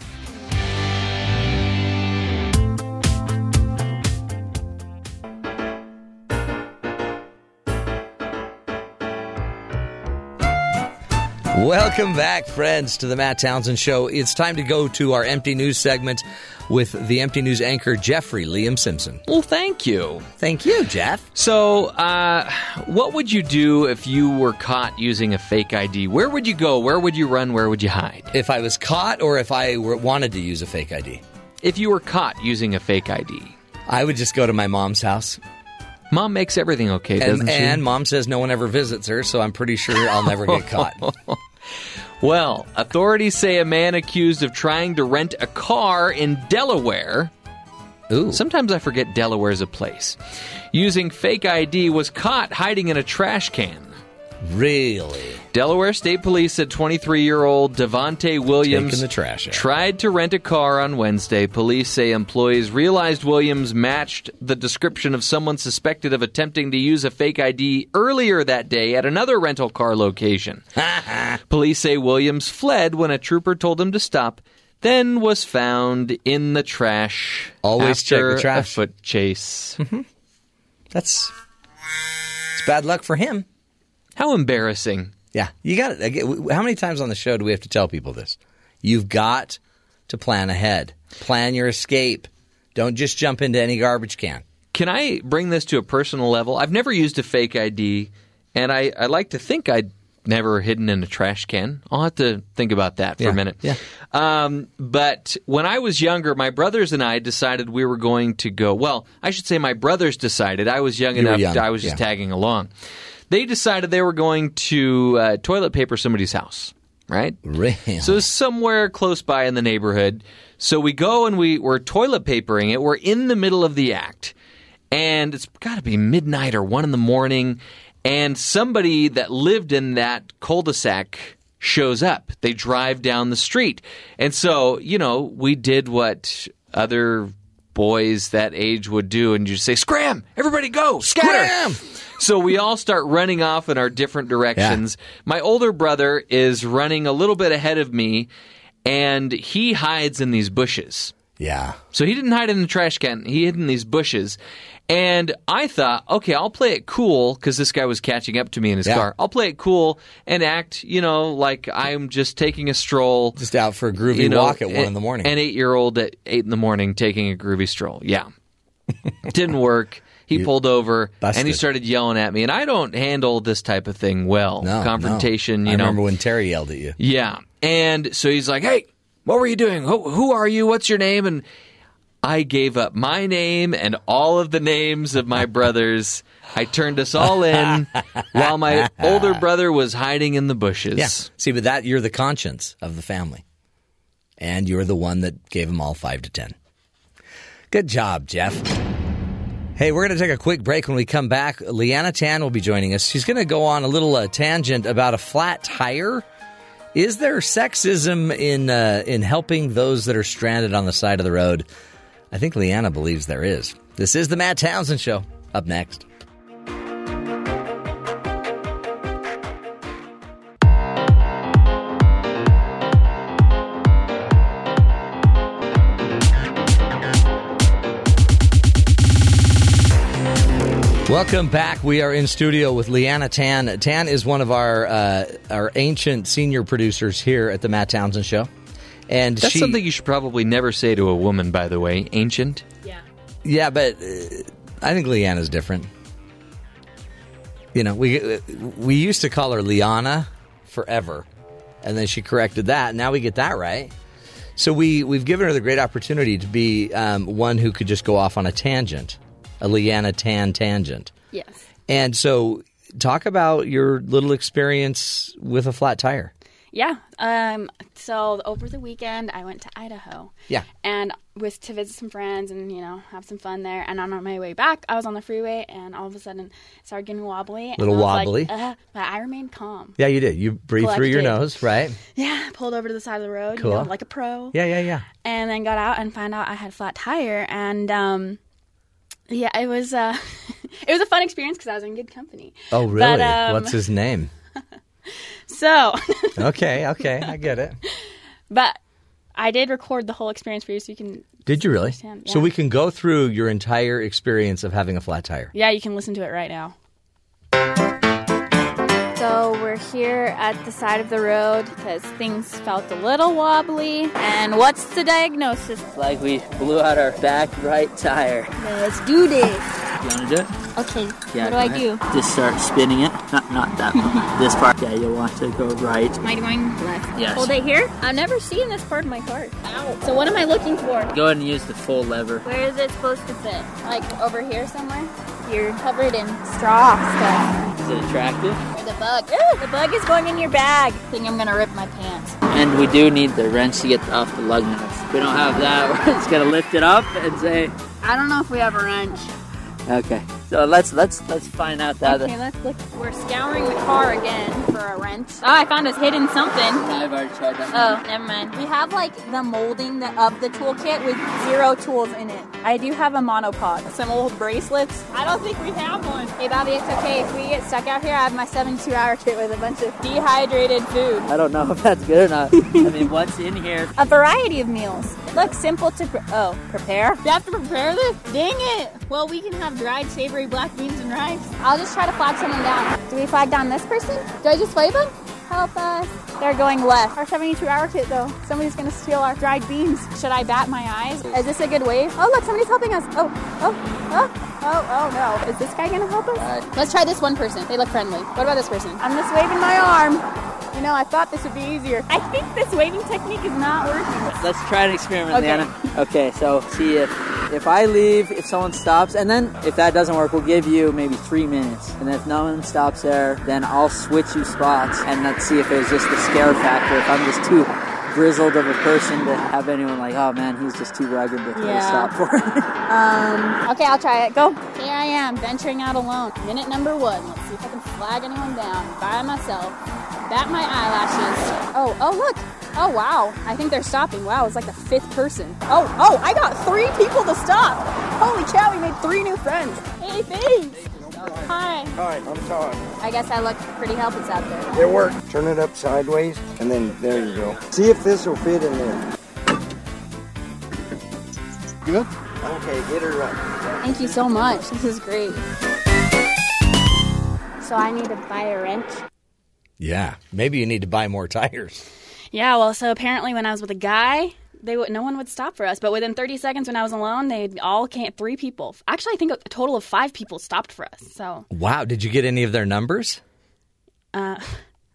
C: Welcome back, friends, to the Matt Townsend Show. It's time to go to our empty news segment with the empty news anchor, Jeffrey Liam Simpson.
E: Well, thank you.
C: Thank you, Jeff.
E: So, uh, what would you do if you were caught using a fake ID? Where would you go? Where would you run? Where would you hide?
C: If I was caught or if I were, wanted to use a fake ID,
E: If you were caught using a fake ID,
C: I would just go to my mom's house.
E: mom makes everything okay, doesn't
C: And,
E: she?
C: and mom says no one ever visits her, so I'm pretty sure I'll never get caught.
E: Well, authorities say a man accused of trying to rent a car in Delaware.
C: Ooh.
E: Sometimes I forget Delaware's a place. Using fake ID was caught hiding in a trash can.
C: Really?
E: Delaware State Police said 23 year old Devontae Williams
C: Taking the trash out.
E: tried to rent a car on Wednesday. Police say employees realized Williams matched the description of someone suspected of attempting to use a fake ID earlier that day at another rental car location. Police say Williams fled when a trooper told him to stop, then was found in the trash.
C: Always check the
E: after
C: trash.
E: A foot chase.
C: That's it's bad luck for him.
E: How embarrassing.
C: Yeah, you got it. How many times on the show do we have to tell people this? You've got to plan ahead. Plan your escape. Don't just jump into any garbage can.
E: Can I bring this to a personal level? I've never used a fake ID, and I, I like to think I'd never hidden in a trash can. I'll have to think about that for
C: Yeah,
E: a minute.
C: yeah.
E: Um, but when I was younger, my brothers and I decided we were going to go. Well, I should say my brothers decided. I was young
C: were
E: enough.
C: young,
E: I was just
C: yeah.
E: tagging along. They decided they were going to uh, toilet paper somebody's house, right?
C: Really?
E: So it's somewhere close by in the neighborhood. So we go and we, we're toilet papering it. We're in the middle of the act. And it's got to be midnight or one in the morning. And somebody that lived in that cul de sac shows up. They drive down the street. And so, you know, we did what other boys that age would do. And you say, Scram! Everybody go! Scatter!
C: Scram!
E: So we all start running off in our different directions. My older brother is running a little bit ahead of me, and he hides in these bushes.
C: yeah.
E: So he didn't hide in the trash can, he hid in these bushes. And I thought, okay, I'll play it cool because this guy was catching up to me in his
C: Yeah.
E: car. I'll play it cool and act, you know, like I'm just taking a stroll.
C: Just out for a groovy
E: you know,
C: walk at one
E: a-
C: in the morning.
E: An eight year old at eight in the morning taking a groovy stroll. Yeah. Didn't work. He pulled over and he
C: busted.
E: started yelling at me. And I don't handle this type of thing well.
C: No, no.
E: Confrontation,
C: I
E: you know.
C: remember when Terry yelled at you.
E: Yeah. And so he's like, hey, what were you doing? Who, who are you? What's your name? And I gave up my name and all of the names of my brothers. I turned us all in while my older brother was hiding in the bushes.
C: Yeah. See, but that you're the conscience of the family, and you're the one that gave them all five to ten. Good job, Jeff. Hey, we're going to take a quick break. When we come back, Leanna Tan will be joining us. She's going to go on a little uh, tangent about a flat tire. Is there sexism in uh, in helping those that are stranded on the side of the road? I think Leanna believes there is. This is the Matt Townsend Show. Up next. Welcome back. We are in studio with Leanna Tan. Tan is one of our uh, our ancient senior producers here at the Matt Townsend Show, and
E: That's
C: she,
E: something you should probably never say to a woman, by the way. Ancient.
C: yeah, but uh, I think Leanna's different. You know, we uh, we used to call her Liana forever, and then she corrected that. Now we get that right. So we we've given her the great opportunity to be um, one who could just go off on a tangent, a Leanna Tan tangent.
K: Yes.
C: And so, talk about your little experience with a flat tire.
K: Yeah. Um, so over the weekend, I went to Idaho.
C: Yeah.
K: And was to visit some friends and you know have some fun there. And on my way back, I was on the freeway, and all of a sudden, it started getting wobbly. and
C: Little
K: I was like,
C: wobbly.
K: "Ugh," but I remained calm.
C: Yeah, you did. You breathed through your
K: Collected.
C: nose, right?
K: Yeah. Pulled over to the side of the road,
C: Cool.
K: you know, like a pro.
C: Yeah, yeah, yeah.
K: And then got out and found out I had a flat tire. And um, yeah, it was uh, it was a fun experience because I was in good company.
C: Oh, really?
K: But, um,
C: What's his name?
K: So,
C: Okay, okay, I get it.
K: but I did record the whole experience for you, so you can.
C: Did you really?
K: Understand,
C: So
K: yeah.
C: we can go through your entire experience of having a flat tire.
K: Yeah, you can listen to it right now. So we're here at the side of the road because things felt a little wobbly. And what's the diagnosis?
L: Like we blew out our back right tire.
H: Let's do this.
L: You wanna do it?
H: Okay. what
L: Yeah. go
H: do I do?
L: ahead. Just start spinning it. Not not that one. this part. Yeah, you'll want to go right.
H: Am I going left?
L: Yes.
H: Hold it here. I've never seen this part of my car. Ow. So what am I looking for?
L: Go ahead and use the full lever.
H: Where is it supposed to fit? Like over here somewhere? You're covered in straw stuff.
L: Is it attractive?
H: Or the bug. Ugh, the bug is going in your bag. think I'm gonna rip my pants.
L: And we do need the wrench to get off the lug nuts. If we don't have that, we're just gonna lift it up and say,
H: I don't know if we have a wrench.
L: okay. So let's let's let's find out the
H: Okay,
L: other
H: let's look. We're scouring the car again for a wrench. Oh, I found us hidden something.
L: I've already tried that.
H: Oh, never mind. We have like the molding that- of the toolkit with zero tools in it.
K: I do have a monopod, some old bracelets.
H: I don't think we have one. Hey, Bobby, it's okay. If we get stuck out here, I have my 72 hour kit with a bunch of dehydrated food.
L: I don't know if that's good or not. I mean, what's in here?
H: A variety of meals. Look, simple to pre- oh prepare. You have to prepare this. Dang it! Well, we can have dried, savory black beans and rice. I'll just try to flag someone down. Do we flag down this person? Do I just flag them? Help us! They're going left. Our 72-hour kit, though. Somebody's gonna steal our dried beans. Should I bat my eyes? Is this a good wave? Oh, look! Somebody's helping us. Oh, oh, oh, oh, oh no! Is this guy gonna help us? Let's try this one person. They look friendly. What about this person? I'm just waving my arm. You know, I thought this would be easier. I think this waving technique is not working.
L: Let's try an experiment,
H: Okay.
L: Leanna. Okay, so see if if I leave, if someone stops, and then if that doesn't work, we'll give you maybe three minutes. And if no one stops there, then I'll switch you spots and let's see if it was just the scare factor. If I'm just too grizzled of a person to have anyone like, oh man, he's just too rugged to really
H: Yeah.
L: stop for it.
H: Um, Okay, I'll try it. Go. Here I am, venturing out alone. Minute number one. Let's see if I can flag anyone down by myself. Bat my eyelashes. Oh, oh, look. Oh, wow. I think they're stopping. Wow, it's like the fifth person. Oh, oh, I got three people to stop. Holy cow, we made three new friends. Hey, thanks. Hi.
M: Hi, I'm Todd.
H: I guess I look pretty helpless out there.
M: It worked. Turn it up sideways, and then there you go. See if this will fit in there. Good. Okay, hit her up.
H: Thank you so much. This is great. So I need to buy a wrench.
C: Yeah. Maybe you need to buy more tires.
K: Yeah, well, so apparently when I was with a guy, they would, no one would stop for us. But within 30 seconds, when I was alone, they all came. Three people, actually, I think a total of five people stopped for us. So
C: Wow. Did you get any of their numbers?
K: uh,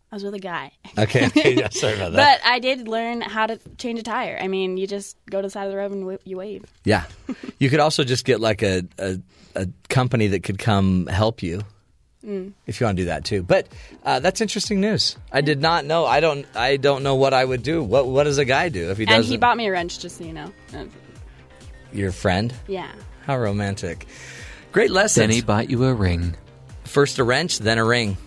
K: I was with a guy,
C: Okay. okay, yeah, sorry about that.
K: but I did learn how to change a tire. I mean, you just go to the side of the road and w- you wave.
C: yeah. You could also just get like a, a, a company that could come help you.
K: Mm.
C: if you want to do that too. But uh, that's interesting news. I did not know. I don't. I don't know what I would do. What What does a guy do if he
K: and
C: doesn't?
K: he bought me a wrench, just so you know. Uh,
C: your friend.
K: Yeah.
C: How romantic. Great lesson.
E: Then he bought you a ring.
C: First a wrench, then a ring.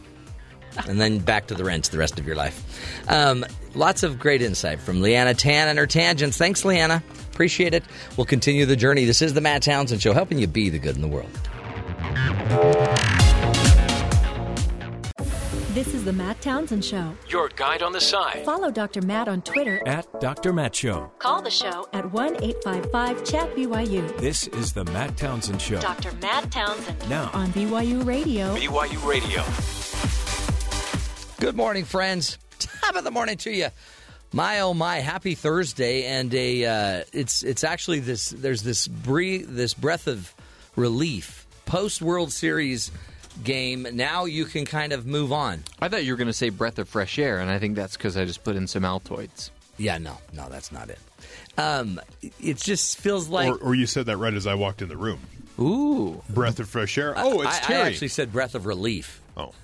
C: And then back to the wrench the rest of your life. Um, lots of great insight from Leanna Tan and her tangents. Thanks, Leanna. Appreciate it. We'll continue the journey. This is the Matt Townsend Show, helping you be the good in the world.
A: This is the Matt Townsend Show.
B: Your guide on the side.
A: Follow Dr. Matt on Twitter.
B: At Dr. Matt Show.
A: Call the show at 1 855 Chat BYU.
B: This is the Matt Townsend Show.
A: Dr. Matt Townsend.
B: Now.
A: On BYU Radio.
B: BYU Radio.
C: Good morning, friends. Top of the morning to you. My oh my, happy Thursday, and a uh, it's it's actually this. There's this bree this breath of relief post World Series game. Now you can kind of move on.
E: I thought you were going to say breath of fresh air, and I think that's because I just put in some Altoids.
C: Yeah, no, no, that's not it. Um, it just feels like
D: or, or you said that right as I walked in the room.
E: Ooh,
D: breath of fresh air. Oh, it's
C: I,
D: Terry.
C: I actually said breath of relief.
D: Oh.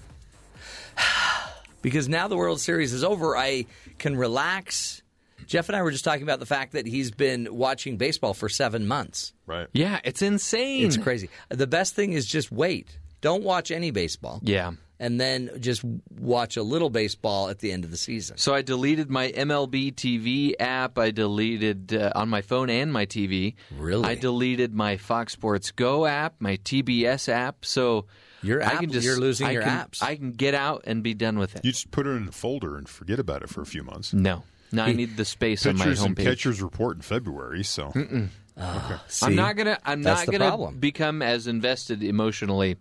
C: because now the World Series is over, I can relax. Jeff and I were just talking about the fact that he's been watching baseball for seven months.
D: Right.
E: Yeah, it's insane.
C: It's crazy. The best thing is just wait. Don't watch any baseball.
E: Yeah.
C: And then just watch a little baseball at the end of the season.
E: So I deleted my MLB TV app. I deleted uh, on my phone and my TV.
C: Really?
E: I deleted my Fox Sports Go app, my TBS app. So
C: Your
E: I
C: app-
E: can just
C: you're losing
E: I
C: your
E: can-
C: apps.
E: I can get out and be done with it.
D: You just put it in a folder and forget about it for a few months.
E: no, no, I need the space on my
D: Pitchers and
E: homepage.
D: catchers report in February, so
C: Ah, See?
E: I'm not gonna. I'm
C: That's
E: not
C: the
E: gonna
C: problem.
E: become as invested emotionally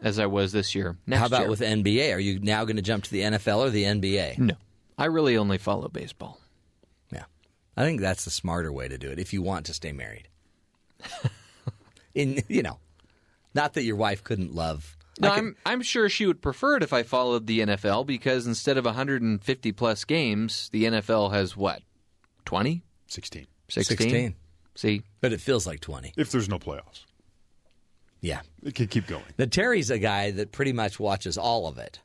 E: as I was this year. Next
C: How about
E: year.
C: with NBA? Are you now going to jump to the NFL or the NBA?
E: No, I really only follow baseball.
C: Yeah. I think that's the smarter way to do it if you want to stay married. In you know, not that your wife couldn't love.
E: No,
C: I can-
E: I'm I'm sure she would prefer it if I followed the NFL because instead of 150 plus games, the NFL has what 20,
D: sixteen.
E: 16?
C: 16.
E: See,
C: but it feels like 20.
D: If there's no playoffs,
C: Yeah.
D: it can keep going.
C: Now Terry's a guy that pretty much watches all of it.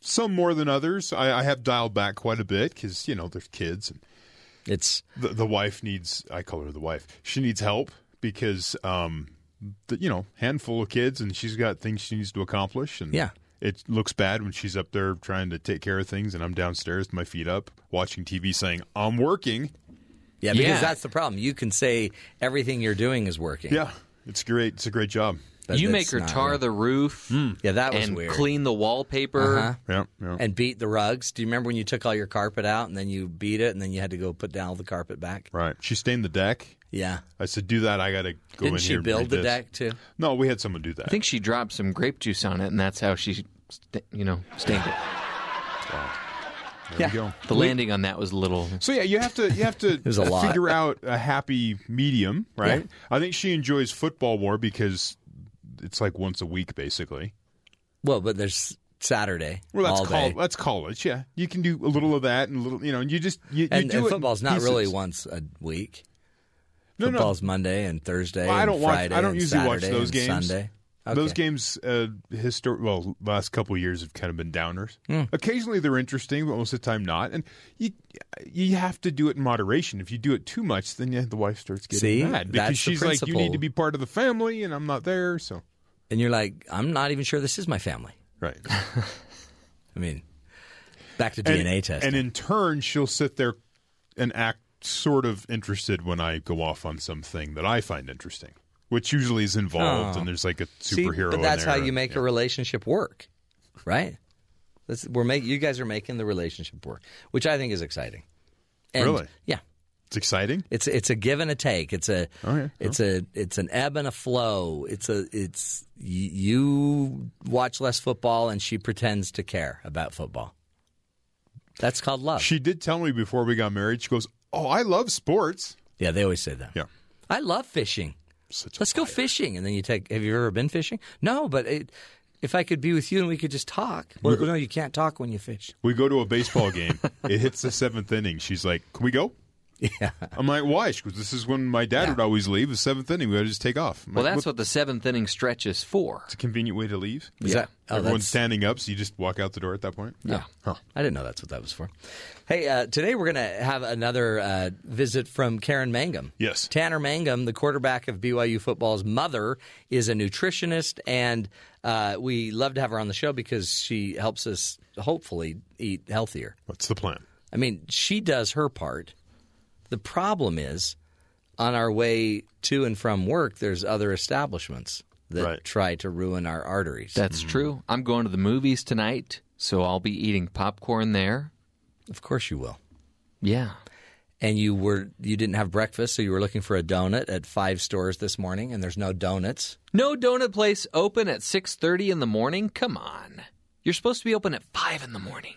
D: Some more than others. I, I have dialed back quite a bit because you know there's kids and
C: It's
D: the, the wife needs. I call her the wife. She needs help because um, the, you know handful of kids and she's got things she needs to accomplish and
C: Yeah.
D: It looks bad when she's up there trying to take care of things, and I'm downstairs, my feet up, watching TV, saying I'm working.
C: yeah, because
E: Yeah.
C: that's the problem. You can say everything you're doing is working.
D: Yeah, it's great. It's a great job.
C: But
E: you make
C: that's
E: her
C: not
E: tar
C: right.
E: the roof
C: Yeah, that was
E: Hmm. and
C: weird.
E: clean the wallpaper.
C: Uh-huh.
D: Yeah, yeah.
C: and beat the rugs. Do you remember when you took all your carpet out and then you beat it and then you had to go put down all the carpet back?
D: right. She stained the deck.
C: Yeah.
D: I said, "Do that. I got to go in
C: Didn't she
D: here." and read
C: build the
D: this."
C: deck too?
D: No, we had someone do that.
E: I think she dropped some grape juice on it, and that's how she, st- you know, stained it.
D: there we go.
E: The landing on that was a little.
D: So yeah, you have to you have to
C: was a lot.
D: figure out a happy medium, right? I think she enjoys football more because it's like once a week, basically.
C: Well, but there's Saturday.
D: Well, that's
C: all
D: col-
C: day.
D: that's college. Yeah, you can do a little of that and a little, you know, and you just you, you
C: and,
D: do
C: and
D: it in
C: football's not really
D: pieces.
C: once a week.
D: No, no.
C: football's Monday and Thursday.
D: Well, I
C: and
D: don't watch- I
C: Friday
D: don't
C: and
D: usually watch
C: Saturday
D: those
C: and
D: games.
C: Sunday. Okay.
D: Those games, uh, histor- well, last couple of years have kind of been downers.
C: Hmm.
D: Occasionally they're interesting, but most of the time not. And you you have to do it in moderation. If you do it too much, then yeah, the wife starts getting
C: See?
D: mad
C: That's the
D: because she's like, "You
C: principle.
D: need to be part of the family, and I'm not there." So
C: and you're like, I'm not even sure this is my family.
D: right.
C: I mean, back to
D: And-
C: DNA testing.
D: And in turn, she'll sit there and act sort of interested when I go off on something that I find interesting, which usually is involved,
C: Oh.
D: and there's like a
C: See,
D: superhero.
C: but
D: in
C: that's
D: there,
C: how you
D: and-
C: make
D: yeah.
C: a relationship work, right? That's, we're make, you guys are making the relationship work, which I think is exciting. And-
D: Really?
C: Yeah.
D: It's exciting. Oh,
C: It's it's a give and a take. It's a it's a it's an ebb and a flow. It's a it's y- you watch less football and she pretends to care about football. That's called love.
D: She did tell me before we got married. She goes, "Oh, I love sports."
C: Yeah, they always say that.
D: Yeah,
C: I love fishing. Let's go fishing, and then you take. Have you ever been fishing? No, but it, if I could be with you and we could just talk. Well, no, you can't talk when you fish.
D: We go to a baseball game. it hits the seventh inning. She's like, "Can we go?"
C: Yeah.
D: I'm like, "Why?" She goes, "This is when my dad would always leave. The seventh inning, we had to just take off." I'm
E: Well,
D: like,
E: that's what the seventh inning stretch is for. It's
D: a convenient way to leave.
E: Is that-
C: oh,
D: Everyone's
C: that's-
D: standing up, so you just walk out the door at that point.
C: Yeah. I didn't know that's what that was for. Hey, uh, today we're going to have another uh, visit from Karen Mangum. Yes. Tanner Mangum, the quarterback of BYU football's mother, is a nutritionist, and uh, we love to have her on the show because she helps us hopefully eat healthier.
D: What's the plan?
C: I mean, she does her part. The problem is on our way to and from work, there's other establishments that try to ruin our arteries.
E: That's
D: Mm-hmm.
E: true. I'm going to the movies tonight, so I'll be eating popcorn there.
C: Of course you will.
E: Yeah.
C: And you were you didn't have breakfast, so you were looking for a donut at five stores this morning, and there's no donuts.
E: No donut place open at 6:30 in the morning. Come on. You're supposed to be open at 5 in the morning.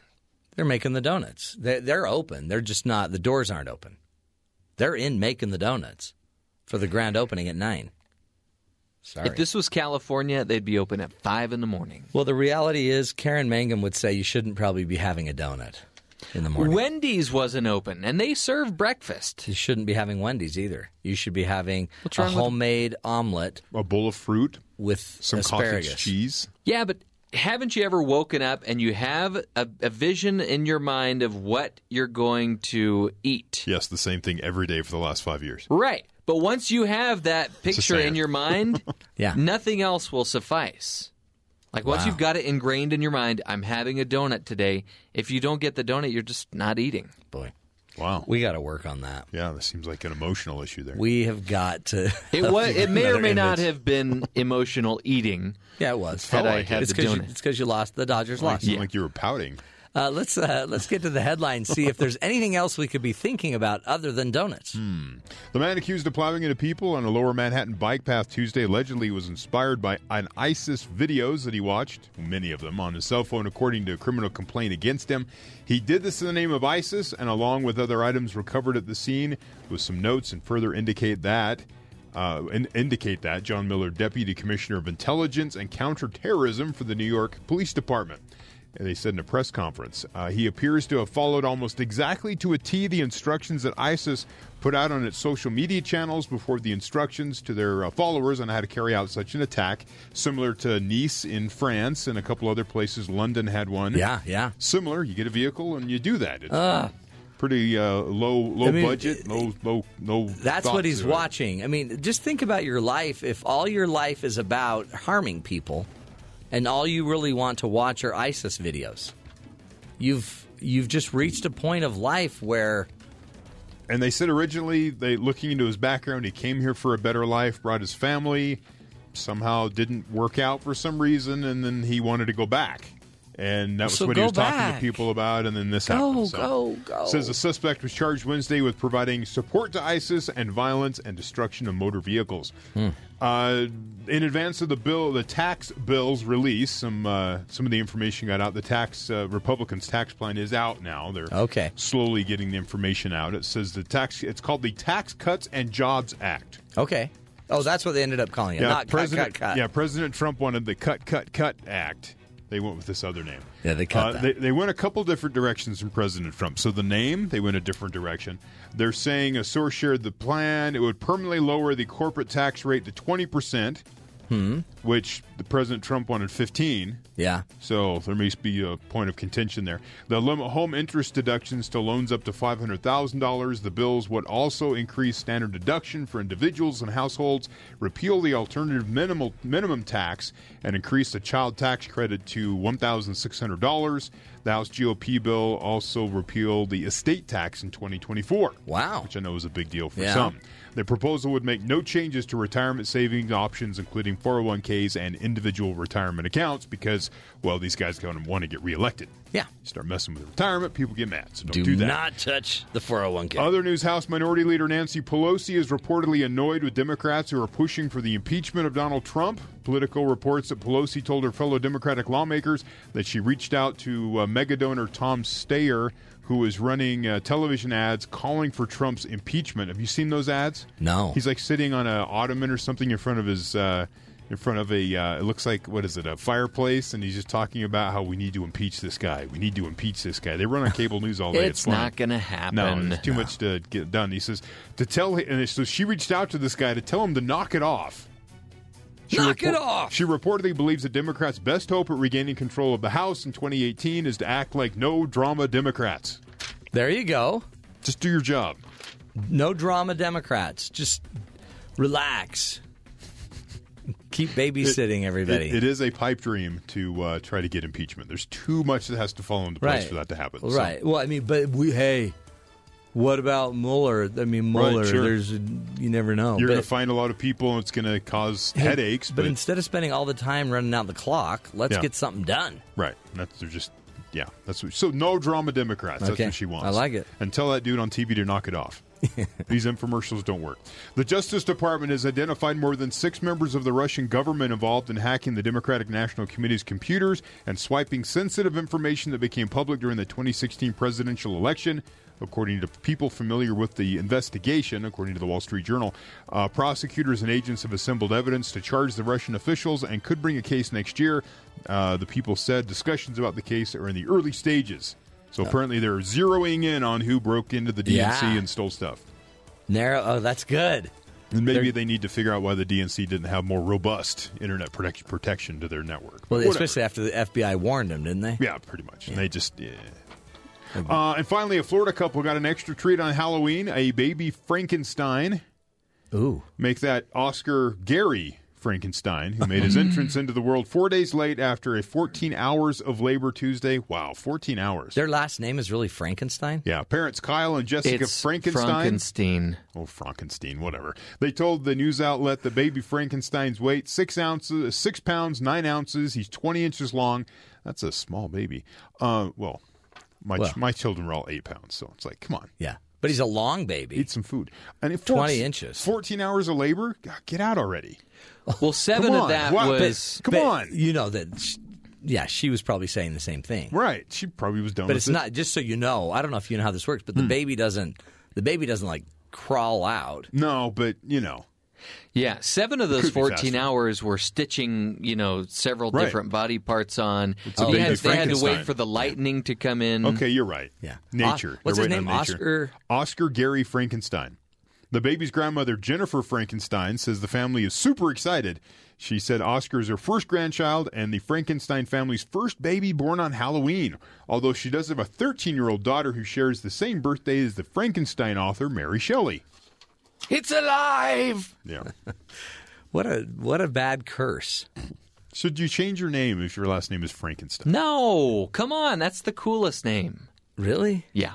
C: They're making the donuts. They're, they're open. They're just not. The doors aren't open. They're in making the donuts for the grand opening at nine. Sorry.
E: If this was California, they'd be open at 5 in the morning.
C: well, the reality is, Karen Mangum would say you shouldn't probably be having a donut in the morning.
E: Wendy's wasn't open and they serve breakfast.
C: You shouldn't be having Wendy's either. You should be having
E: What's
C: a
E: wrong with-
C: homemade omelet,
D: a bowl of fruit
C: with
D: Some
C: asparagus.
D: cottage cheese.
E: Yeah, but haven't you ever woken up and you have a, a vision in your mind of what you're going to eat?
D: Yes, the same thing every day for the last five years.
E: Right. But once you have that picture
D: saying.
E: in your mind,
C: yeah.
E: nothing else will suffice. Like once
C: Wow.
E: you've got it ingrained in your mind, I'm having a donut today. If you don't get the donut, you're just not eating.
C: Boy.
D: Wow.
C: We got to work on that.
D: Yeah, this seems like an emotional issue there.
C: We have got to.
E: It was. It may or
D: Another
E: may not
D: image.
E: have been emotional eating.
C: Yeah, it was.
E: Had I had
C: it's
E: the donut.
C: because you, lost. The Dodgers
D: Like,
C: lost.
D: you- like you were pouting.
C: Uh, let's uh, let's get to the headline. See if there's anything else we could be thinking about other than donuts.
D: The man accused of plowing into people on a lower Manhattan bike path Tuesday allegedly was inspired by an ISIS videos that he watched, many of them, on his cell phone, according to a criminal complaint against him. He did this in the name of ISIS, and along with other items recovered at the scene, with some notes and further indicate that. Uh, in- indicate that John Miller, Deputy Commissioner of Intelligence and Counterterrorism for the New York Police Department. And they said in a press conference. Uh, he appears to have followed almost exactly to a T the instructions that ISIS put out on its social media channels before the instructions to their uh, followers on how to carry out such an attack, similar to Nice in France and a couple other places. London had one.
C: Yeah, yeah.
D: Similar. You get a vehicle and you do that. It's pretty uh, low, low
C: I mean,
D: budget, low, low, no.
C: That's
D: thought
C: what he's
D: to it.
C: watching. I mean, just think about your life. If all your life is about harming people, and all you really want to watch are ISIS videos, you've you've just reached a point of life where
D: And they said originally they looking into his background, he came here for a better life, brought his family, somehow didn't work out for some reason, and then he wanted to go back. And that was
C: So
D: what he
C: go
D: was talking to
C: back.
D: people about, and then this happened.
C: go, go.
D: Says the suspect was charged Wednesday with providing support to ISIS and violence and destruction of motor vehicles. Uh, in advance of the bill, the tax bill's release, some uh, some of the information got out. The tax uh, Republicans' tax plan is out now. They're
C: Okay.
D: slowly getting the information out. It says the tax. It's called the Tax Cuts and Jobs Act.
C: okay, oh, that's what they ended up calling it. not cut,
D: President,
C: cut, cut.
D: Yeah, President Trump wanted the Cut Cut Cut Act. They went with this other name.
C: Yeah, they cut that.
D: They, they went a couple different directions from President Trump. So the name, they went a different direction. They're saying a source shared the plan. It would permanently lower the corporate tax rate to twenty percent,
C: Hmm?
D: which the President Trump wanted fifteen.
C: Yeah.
D: So there may be a point of contention there. The limit home interest deductions to loans up to five hundred thousand dollars. The bills would also increase standard deduction for individuals and households, repeal the alternative minimal minimum tax, and increase the child tax credit to one thousand six hundred dollars. The House GOP bill also repealed the estate tax in twenty twenty four.
C: Wow,
D: which I know is a big deal for
C: Yeah.
D: some. The proposal would make no changes to retirement savings options, including 401ks, and individual retirement accounts because, well, these guys going to want to get reelected.
F: Yeah.
D: Start messing with retirement, people get mad. So don't do,
F: Do,
D: that.
F: not touch the 401k.
D: Other news House Minority Leader Nancy Pelosi is reportedly annoyed with Democrats who are pushing for the impeachment of Donald Trump. Political reports that Pelosi told her fellow Democratic lawmakers that she reached out to uh, mega donor Tom Steyer, who is running uh, television ads calling for Trump's impeachment. Have you seen those ads?
F: No.
D: He's like sitting on an ottoman or something in front of his. Uh, in front of a, uh, it looks like what is it, a fireplace, and he's just talking about how we need to impeach this guy. We need to impeach this guy. They run on cable news all day.
E: It's
D: fine.
E: not gonna happen.
D: No, there's too much to get done. He says to tell, and so she reached out to this guy to tell him to knock it off. She
F: Knock it
D: repor-
F: off!
D: She reportedly believes that Democrats' best hope at regaining control of the House in 2018 is to act like no drama Democrats.
F: There you go.
D: Just do your job.
F: No drama, Democrats. Just relax. Keep babysitting everybody.
D: It- it is a pipe dream to uh, try to get impeachment. There's too much that has to fall into place
F: Right.
D: for that to happen. So-
C: Right. Well, I mean, but we hey, what about Mueller? I mean,
D: Right,
C: Mueller.
D: sure.
C: There's you never know.
D: You're
C: But-
D: going to find a lot of people, and it's going to cause
C: Hey,
D: headaches.
C: But, instead of spending all the time running out the clock, let's
D: Yeah.
C: get something done.
D: Right. And that's they're just yeah. That's what, so no drama Democrats. That's
C: Okay.
D: what she wants.
C: I like it.
D: And tell that dude on TV to knock it off. These infomercials don't work. The Justice Department has identified more than six members of the Russian government involved in hacking the Democratic National Committee's computers and swiping sensitive information that became public during the 2016 presidential election. According to people familiar with the investigation, according to the Wall Street Journal, uh, prosecutors and agents have assembled evidence to charge the Russian officials and could bring a case next year. Uh, the people said discussions about the case are in the early stages. So apparently they're zeroing in on who broke into the DNC
C: Yeah.
D: and stole stuff.
C: Narrow. Oh, that's good.
D: And maybe they need to figure out why the DNC didn't have more robust internet protect- protection to their network.
C: Well,
D: Whatever.
C: especially after the FBI warned them, didn't they?
D: Yeah, pretty much. And they just. Yeah. Uh, and finally, a Florida couple got an extra treat on Halloween a baby Frankenstein.
C: Ooh.
D: Make that Oscar Gary Frankenstein, who made his entrance into the world four days late after a 14 hours of labor Tuesday. Wow, 14 hours.
C: Their last name is really Frankenstein.
D: Yeah, parents Kyle and Jessica
E: It's
D: Frankenstein.
E: Frankenstein.
D: Oh, Frankenstein, whatever. They told the news outlet that baby Frankenstein's weight six ounces, six pounds, nine ounces. He's twenty inches long. That's a small baby. Uh, well, my
C: Well.
D: my children were all eight pounds, so it's like, come on,
C: Yeah. But he's a long baby.
D: eat some food. And if
C: 20
D: 14
C: inches.
D: fourteen hours of labor, God, get out already.
E: Well, seven
D: Come
E: of
D: on.
E: that
D: Wow.
E: was.
D: Come
C: But
D: on.
C: You know that. sh yeah, she was probably saying the same thing.
D: Right? She probably was done.
C: But
D: with
C: it's
D: it. Hmm.
C: not. Just so you know, I don't know if you know how this works, but the baby doesn't. The baby doesn't like crawl out.
D: No, but you know,
E: Yeah, seven of those
D: Could be
E: 14
D: faster.
E: hours were stitching, you know, several
D: Right.
E: different body parts on.
D: a
E: He had-
D: baby
E: they had to
D: Frankenstein.
E: wait for the lightning to come in.
D: Okay, you're right.
C: Yeah.
D: Nature.
C: Os- what's
D: They're
C: his
D: waiting
C: name?
D: on nature.
C: Oscar-
D: Oscar Gary Frankenstein. The baby's grandmother, Jennifer Frankenstein, says the family is super excited. She said Oscar is her first grandchild and the Frankenstein family's first baby born on Halloween. Although she does have a 13 year old daughter who shares the same birthday as the Frankenstein author, Mary Shelley.
I: It's alive!
D: Yeah.
C: What a what a bad curse.
D: Should you change your name if your last name is Frankenstein?
E: No, come on. That's the coolest name.
C: Really?
E: Yeah.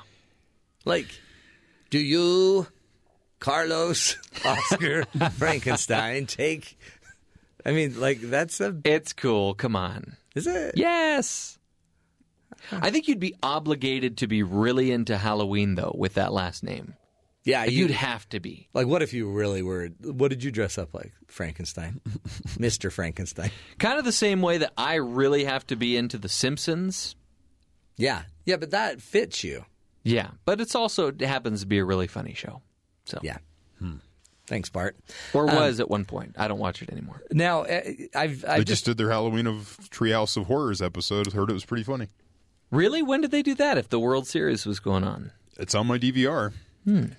C: Like, do you, Carlos, Oscar, Frankenstein, take? I mean, like that's a
E: It's cool. Come on.
C: is it?
E: Yes. I think you'd be obligated to be really into Halloween, though, with that last name.
C: yeah.
E: You'd have to be.
C: like what if you really were? What did you dress up like? Frankenstein, Mister Frankenstein.
E: Kind of the same way that I really have to be into The Simpsons.
C: Yeah, yeah, but that fits you.
E: Yeah, but it's also it happens to be a really funny show. So
C: Yeah. Hmm. Thanks, Bart. Um,
E: or was at one point. I don't watch it anymore.
C: Now uh, I've I
D: They
C: just
D: just did their Halloween of Treehouse of Horrors episode. Heard it was pretty funny.
E: Really, when did they do that? If the World Series was going on, Hmm.
D: It's on my DVR.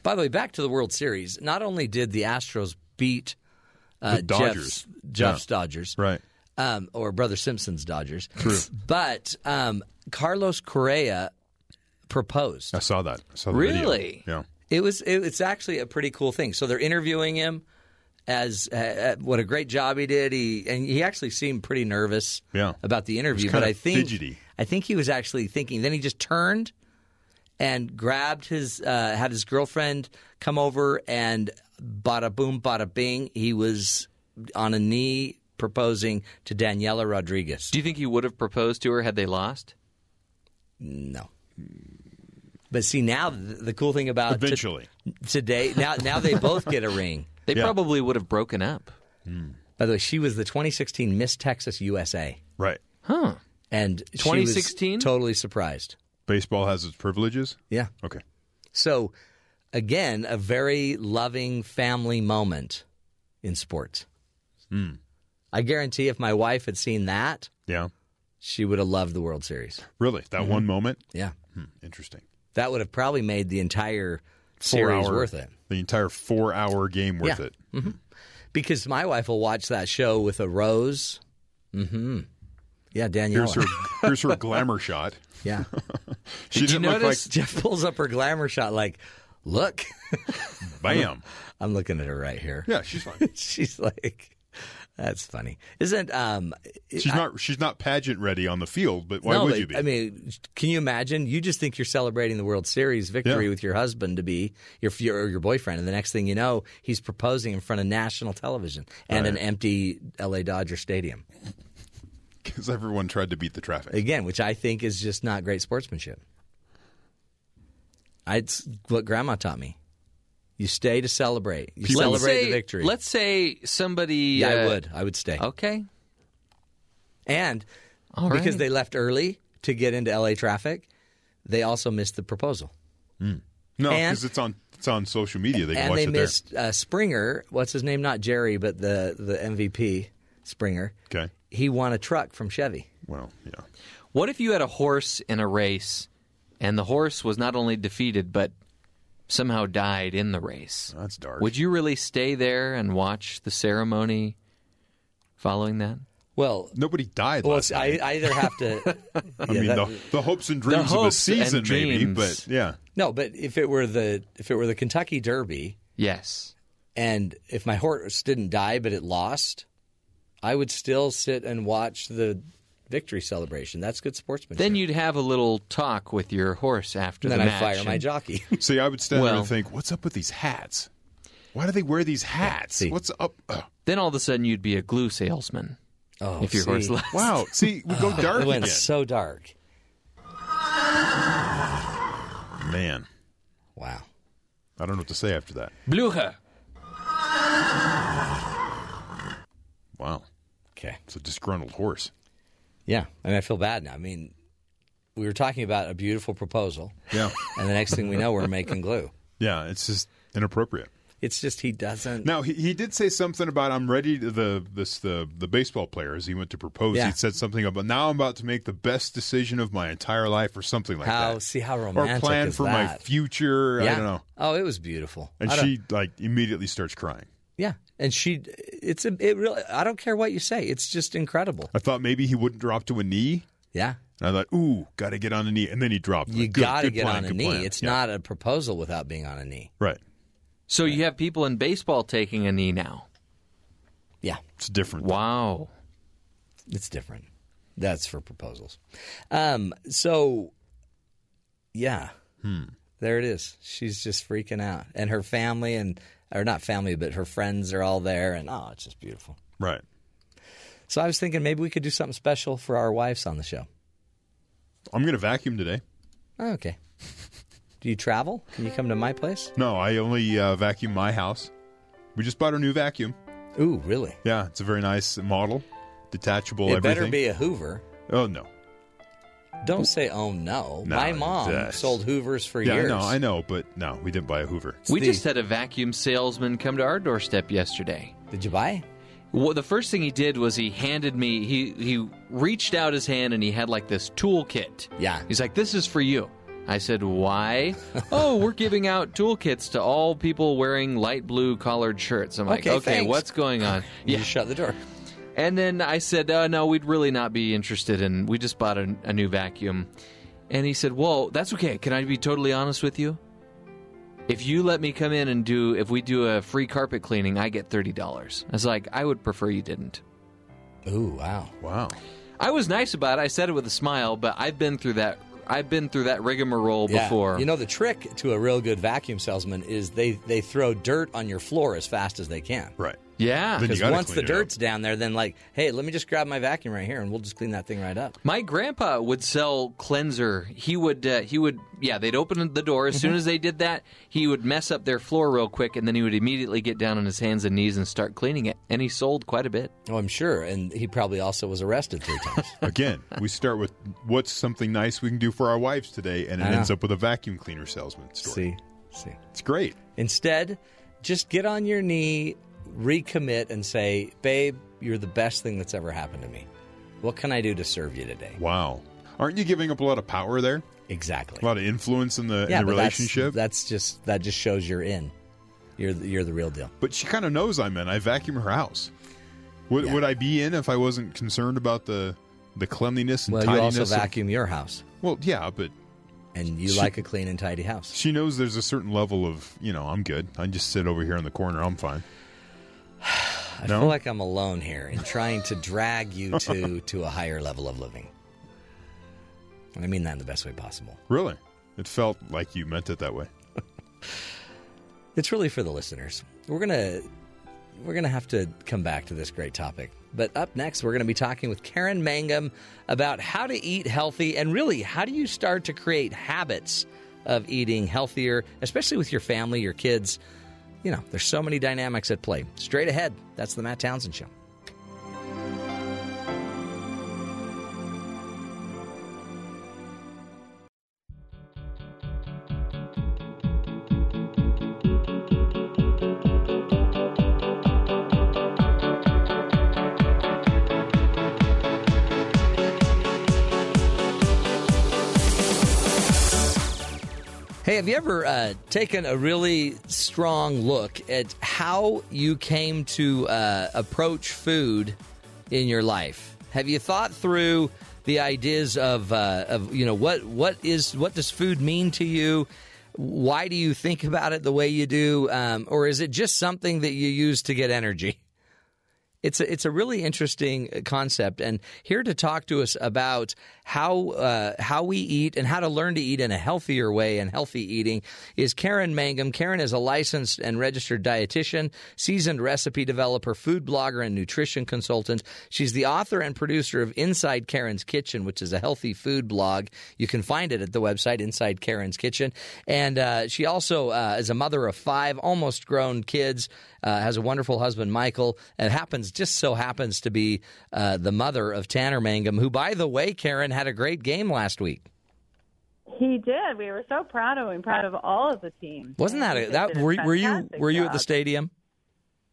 C: By the way, back to the World Series. Not only did the Astros beat uh,
D: The Dodgers.
C: Jeff's, Jeff's
D: Yeah.
C: Dodgers,
D: Right.
C: um, or Brother Simpson's Dodgers, true, but um, Carlos Correa proposed.
D: I saw that. I saw the
E: Really?
D: Video. Yeah.
C: It was it, it's actually a pretty cool thing. So they're interviewing him as uh, uh, what a great job he did. He and he actually seemed pretty nervous
D: Yeah.
C: about the interview,
D: It was
C: but
D: kinda
C: I think
D: fidgety.
C: I think he was actually thinking. Then he just turned and grabbed his uh, had his girlfriend come over and bada boom bada bing he was on a knee proposing to Daniela Rodriguez.
E: Do you think he would have proposed to her had they lost?
C: No. But see now the, the cool thing about to-
E: Eventually.
C: today now now they both get a ring.
E: They probably would have broken up.
C: By the way, she was the 2016 Miss Texas USA.
D: Right.
E: Huh.
C: And she was
D: 2016?
C: totally surprised.
D: Baseball has its privileges.
C: Yeah.
D: Okay.
C: So again, a very loving family moment in sports.
N: Hmm.
C: I guarantee if my wife had seen that,
D: yeah,
C: she would have loved the World Series.
D: Really? That
E: Mm-hmm.
D: one moment? Hmm.
C: Yeah.
D: Interesting.
C: That would have probably made the entire
D: Four
C: series
D: hour-
C: worth it.
D: The entire four hour game worth
C: Yeah.
D: it.
C: hmm Because my wife will watch that show with a rose. hmm Yeah, Danielle.
D: Here's her here's her glamour shot.
C: Yeah.
D: She Did you didn't look notice- like-
C: Jeff pulls up her glamour shot like, look.
D: Bam.
C: I'm looking at her right here.
D: Yeah, she's fine.
C: she's like that's funny. Isn't um
D: She's not she's not pageant ready on the field, but why
C: no,
D: would
C: but,
D: you be?
C: I mean, can you imagine? You just think you're celebrating the World Series victory
D: Yeah.
C: with your husband to be your your, your boyfriend, and the next thing you know, he's proposing in front of national television and an
D: Right.
C: empty L.A. Dodger Stadium
D: because everyone tried to beat the traffic
C: again, which I think is just not great sportsmanship. I, it's what Grandma taught me. You stay to celebrate. You
E: Let's
C: celebrate
E: say,
C: the victory.
E: Let's say somebody.
C: Yeah, I
E: uh,
C: would. I would stay.
E: Okay.
C: And
E: All
C: because
E: right.
C: they left early to get into LA traffic, they also missed the proposal.
D: Hmm. No,
C: And-
D: because it's on it's on social media. They can
C: and
D: watch
C: they
D: it
C: missed uh, Springer. What's his name? Not Jerry, but the, the MVP, Springer.
D: Okay.
C: He won a truck from Chevy.
D: Well, yeah.
E: What if you had a horse in a race, and the horse was not only defeated but somehow died in the race?
D: That's dark.
E: Would you really stay there and watch the ceremony following that?
C: Well,
D: nobody died.
E: Well,
D: last
C: I,
D: night.
C: I either have to. Yeah,
D: I mean,
C: that-
D: the, the hopes and dreams of a
E: hopes and
D: season, maybe,
E: dreams.
D: but yeah,
C: No, but if it were the if it were the Kentucky Derby,
E: yes,
C: and if my horse didn't die but it lost, I would still sit and watch the victory celebration. That's good sportsmanship.
E: Then you'd have a little talk with your horse after
C: Then
E: the
C: I
E: match.
C: fire my
E: and-
C: jockey.
D: See, I would stand there
E: Well-
D: and think, "What's up with these hats? Why do they wear these hats? What's up?" Uh, Ugh.
E: Then all of a sudden you'd be a glue salesman.
C: Oh,
E: if your
C: see.
E: horse lost.
D: Wow, see, we go
C: Oh,
D: dark
C: it went
D: again.
C: so dark.
D: Man,
C: wow.
D: I don't know what to say after that.
E: Blucher.
D: Wow.
C: Okay.
D: It's a disgruntled horse.
C: Yeah, I mean, I feel bad now. I mean, we were talking about a beautiful proposal.
D: Yeah.
C: and the next thing we know, we're making glue.
D: Yeah, it's just inappropriate.
C: It's just he doesn't.
D: Now he, he did say something about I'm ready to the this the the baseball player as he went to propose.
C: Yeah.
D: He said something about now I'm about to make the best decision of my entire life or something like
C: How-
D: that.
C: see, how romantic
D: or plan
C: is
D: for my
C: that?
D: future.
C: Yeah.
D: I don't know.
C: Oh, it was beautiful.
D: And
C: I don't-
D: she like immediately starts crying.
C: yeah, and she. It's a. It really. I don't care what you say. It's just incredible.
D: I thought maybe he wouldn't drop to a knee.
C: Yeah.
D: And I thought, ooh, got to get on a knee, and then he dropped.
C: You
D: Like, good-
C: got to
D: good
C: get
D: plan,
C: on a
D: good
C: knee.
D: plan.
C: It's
D: Yeah.
C: not a proposal without being on a knee.
D: right.
E: So you have people in baseball taking a knee now.
C: Yeah.
D: It's different.
E: Wow.
C: It's different. That's for proposals. Um, so, yeah,
D: Hmm.
C: there it is. She's just freaking out, and her family and or not family, but her friends are all there, and oh, it's just beautiful.
D: Right.
C: So I was thinking maybe we could do something special for our wives on the show.
D: I'm going to vacuum today.
C: Oh, okay. Do you travel? Can you come to my place?
D: No, I only uh, vacuum my house. We just bought a new vacuum.
C: Ooh, really?
D: Yeah, it's a very nice model, detachable.
C: it
D: everything.
C: better be a Hoover.
D: Oh no.
C: Don't say oh no.
D: No,
C: my mom
D: that's-
C: sold Hoovers for
D: yeah,
C: years.
D: I know, I know, but no, we didn't buy a Hoover.
E: we just had a vacuum salesman come to our doorstep yesterday.
C: Did you buy?
E: Well, the first thing he did was he handed me he he reached out his hand and he had like this toolkit.
C: Yeah.
E: He's like, "This is for you." I said, "Why?" oh, we're giving out toolkits to all people wearing light blue collared shirts. I'm like,
C: Okay,
E: "Okay,
C: thanks."
E: what's going on?"
C: You shut the door.
E: And then I said, uh, no, we'd really not be interested in. We just bought a, a new vacuum. And he said, well, that's okay. Can I be totally honest with you? If you let me come in and do, if we do a free carpet cleaning, I get thirty dollars. I was like, I would prefer you didn't.
C: Ooh, wow,
D: wow.
E: I was nice about it. I said it with a smile, but I've been through that. I've been through that rigmarole
C: Yeah.
E: before.
C: You know the trick to a real good vacuum salesman is they they throw dirt on your floor as fast as they can.
D: Right.
E: Yeah.
C: Because once the dirt's down there, then like, hey, let me just grab my vacuum right here, and we'll just clean that thing right up.
E: My grandpa would sell cleanser. He would uh, he would yeah, they'd open the door
C: Mm-hmm.
E: as soon as they did that, he would mess up their floor real quick and then he would immediately get down on his hands and knees and start cleaning it. And he sold quite a bit.
C: Oh, I'm sure. And he probably also was arrested three times.
D: Again, we start with what's something nice we can do for our wives today, and it
C: I know.
D: ends up with a vacuum cleaner salesman story.
C: Ah. See, see,
D: it's great.
C: Instead, just get on your knee, recommit, and say, "Babe, you're the best thing that's ever happened to me. What can I do to serve you today?"
D: Wow, aren't you giving up a lot of power there?
C: Exactly,
D: a lot of influence in the, in the
C: but that's-
D: relationship.
C: That's, just that just shows you're in. You're the, you're the real deal.
D: But she kind of knows I'm in. I vacuum her house. Would, would I be in if I wasn't concerned about the the cleanliness and
C: Well, you
D: tidiness?
C: also
D: of-
C: vacuum your house,
D: well, yeah, but
C: and you
D: She-
C: like a clean and tidy house.
D: she knows there's a certain level of you know I'm good. I just sit over here in the corner. I'm fine.
C: I feel like I'm alone here in trying to drag you to to a higher level of living. And I mean that in the best way possible.
D: Really, it felt like you meant it that way.
C: It's really for the listeners. We're gonna we're gonna have to come back to this great topic. But up next, we're gonna be talking with Karen Mangum about how to eat healthy and really how do you start to create habits of eating healthier, especially with your family, your kids. You know, there's so many dynamics at play. Straight ahead, that's the Matt Townsend Show. Hey, have you ever uh, taken a really strong look at how you came to uh, approach food in your life? Have you thought through the ideas of uh, of you know what what is what does food mean to you? Why do you think about it the way you do, um, or is it just something that you use to get energy? It's a, it's a really interesting uh, concept, and here to talk to us about how uh, how we eat and how to learn to eat in a healthier way and healthy eating is Karen Mangum. Karen is a licensed and registered dietitian, seasoned recipe developer, food blogger, and nutrition consultant. She's the author and producer of Inside Karen's Kitchen, which is a healthy food blog. You can find it at the website Inside Karen's Kitchen, and uh, she also uh, is a mother of five almost grown kids. Uh, has a wonderful husband, Michael, and happens just so happens to be uh, the mother of Tanner Mangum, who, by the way, Karen had a great game last week.
N: He did. We were so proud of him, proud of all of the team.
C: Wasn't that
N: He
C: a,
N: just
C: that
N: did a
C: were, were you
N: fantastic
C: were you at the
N: job.
C: stadium?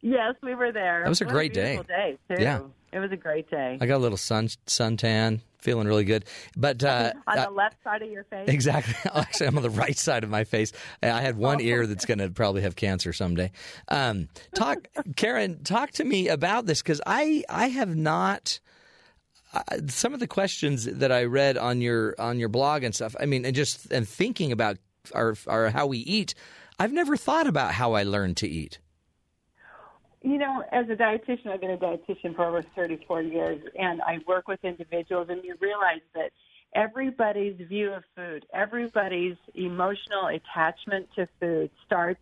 N: Yes, we were there.
C: That was a
N: What
C: great day.
N: beautiful day. too.
C: Yeah.
N: it was a great day.
C: I got a little sun suntan, feeling really good. But uh,
N: On
C: I-
N: the left side of your face.
C: Exactly. Oh, Actually, I'm on the right side of my face. And I had one ear that's going to probably have cancer someday. Um, talk, Karen. Talk to me about this because I I have not. I- some of the questions that I read on your on your blog and stuff. I mean, and just and thinking about our, our how we eat. I've never thought about how I learned to eat.
N: You know, as a dietitian, I've been a dietitian for over 34 years, and I work with individuals, and you realize that everybody's view of food, everybody's emotional attachment to food starts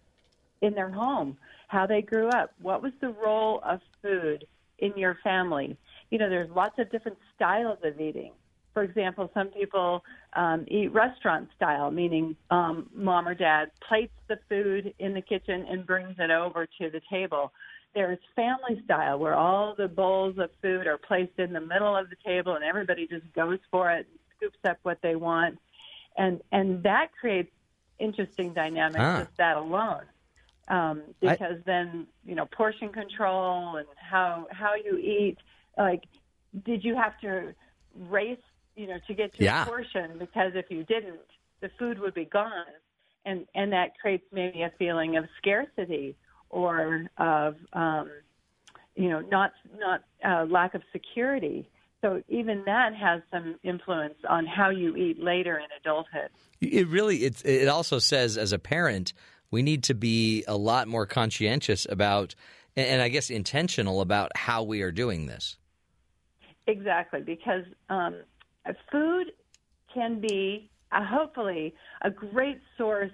N: in their home, how they grew up. What was the role of food in your family? You know, there's lots of different styles of eating. For example, some people um, eat restaurant style, meaning um, mom or dad plates the food in the kitchen and brings it over to the table. There's family style, where all the bowls of food are placed in the middle of the table and everybody just goes for it and scoops up what they want. And, and that creates interesting dynamics,
O: Ah.
N: just that alone um,
O: I-
N: because then you know portion control and how how you eat. Like, did you have to race you know to get your
O: Yeah.
N: portion? Because if you didn't, the food would be gone, and and that creates maybe a feeling of scarcity or of um, you know not not uh, lack of security. So even that has some influence on how you eat later in adulthood.
C: It really it it also says as a parent we need to be a lot more conscientious about and- and I guess intentional about how we are doing this.
N: Exactly, because um, food can be uh, hopefully a great source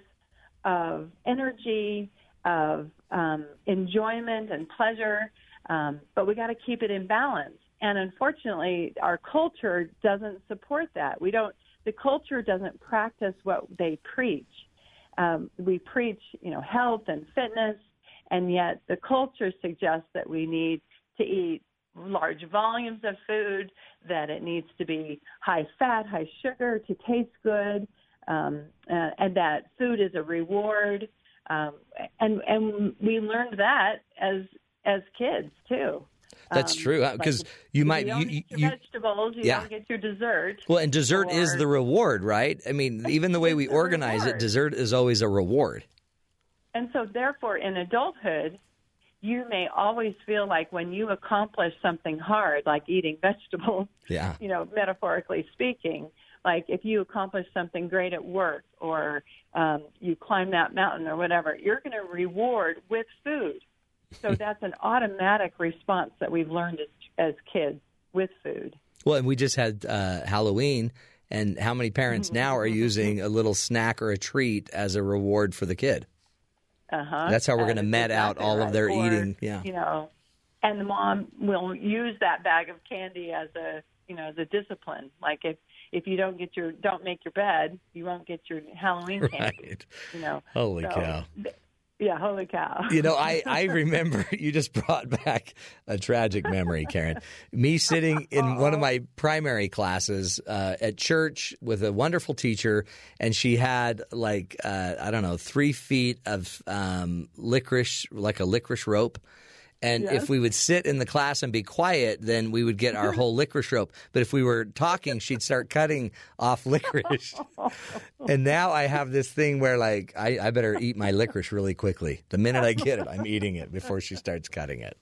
N: of energy, of um, enjoyment and pleasure, Um, but we got to keep it in balance. And unfortunately, our culture doesn't support that. We don't. The culture doesn't practice what they preach. Um, we preach, you know, health and fitness, and yet the culture suggests that we need to eat large volumes of food, that it needs to be high fat, high sugar to taste good, um, uh, and that food is a reward. Um, and and we learned that as as kids too.
C: That's
N: Um,
C: true
N: like,
C: because you might
N: don't
C: you,
N: eat
C: you-
N: your vegetables, you
C: yeah.
N: don't get your dessert.
C: well, and dessert is
N: or-
C: the reward, right? I mean, even the way we organize it,
N: reward.
C: dessert is always a reward.
N: And so, therefore, in adulthood, you may always feel like when you accomplish something hard, like eating vegetables,
C: Yeah.
N: you know, metaphorically speaking, like if you accomplish something great at work or um, you climb that mountain or whatever, you're going to reward with food. So that's an automatic response that we've learned as, as kids with food.
C: Well, and we just had uh, Halloween, and how many
N: Mm-hmm.
C: parents now are using a little snack or a treat as a reward for the kid?
N: Uh-huh.
C: That's how we're
N: Uh,
C: going to
N: that's
C: met out
N: exactly
C: all of
N: right.
C: their
N: Or,
C: eating. Yeah.
N: You know, and the mom will use that bag of candy as a, you know, as a discipline. Like if if you don't get your don't make your bed, you won't get your Halloween candy.
C: Right.
N: You know.
C: Holy
N: So,
C: cow.
N: th- Yeah, holy cow.
C: You know, I, I remember you just brought back a tragic memory, Karen. Me sitting in one of my primary classes uh, at church with a wonderful teacher, and she had like, uh, I don't know, three feet of um, licorice, like a licorice rope. And
O: Yes.
C: if we would sit in the class and be quiet, then we would get our whole licorice rope. But if we were talking, she'd start cutting off licorice. and now I have this thing where, like, I, I better eat my licorice really quickly. The minute I get it, I'm eating it before she starts cutting it.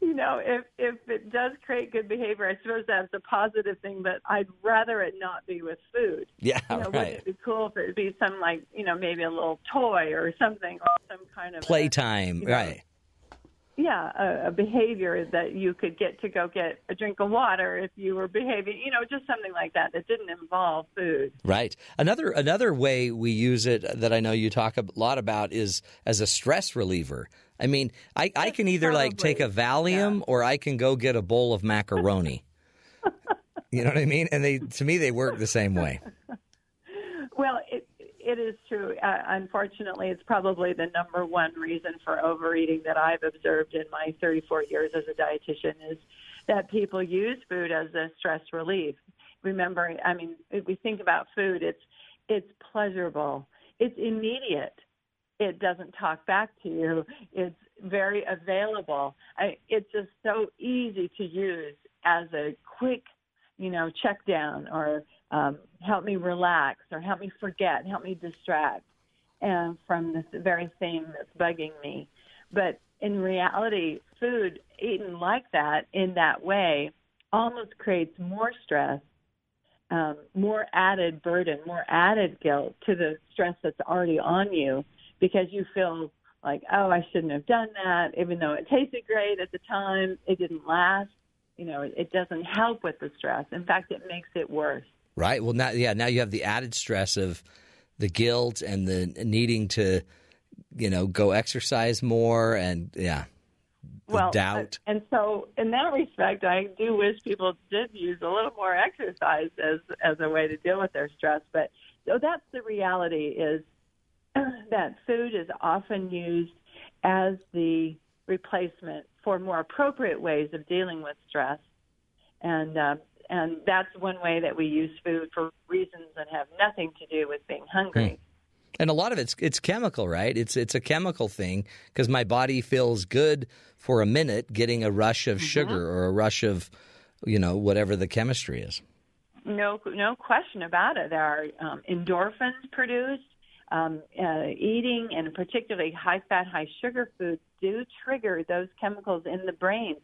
N: you know, if if it does create good behavior, I suppose that's a positive thing. But I'd rather it not be with food.
C: Yeah,
N: You know, Wouldn't
C: right.
N: it be cool if it would be some like you know maybe a little toy or something or some kind of a-
C: Playtime,
N: you know,
C: right?
N: yeah, a, a behavior that you could get to go get a drink of water if you were behaving, you know, just something like that that didn't involve food.
C: Right. Another another way we use it that I know you talk a lot about is as a stress reliever. I mean, I, I can either like take a Valium or I can go get a bowl of macaroni. you know what I mean? And they to me they work the same way.
N: Well, it it is true. Uh, unfortunately, it's probably the number one reason for overeating that I've observed in my 34 years as a dietitian is that people use food as a stress relief. Remember, I mean, if we think about food, it's it's pleasurable, it's immediate, it doesn't talk back to you, it's very available. I, it's just so easy to use as a quick, you know, check down or um, help me relax or help me forget, help me distract uh, from this very thing that's bugging me. But in reality, food eaten like that, in that way, almost creates more stress, um, more added burden, more added guilt to the stress that's already on you because you feel like, oh, I shouldn't have done that, even though it tasted great at the time, it didn't last. You know, it- it doesn't help with the stress. In fact, it makes it worse.
C: Right. Well, now, yeah, now you have the added stress of the guilt and the needing to, you know, go exercise more and yeah, the
N: well,
C: doubt.
N: uh, and so, in that respect, I do wish people did use a little more exercise as as a way to deal with their stress. But so that's the reality is that food is often used as the replacement for more appropriate ways of dealing with stress, and uh, and that's one way that we use food for reasons that have nothing to do with being hungry.
C: Hmm. And a lot of it's it's chemical, right? It's it's a chemical thing because my body feels good for a minute getting a rush
N: Mm-hmm.
C: of sugar or a rush of you know whatever the chemistry is.
N: No, no question about it. There are um, endorphins produced. Um, uh, eating and particularly high fat, high sugar foods do trigger those chemicals in the brain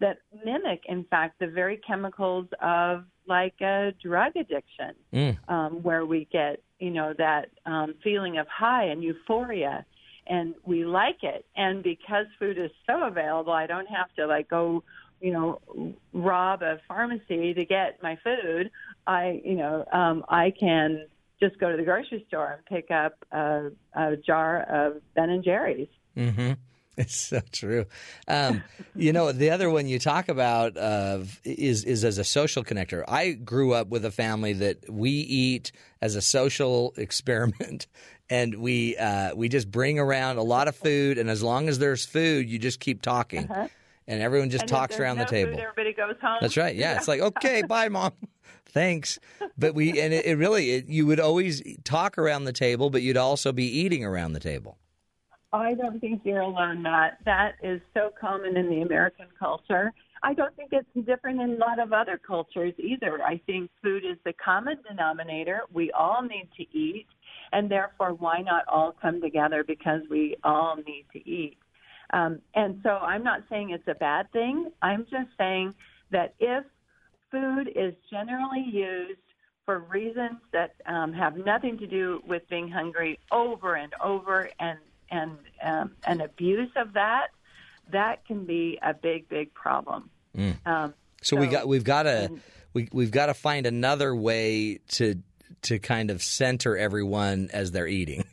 N: that mimic, in fact, the very chemicals of like a drug addiction, um, where we get, you know, that um, feeling of high and euphoria and we like it. And because food is so available, I don't have to like go, you know, rob a pharmacy to get my food. I, you know, um, I can just go to the grocery store and pick up a, a jar of Ben and Jerry's.
C: Mm-hmm. It's so true. Um, you know, the other one you talk about of is is as a social connector. I grew up with a family that we eat as a social experiment, and we uh, we just bring around a lot of food, and as long as there's food, you just keep talking,
N: Uh-huh.
C: and everyone just
N: And if
C: talks
N: there's
C: around
N: no
C: the
N: food,
C: table.
N: everybody goes home.
C: That's right. Yeah, it's like okay, bye, mom. Thanks. But we and it, it really it, you would always talk around the table, but you'd also be eating around the table.
N: I don't think you're alone, Matt. That is so common in the American culture. I don't think it's different in a lot of other cultures either. I think food is the common denominator. We all need to eat, and therefore, why not all come together because we all need to eat? Um, and so, I'm not saying it's a bad thing. I'm just saying that if food is generally used for reasons that um, have nothing to do with being hungry over and over and and um, an abuse of that that can be a big big problem
C: Mm.
N: um,
C: So, we got we've got to we we've got to find another way to to kind of center everyone as they're eating.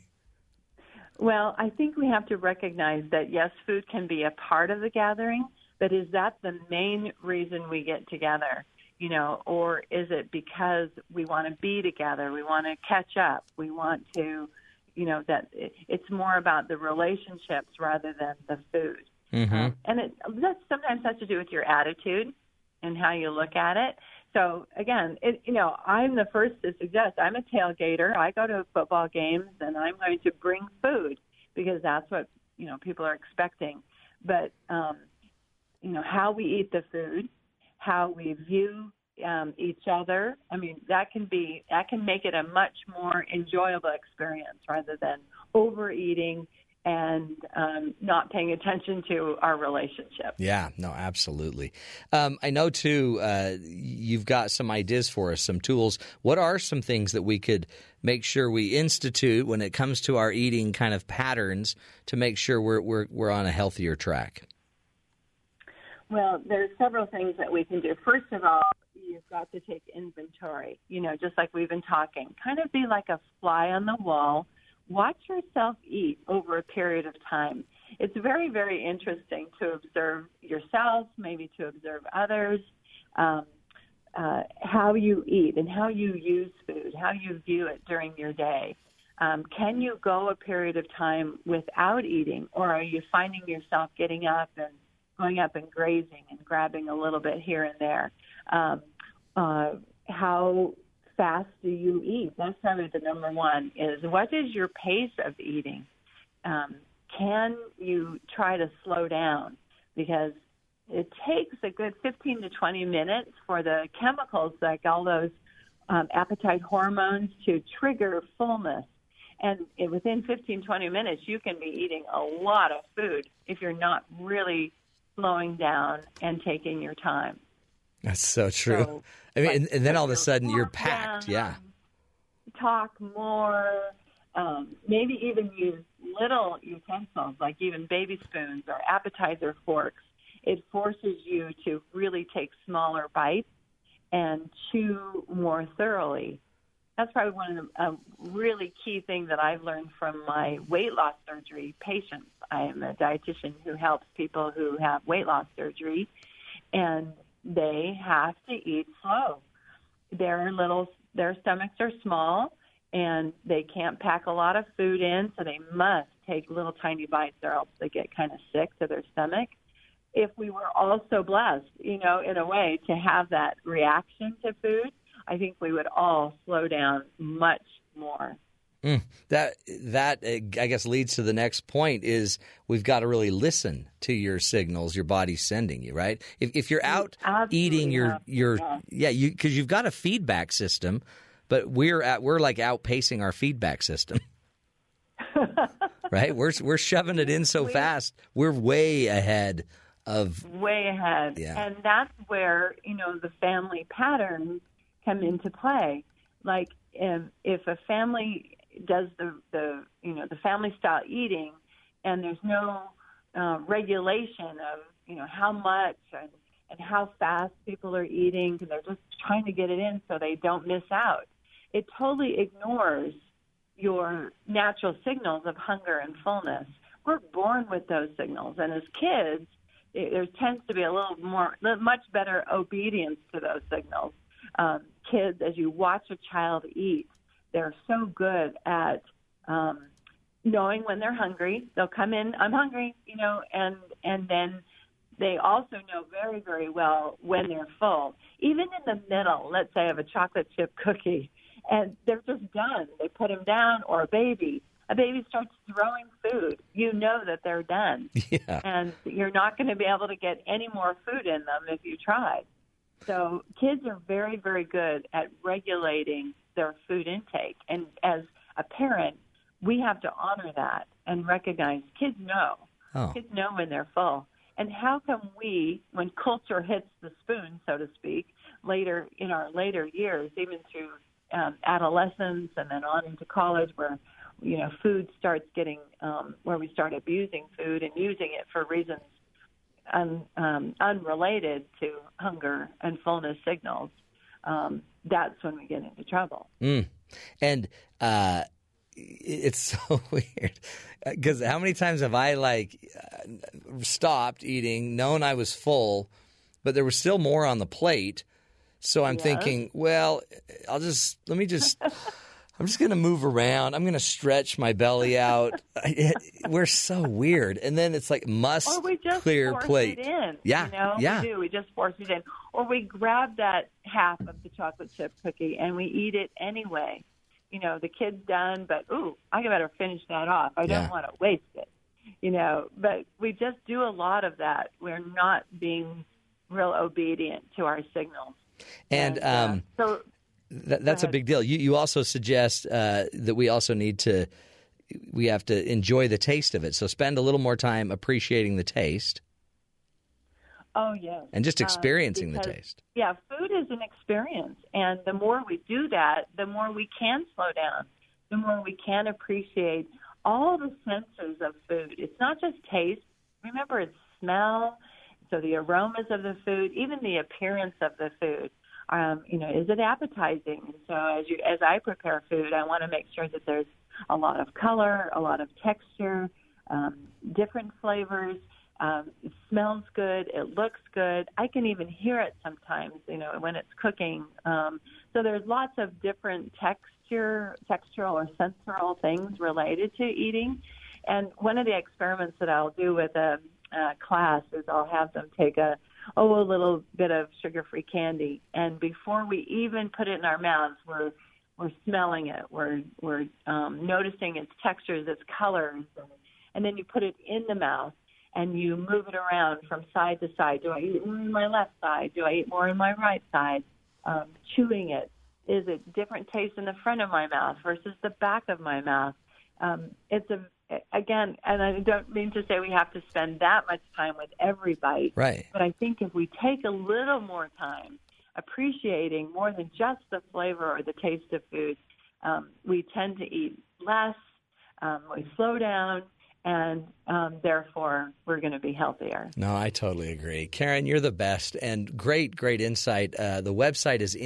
N: well i think we have to recognize that yes food can be a part of the gathering but is that the main reason we get together you know or is it because we want to be together we want to catch up we want to you know that it- it's more about the relationships rather than the food
O: Mm-hmm.
N: and it that sometimes has to do with your attitude and how you look at it. So again, it, you know, I'm the first to suggest I'm a tailgater. I go to football games and I'm going to bring food because that's what you know people are expecting. But um, you know how we eat the food, how we view um, each other. I mean, that can be that can make it a much more enjoyable experience rather than overeating and um, not paying attention to our relationship.
C: Yeah, no, absolutely. Um, I know too. Uh, you've got some ideas for us, some tools. What are some things that we could make sure we institute when it comes to our eating kind of patterns to make sure we're we're we're on a healthier track?
N: Well, there's several things that we can do. First of all, you've got to take inventory. You know, just like we've been talking, kind of be like a fly on the wall. Watch yourself eat over a period of time. It's very, very interesting to observe yourself, maybe to observe others, um, uh, how you eat and how you use food, how you view it during your day. Um, can you go a period of time without eating, or are you finding yourself getting up and going up and grazing and grabbing a little bit here and there. Um, uh, how fast do you eat? That's probably the number one is what is your pace of eating? Um, can you try to slow down? Because it takes a good 15 to 20 minutes for the chemicals, like all those um, appetite hormones, to trigger fullness. And it, within 15, 20 minutes, you can be eating a lot of food if you're not really slowing down and taking your time.
C: That's so true. I mean, and, and then all of a sudden you're packed. Yeah.
N: Talk more, um, maybe even use little utensils like even baby spoons or appetizer forks. It forces you to really take smaller bites and chew more thoroughly. That's probably one of the a really key thing that I've learned from my weight loss surgery patients. I am a dietitian who helps people who have weight loss surgery, and they have to eat slow. Their little their stomachs are small, and they can't pack a lot of food in, so they must take little tiny bites, or else they get kind of sick to their stomach if we were also blessed, you know, in a way to have that reaction to food, I think we would all slow down much more.
C: Mm. That that uh, I guess leads to the next point is we've got to really listen to your signals your body's sending you right if if you're out eating your your yeah, you because you've got a feedback system but we're at we're like outpacing our feedback system right we're we're shoving it in so fast we're way ahead of
N: Way ahead.
C: Yeah.
N: And that's where, you know, the family patterns come into play. Like if, if a family does the, the, you know, the family style eating and there's no uh, regulation of, you know, how much and, and how fast people are eating and they're just trying to get it in so they don't miss out. It totally ignores your natural signals of hunger and fullness. we're born with those signals, and as kids, it, there tends to be a little more, li- much better obedience to those signals. Um, kids, as you watch a child eat, they're so good at um, knowing when they're hungry. They'll come in, I'm hungry, you know, and and then they also know very very well when they're full. Even in the middle, let's say of a chocolate chip cookie, and they're just done. They put them down, or a baby. A baby starts throwing food. You know that they're done,
C: Yeah.
N: and you're not going to be able to get any more food in them if you try. So kids are very, very good at regulating their food intake. And as a parent, we have to honor that and recognize kids know.
O: Oh.
N: Kids know when they're full. And how come we, when culture hits the spoon, so to speak, later in our later years, even through um, adolescence and then on into college, where you know food starts getting um, where we start abusing food and using it for reasons un, um, unrelated to hunger and fullness signals, um, that's when we get into trouble.
C: Mm. And uh, it's so weird because how many times have I like uh, stopped eating, known I was full, but there was still more on the plate. So I'm
F: Yeah.
C: thinking, well, I'll just let me just. I'm just going to move around. I'm going to stretch my belly out. We're so weird. And then it's like must
N: or we just
C: clear
N: force
C: plate.
N: it in.
C: yeah.
N: you know?
C: yeah.
N: we do. We just force it in, or we grab that half of the chocolate chip cookie and we eat it anyway. You know, the kid's done, but ooh, I better finish that off. I
C: Yeah.
N: don't want to waste it. You know, but we just do a lot of that. We're not being real obedient to our signals.
C: And, um,
N: So
C: That, that's a big deal. You, you also suggest uh, that we also need to we have to enjoy the taste of it. So spend a little more time appreciating the taste
N: Oh yes.
C: and just
N: Um,
C: experiencing the
N: because-
C: taste.
N: Yeah, food is an experience, and the more we do that, the more we can slow down, the more we can appreciate all the senses of food. It's not just taste. Remember, it's smell. So the aromas of the food, even the appearance of the food. Um, you know, is it appetizing? And so as you as I prepare food, I want to make sure that there's a lot of color, a lot of texture, um, different flavors. Um, it smells good. It looks good. I can even hear it sometimes, you know, when it's cooking. Um, so there's lots of different texture, textural or sensorial things related to eating. And one of the experiments that I'll do with a, uh class is I'll have them take a oh a little bit of sugar-free candy, and before we even put it in our mouths, we're we're smelling it. We're we're um, noticing its textures, its colors, and then you put it in the mouth and you move it around from side to side. Do I eat more in my left side? Do I eat more in my right side? Um, chewing it is it different taste in the front of my mouth versus the back of my mouth? Um, it's a again, and I don't mean to say we have to spend that much time with every bite,
C: Right.
N: but I think if we take a little more time appreciating more than just the flavor or the taste of food, um, we tend to eat less, um, we slow down, and um, therefore we're going to be healthier.
C: No, I totally agree. Karen, you're the best and great, great insight. Uh, the website is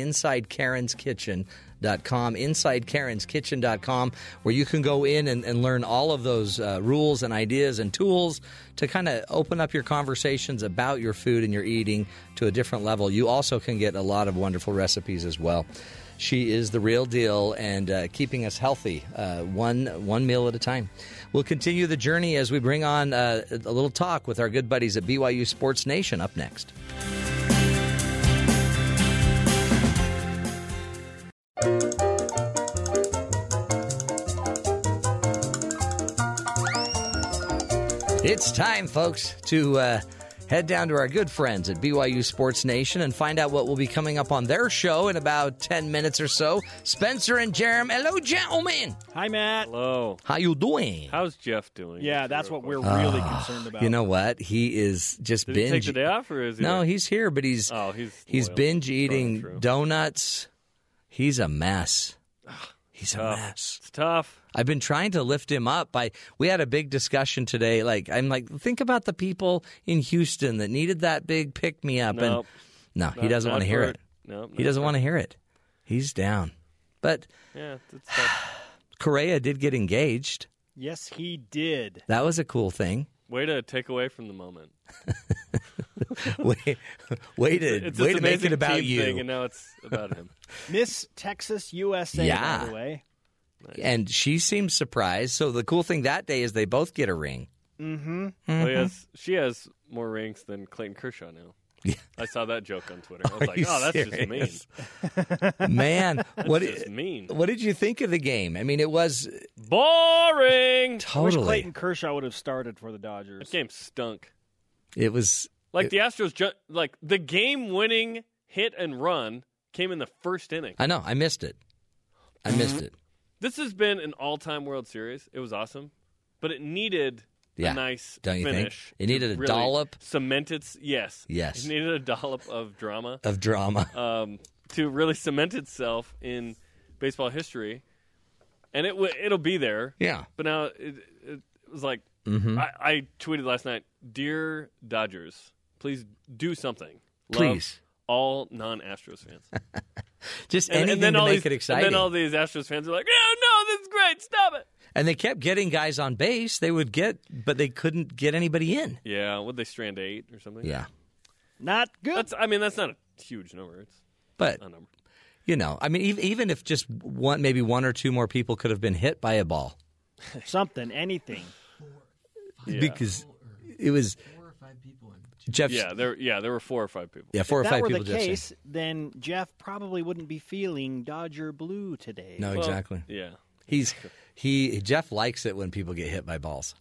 C: insidekarenskitchen.com, insidekarenskitchen.com, where you can go in and, and learn all of those uh, rules and ideas and tools to kind of open up your conversations about your food and your eating to a different level. You also can get a lot of wonderful recipes as well. She is the real deal and uh, keeping us healthy uh, one one meal at a time. We'll continue the journey as we bring on uh, a little talk with our good buddies at BYU Sports Nation up next. It's time, folks, to uh, head down to our good friends at BYU Sports Nation and find out what will be coming up on their show in about 10 minutes or so. Spencer and Jerem, hello, gentlemen.
P: Hi, Matt.
Q: Hello.
C: How you doing?
Q: How's Jeff doing?
P: Yeah, that's what we're really
C: Ah,
P: concerned about.
C: You know what? He is just
Q: Did he
C: binge.
Q: take the day off, or is he-
C: No, he's here, but he's
Q: Oh, he's loyal.
C: binge eating donuts. He's a mess. He's a mess. It's
Q: tough.
C: I've been trying to lift him up. I we had a big discussion today. Like I'm like, think about the people in Houston that needed that big pick me up,
Q: Nope.
C: and no, he
Q: Not-
C: doesn't
Q: not
C: want to hear
Q: for
C: it.
Q: it. Nope,
C: he
Q: not
C: doesn't
Q: for
C: want to hear it. He's down. But
Q: Yeah, it's tough.
C: Correa did get engaged.
O: Yes, he did.
C: That was a cool thing.
Q: Way to take away from the moment.
C: way, way to
Q: It's this
C: way to make
Q: amazing
C: it about
Q: team
C: you.
Q: thing, and now it's about him.
O: Miss Texas USA,
C: Yeah.
O: by the way.
C: And she seems surprised. So the cool thing that day is they both get a ring.
O: Mm-hmm.
Q: Well, he
C: Mhm.
Q: has, she has more ranks than Clayton Kershaw now. I saw that joke on Twitter. I was
C: Are
Q: like,
C: you
Q: oh, that's
C: serious?
Q: just mean.
C: Man,
Q: that's
C: what
Q: just
C: i-
Q: mean.
C: What did you think of the game? I mean, it was
Q: boring.
O: I wish
C: Totally,
O: Clayton Kershaw would have started for the Dodgers.
Q: That game stunk.
C: it was.
Q: Like the Astros, ju- like the game-winning hit and run came in the first inning.
C: I know. I missed it. I missed it.
Q: This has been an all-time World Series. It was awesome, but it needed
C: Yeah.
Q: a nice
C: Don't you think?
Q: finish.
C: It needed
Q: to
C: a
Q: really
C: dollop.
Q: Cement its yes,
C: Yes.
Q: It needed a dollop of drama
C: Of drama.
Q: um, to really cement itself in baseball history, and it w- it'll be there.
C: Yeah.
Q: but now it, it was like
C: Mhm.
Q: I, I tweeted last night, dear Dodgers, please do something. Love
C: Please.
Q: all non-Astros fans.
C: Just
Q: And- and
C: anything
Q: then
C: to
Q: all
C: make
Q: these-
C: it exciting.
Q: And then all these Astros fans are like, "No, no, this is great. Stop it."
C: And they kept getting guys on base. They would get, but they couldn't get anybody in.
Q: Yeah, would they strand eight or something?
C: Yeah.
O: not good.
Q: That's, I mean, that's not a huge number. It's
C: But
Q: a number.
C: you know, I mean, ev- even if just one, maybe one or two more people could have been hit by a ball
O: Something, anything.
C: because it was Jeff.
Q: yeah, there. Yeah, there were four or five people.
C: Yeah, four
O: if
C: or
O: that
C: five
O: were
C: people.
O: the
C: Jeff said.
O: case, then Jeff probably wouldn't be feeling Dodger blue today.
C: No, exactly.
Q: Yeah.
C: He's he Jeff likes it when people get hit by balls.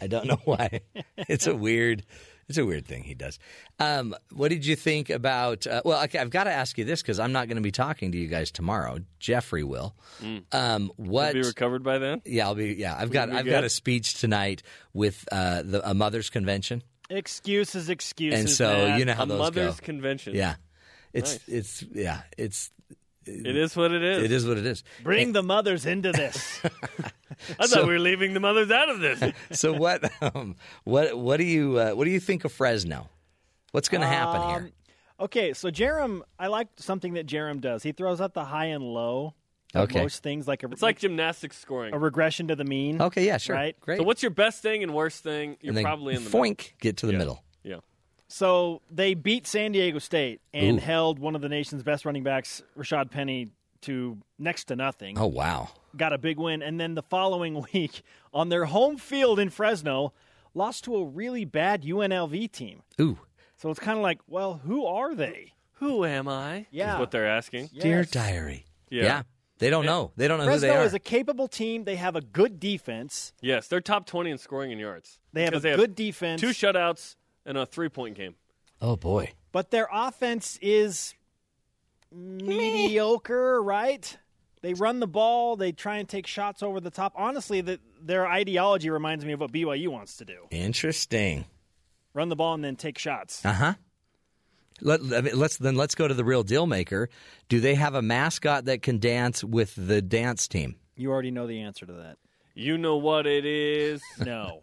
C: I don't know why. It's a weird it's a weird thing he does. Um, what did you think about uh, well okay, I've got to ask you this cuz I'm not going to be talking to you guys tomorrow. Jeffrey will. Um, what
Q: Be recovered by then.
C: Yeah, I'll be yeah, I've
Q: We'll
C: got
Q: be
C: I've got
Q: good.
C: a speech tonight with uh, the a mother's convention.
O: Excuses, excuses.
C: and so
O: Matt.
C: you know how those go. Yeah. It's
O: Nice.
C: it's yeah, it's
Q: It is what it is.
C: It is what it is.
O: Bring the mothers into this.
Q: I
C: So-
Q: thought we were leaving the mothers out of this.
C: so what um, what what do you uh, what do you think of Fresno? What's going to happen
Q: Um,
C: here?
O: Um, Okay, so Jerem, I like something that Jerem does. He throws out the high and low. of
C: Okay.
O: Most things like a,
Q: It's like gymnastics scoring.
O: a regression to the mean.
C: Okay, yeah, sure.
O: Right.
C: Great.
Q: So what's your best thing and worst thing? You're
C: And then
Q: probably in the
C: foink get to the middle.
Q: middle.
O: So they beat San Diego State and
C: Ooh.
O: held one of the nation's best running backs, Rashad Penny, to next to nothing.
C: Oh wow.
O: Got a big win. And then the following week, on their home field in Fresno, lost to a really bad UNLV team.
C: Ooh.
O: So it's kind of like, well, who are they?
Q: Who am I?
O: Yeah.
Q: Is what they're asking.
C: Dear diary.
Q: Yeah.
C: They don't know. They don't know
O: Fresno
C: who they are.
O: is a capable team. They have a good defense.
Q: Yes, they're top 20 in scoring in yards.
O: They have
Q: Because
O: a good defense.
Q: Two shutouts and a three point game.
C: oh boy.
O: But their offense is mediocre, right? They run the ball. They try and take shots over the top. Honestly, the, their ideology reminds me of what BYU wants to do:
C: Interesting.
O: run the ball and then take shots.
C: Uh-huh. Let, I mean, let's then let's go to the real deal maker. Do they have a mascot that can dance with the dance team?
O: You already know the answer to that.
Q: You know what it is.
O: No,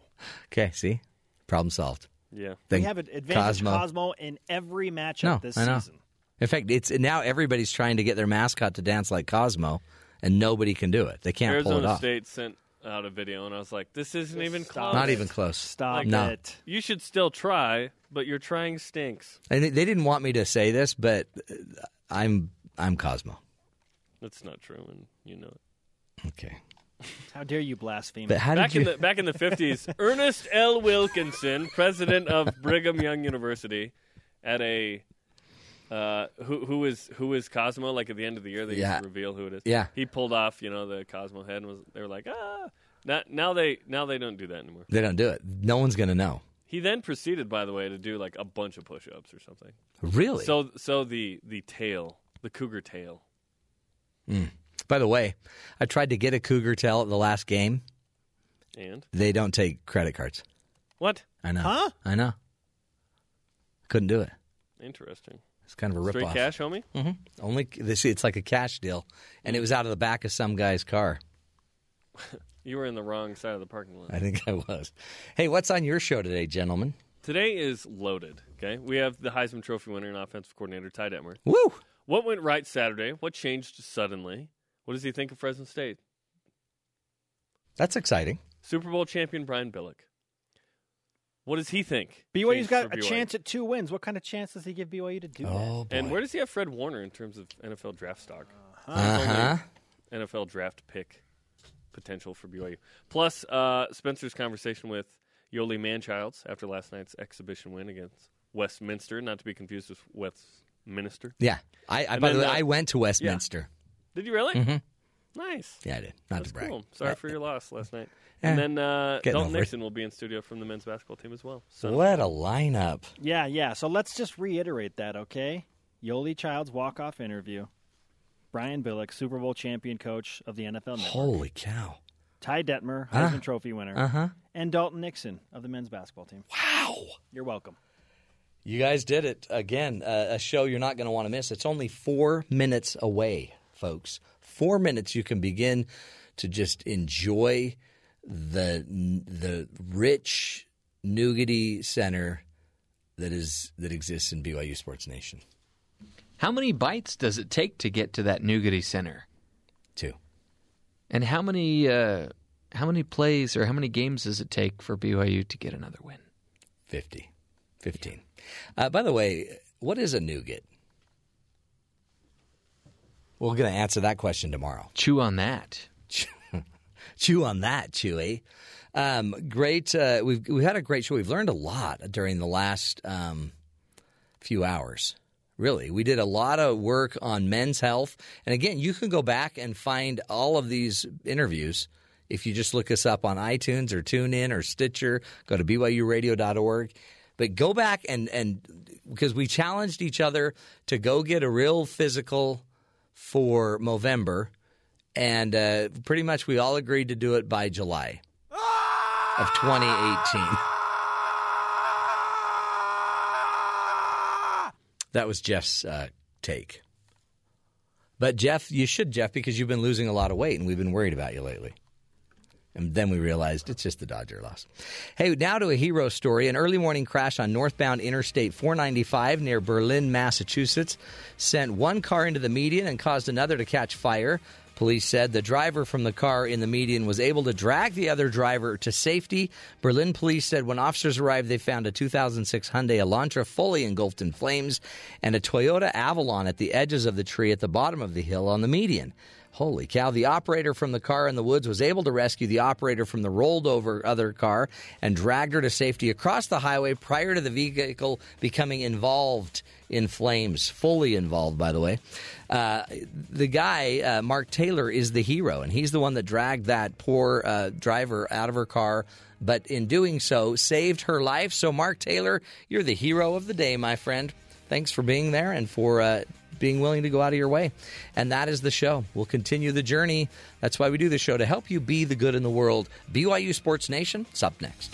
C: Okay, see? Problem solved.
Q: Yeah.
O: we
C: Then
O: have an advantage Cosmo,
C: Cosmo.
O: in every matchup
C: No,
O: this
C: I know.
O: season.
C: In fact, it's now everybody's trying to get their mascot to dance like Cosmo, and nobody can do it. They can't pull it
Q: Arizona
C: off.
Q: State sent out a video, and I was like, this isn't even close.
C: Not even close.
O: Stop
C: no.
O: it.
Q: You should still try, but your trying stinks.
C: And they they didn't want me to say this, but uh, I'm I'm Cosmo.
Q: That's not true, and you know it.
C: Okay.
O: How dare you blaspheme?
C: But how
Q: Back
C: did you?
Q: in the back in the fifties, Ernest L. Wilkinson, president of Brigham Young University, at a uh, who who is who is Cosmo? Like at the end of the year, they used to
C: Yeah.
Q: reveal who it is.
C: Yeah.
Q: he pulled off you know the Cosmo head, and was they were like ah. Now, now they now they don't do that anymore.
C: they don't do it. No one's going to know.
Q: He then proceeded, by the way, to do like a bunch of push-ups or something.
C: Really?
Q: So so the the tail, the cougar tail.
C: By the way, I tried to get a cougar tail at the last game.
Q: And
C: They don't take credit cards.
Q: what?
C: I know.
O: Huh?
C: I know. Couldn't do it.
Q: Interesting.
C: It's kind of a
Q: Straight
C: ripoff.
Q: cash, homie.
C: hmm Only they see it's like a cash deal, and it was out of the back of some guy's car.
Q: You were in the wrong side of the parking lot.
C: I think I was. Hey, what's on your show today, gentlemen?
Q: Today is loaded. Okay, we have the Heisman Trophy winner and offensive coordinator Ty Detmer.
C: Woo!
Q: What went right Saturday? What changed suddenly? What does he think of Fresno State?
C: That's exciting.
Q: Super Bowl champion Brian Billick. What does he think?
O: BYU's
Q: changed
O: got a
Q: for BYU?
O: chance at two wins. What kind of chance does he give BYU to do
C: Oh,
O: that?
Q: and where does he have Fred Warner in terms of NFL draft stock?
O: Uh-huh.
Q: Only NFL draft pick potential for BYU. Plus, uh, Spencer's conversation with Yoli Manchilds after last night's exhibition win against Westminster, not to be confused with Westminster.
C: Yeah. I, I
Q: And
C: by the way,
Q: then, uh,
C: I went to
Q: yeah.
C: Westminster.
Q: Did you really?
C: Mhm.
Q: Nice.
C: Yeah, I did. Not
Q: That's
C: to brag. Uh,
Q: cool. Sorry for your loss last night.
C: Eh,
Q: and then uh,
C: getting
Q: Dalton
C: over it.
Q: Nixon will be in studio from the men's basketball team as well. So
C: What a lineup.
O: Yeah, yeah. So let's just reiterate that, okay? Yoli Child's walk off interview. Brian Billick, Super Bowl champion coach of the NFL Network.
C: Holy cow.
O: Ty Detmer,
C: Huh?
O: Heisman Trophy winner.
C: Uh-huh.
O: And Dalton Nixon of the men's basketball team.
C: Wow.
O: You're welcome.
C: You guys did it. Again, uh, a show you're not going to want to miss. It's only four minutes away, folks. Four minutes you can begin to just enjoy the the rich nougaty center that is that exists in BYU Sports Nation.
E: How many bites does it take to get to that nougaty center?
C: Two.
E: And how many uh, how many plays or how many games does it take for BYU to get another win?
C: 50. 15. Uh, by the way, what is a nougat? We're going to answer that question tomorrow.
E: Chew on that.
C: Chew on that, Chewy. Um, great. Uh, we've we've had a great show. We've learned a lot during the last um, few hours. Really, we did a lot of work on men's health. And again, you can go back and find all of these interviews if you just look us up on iTunes or TuneIn or Stitcher. Go to BYURadio.org. But go back and and because we challenged each other to go get a real physical for Movember, and uh, pretty much we all agreed to do it by July of 2018. That was Jeff's uh, take. But Jeff, you should, Jeff, because you've been losing a lot of weight and we've been worried about you lately. And then we realized it's just the Dodger loss. Hey, now to a hero story. An early morning crash on northbound Interstate 495 near Berlin, Massachusetts, sent one car into the median and caused another to catch fire. Police said the driver from the car in the median was able to drag the other driver to safety. Berlin police said when officers arrived, they found a 2006 Hyundai Elantra fully engulfed in flames and a Toyota Avalon at the edges of the tree at the bottom of the hill on the median. Holy cow. The operator from the car in the woods was able to rescue the operator from the rolled over other car and dragged her to safety across the highway prior to the vehicle becoming involved in flames. Fully involved, by the way. Uh, the guy, uh, Mark Taylor, is the hero, and he's the one that dragged that poor uh, driver out of her car, but in doing so, saved her life. So, Mark Taylor, you're the hero of the day, my friend. Thanks for being there and for uh, being willing to go out of your way. And that is the show. We'll continue the journey. That's why we do the show to help you be the good in the world. BYU Sports Nation, it's up next.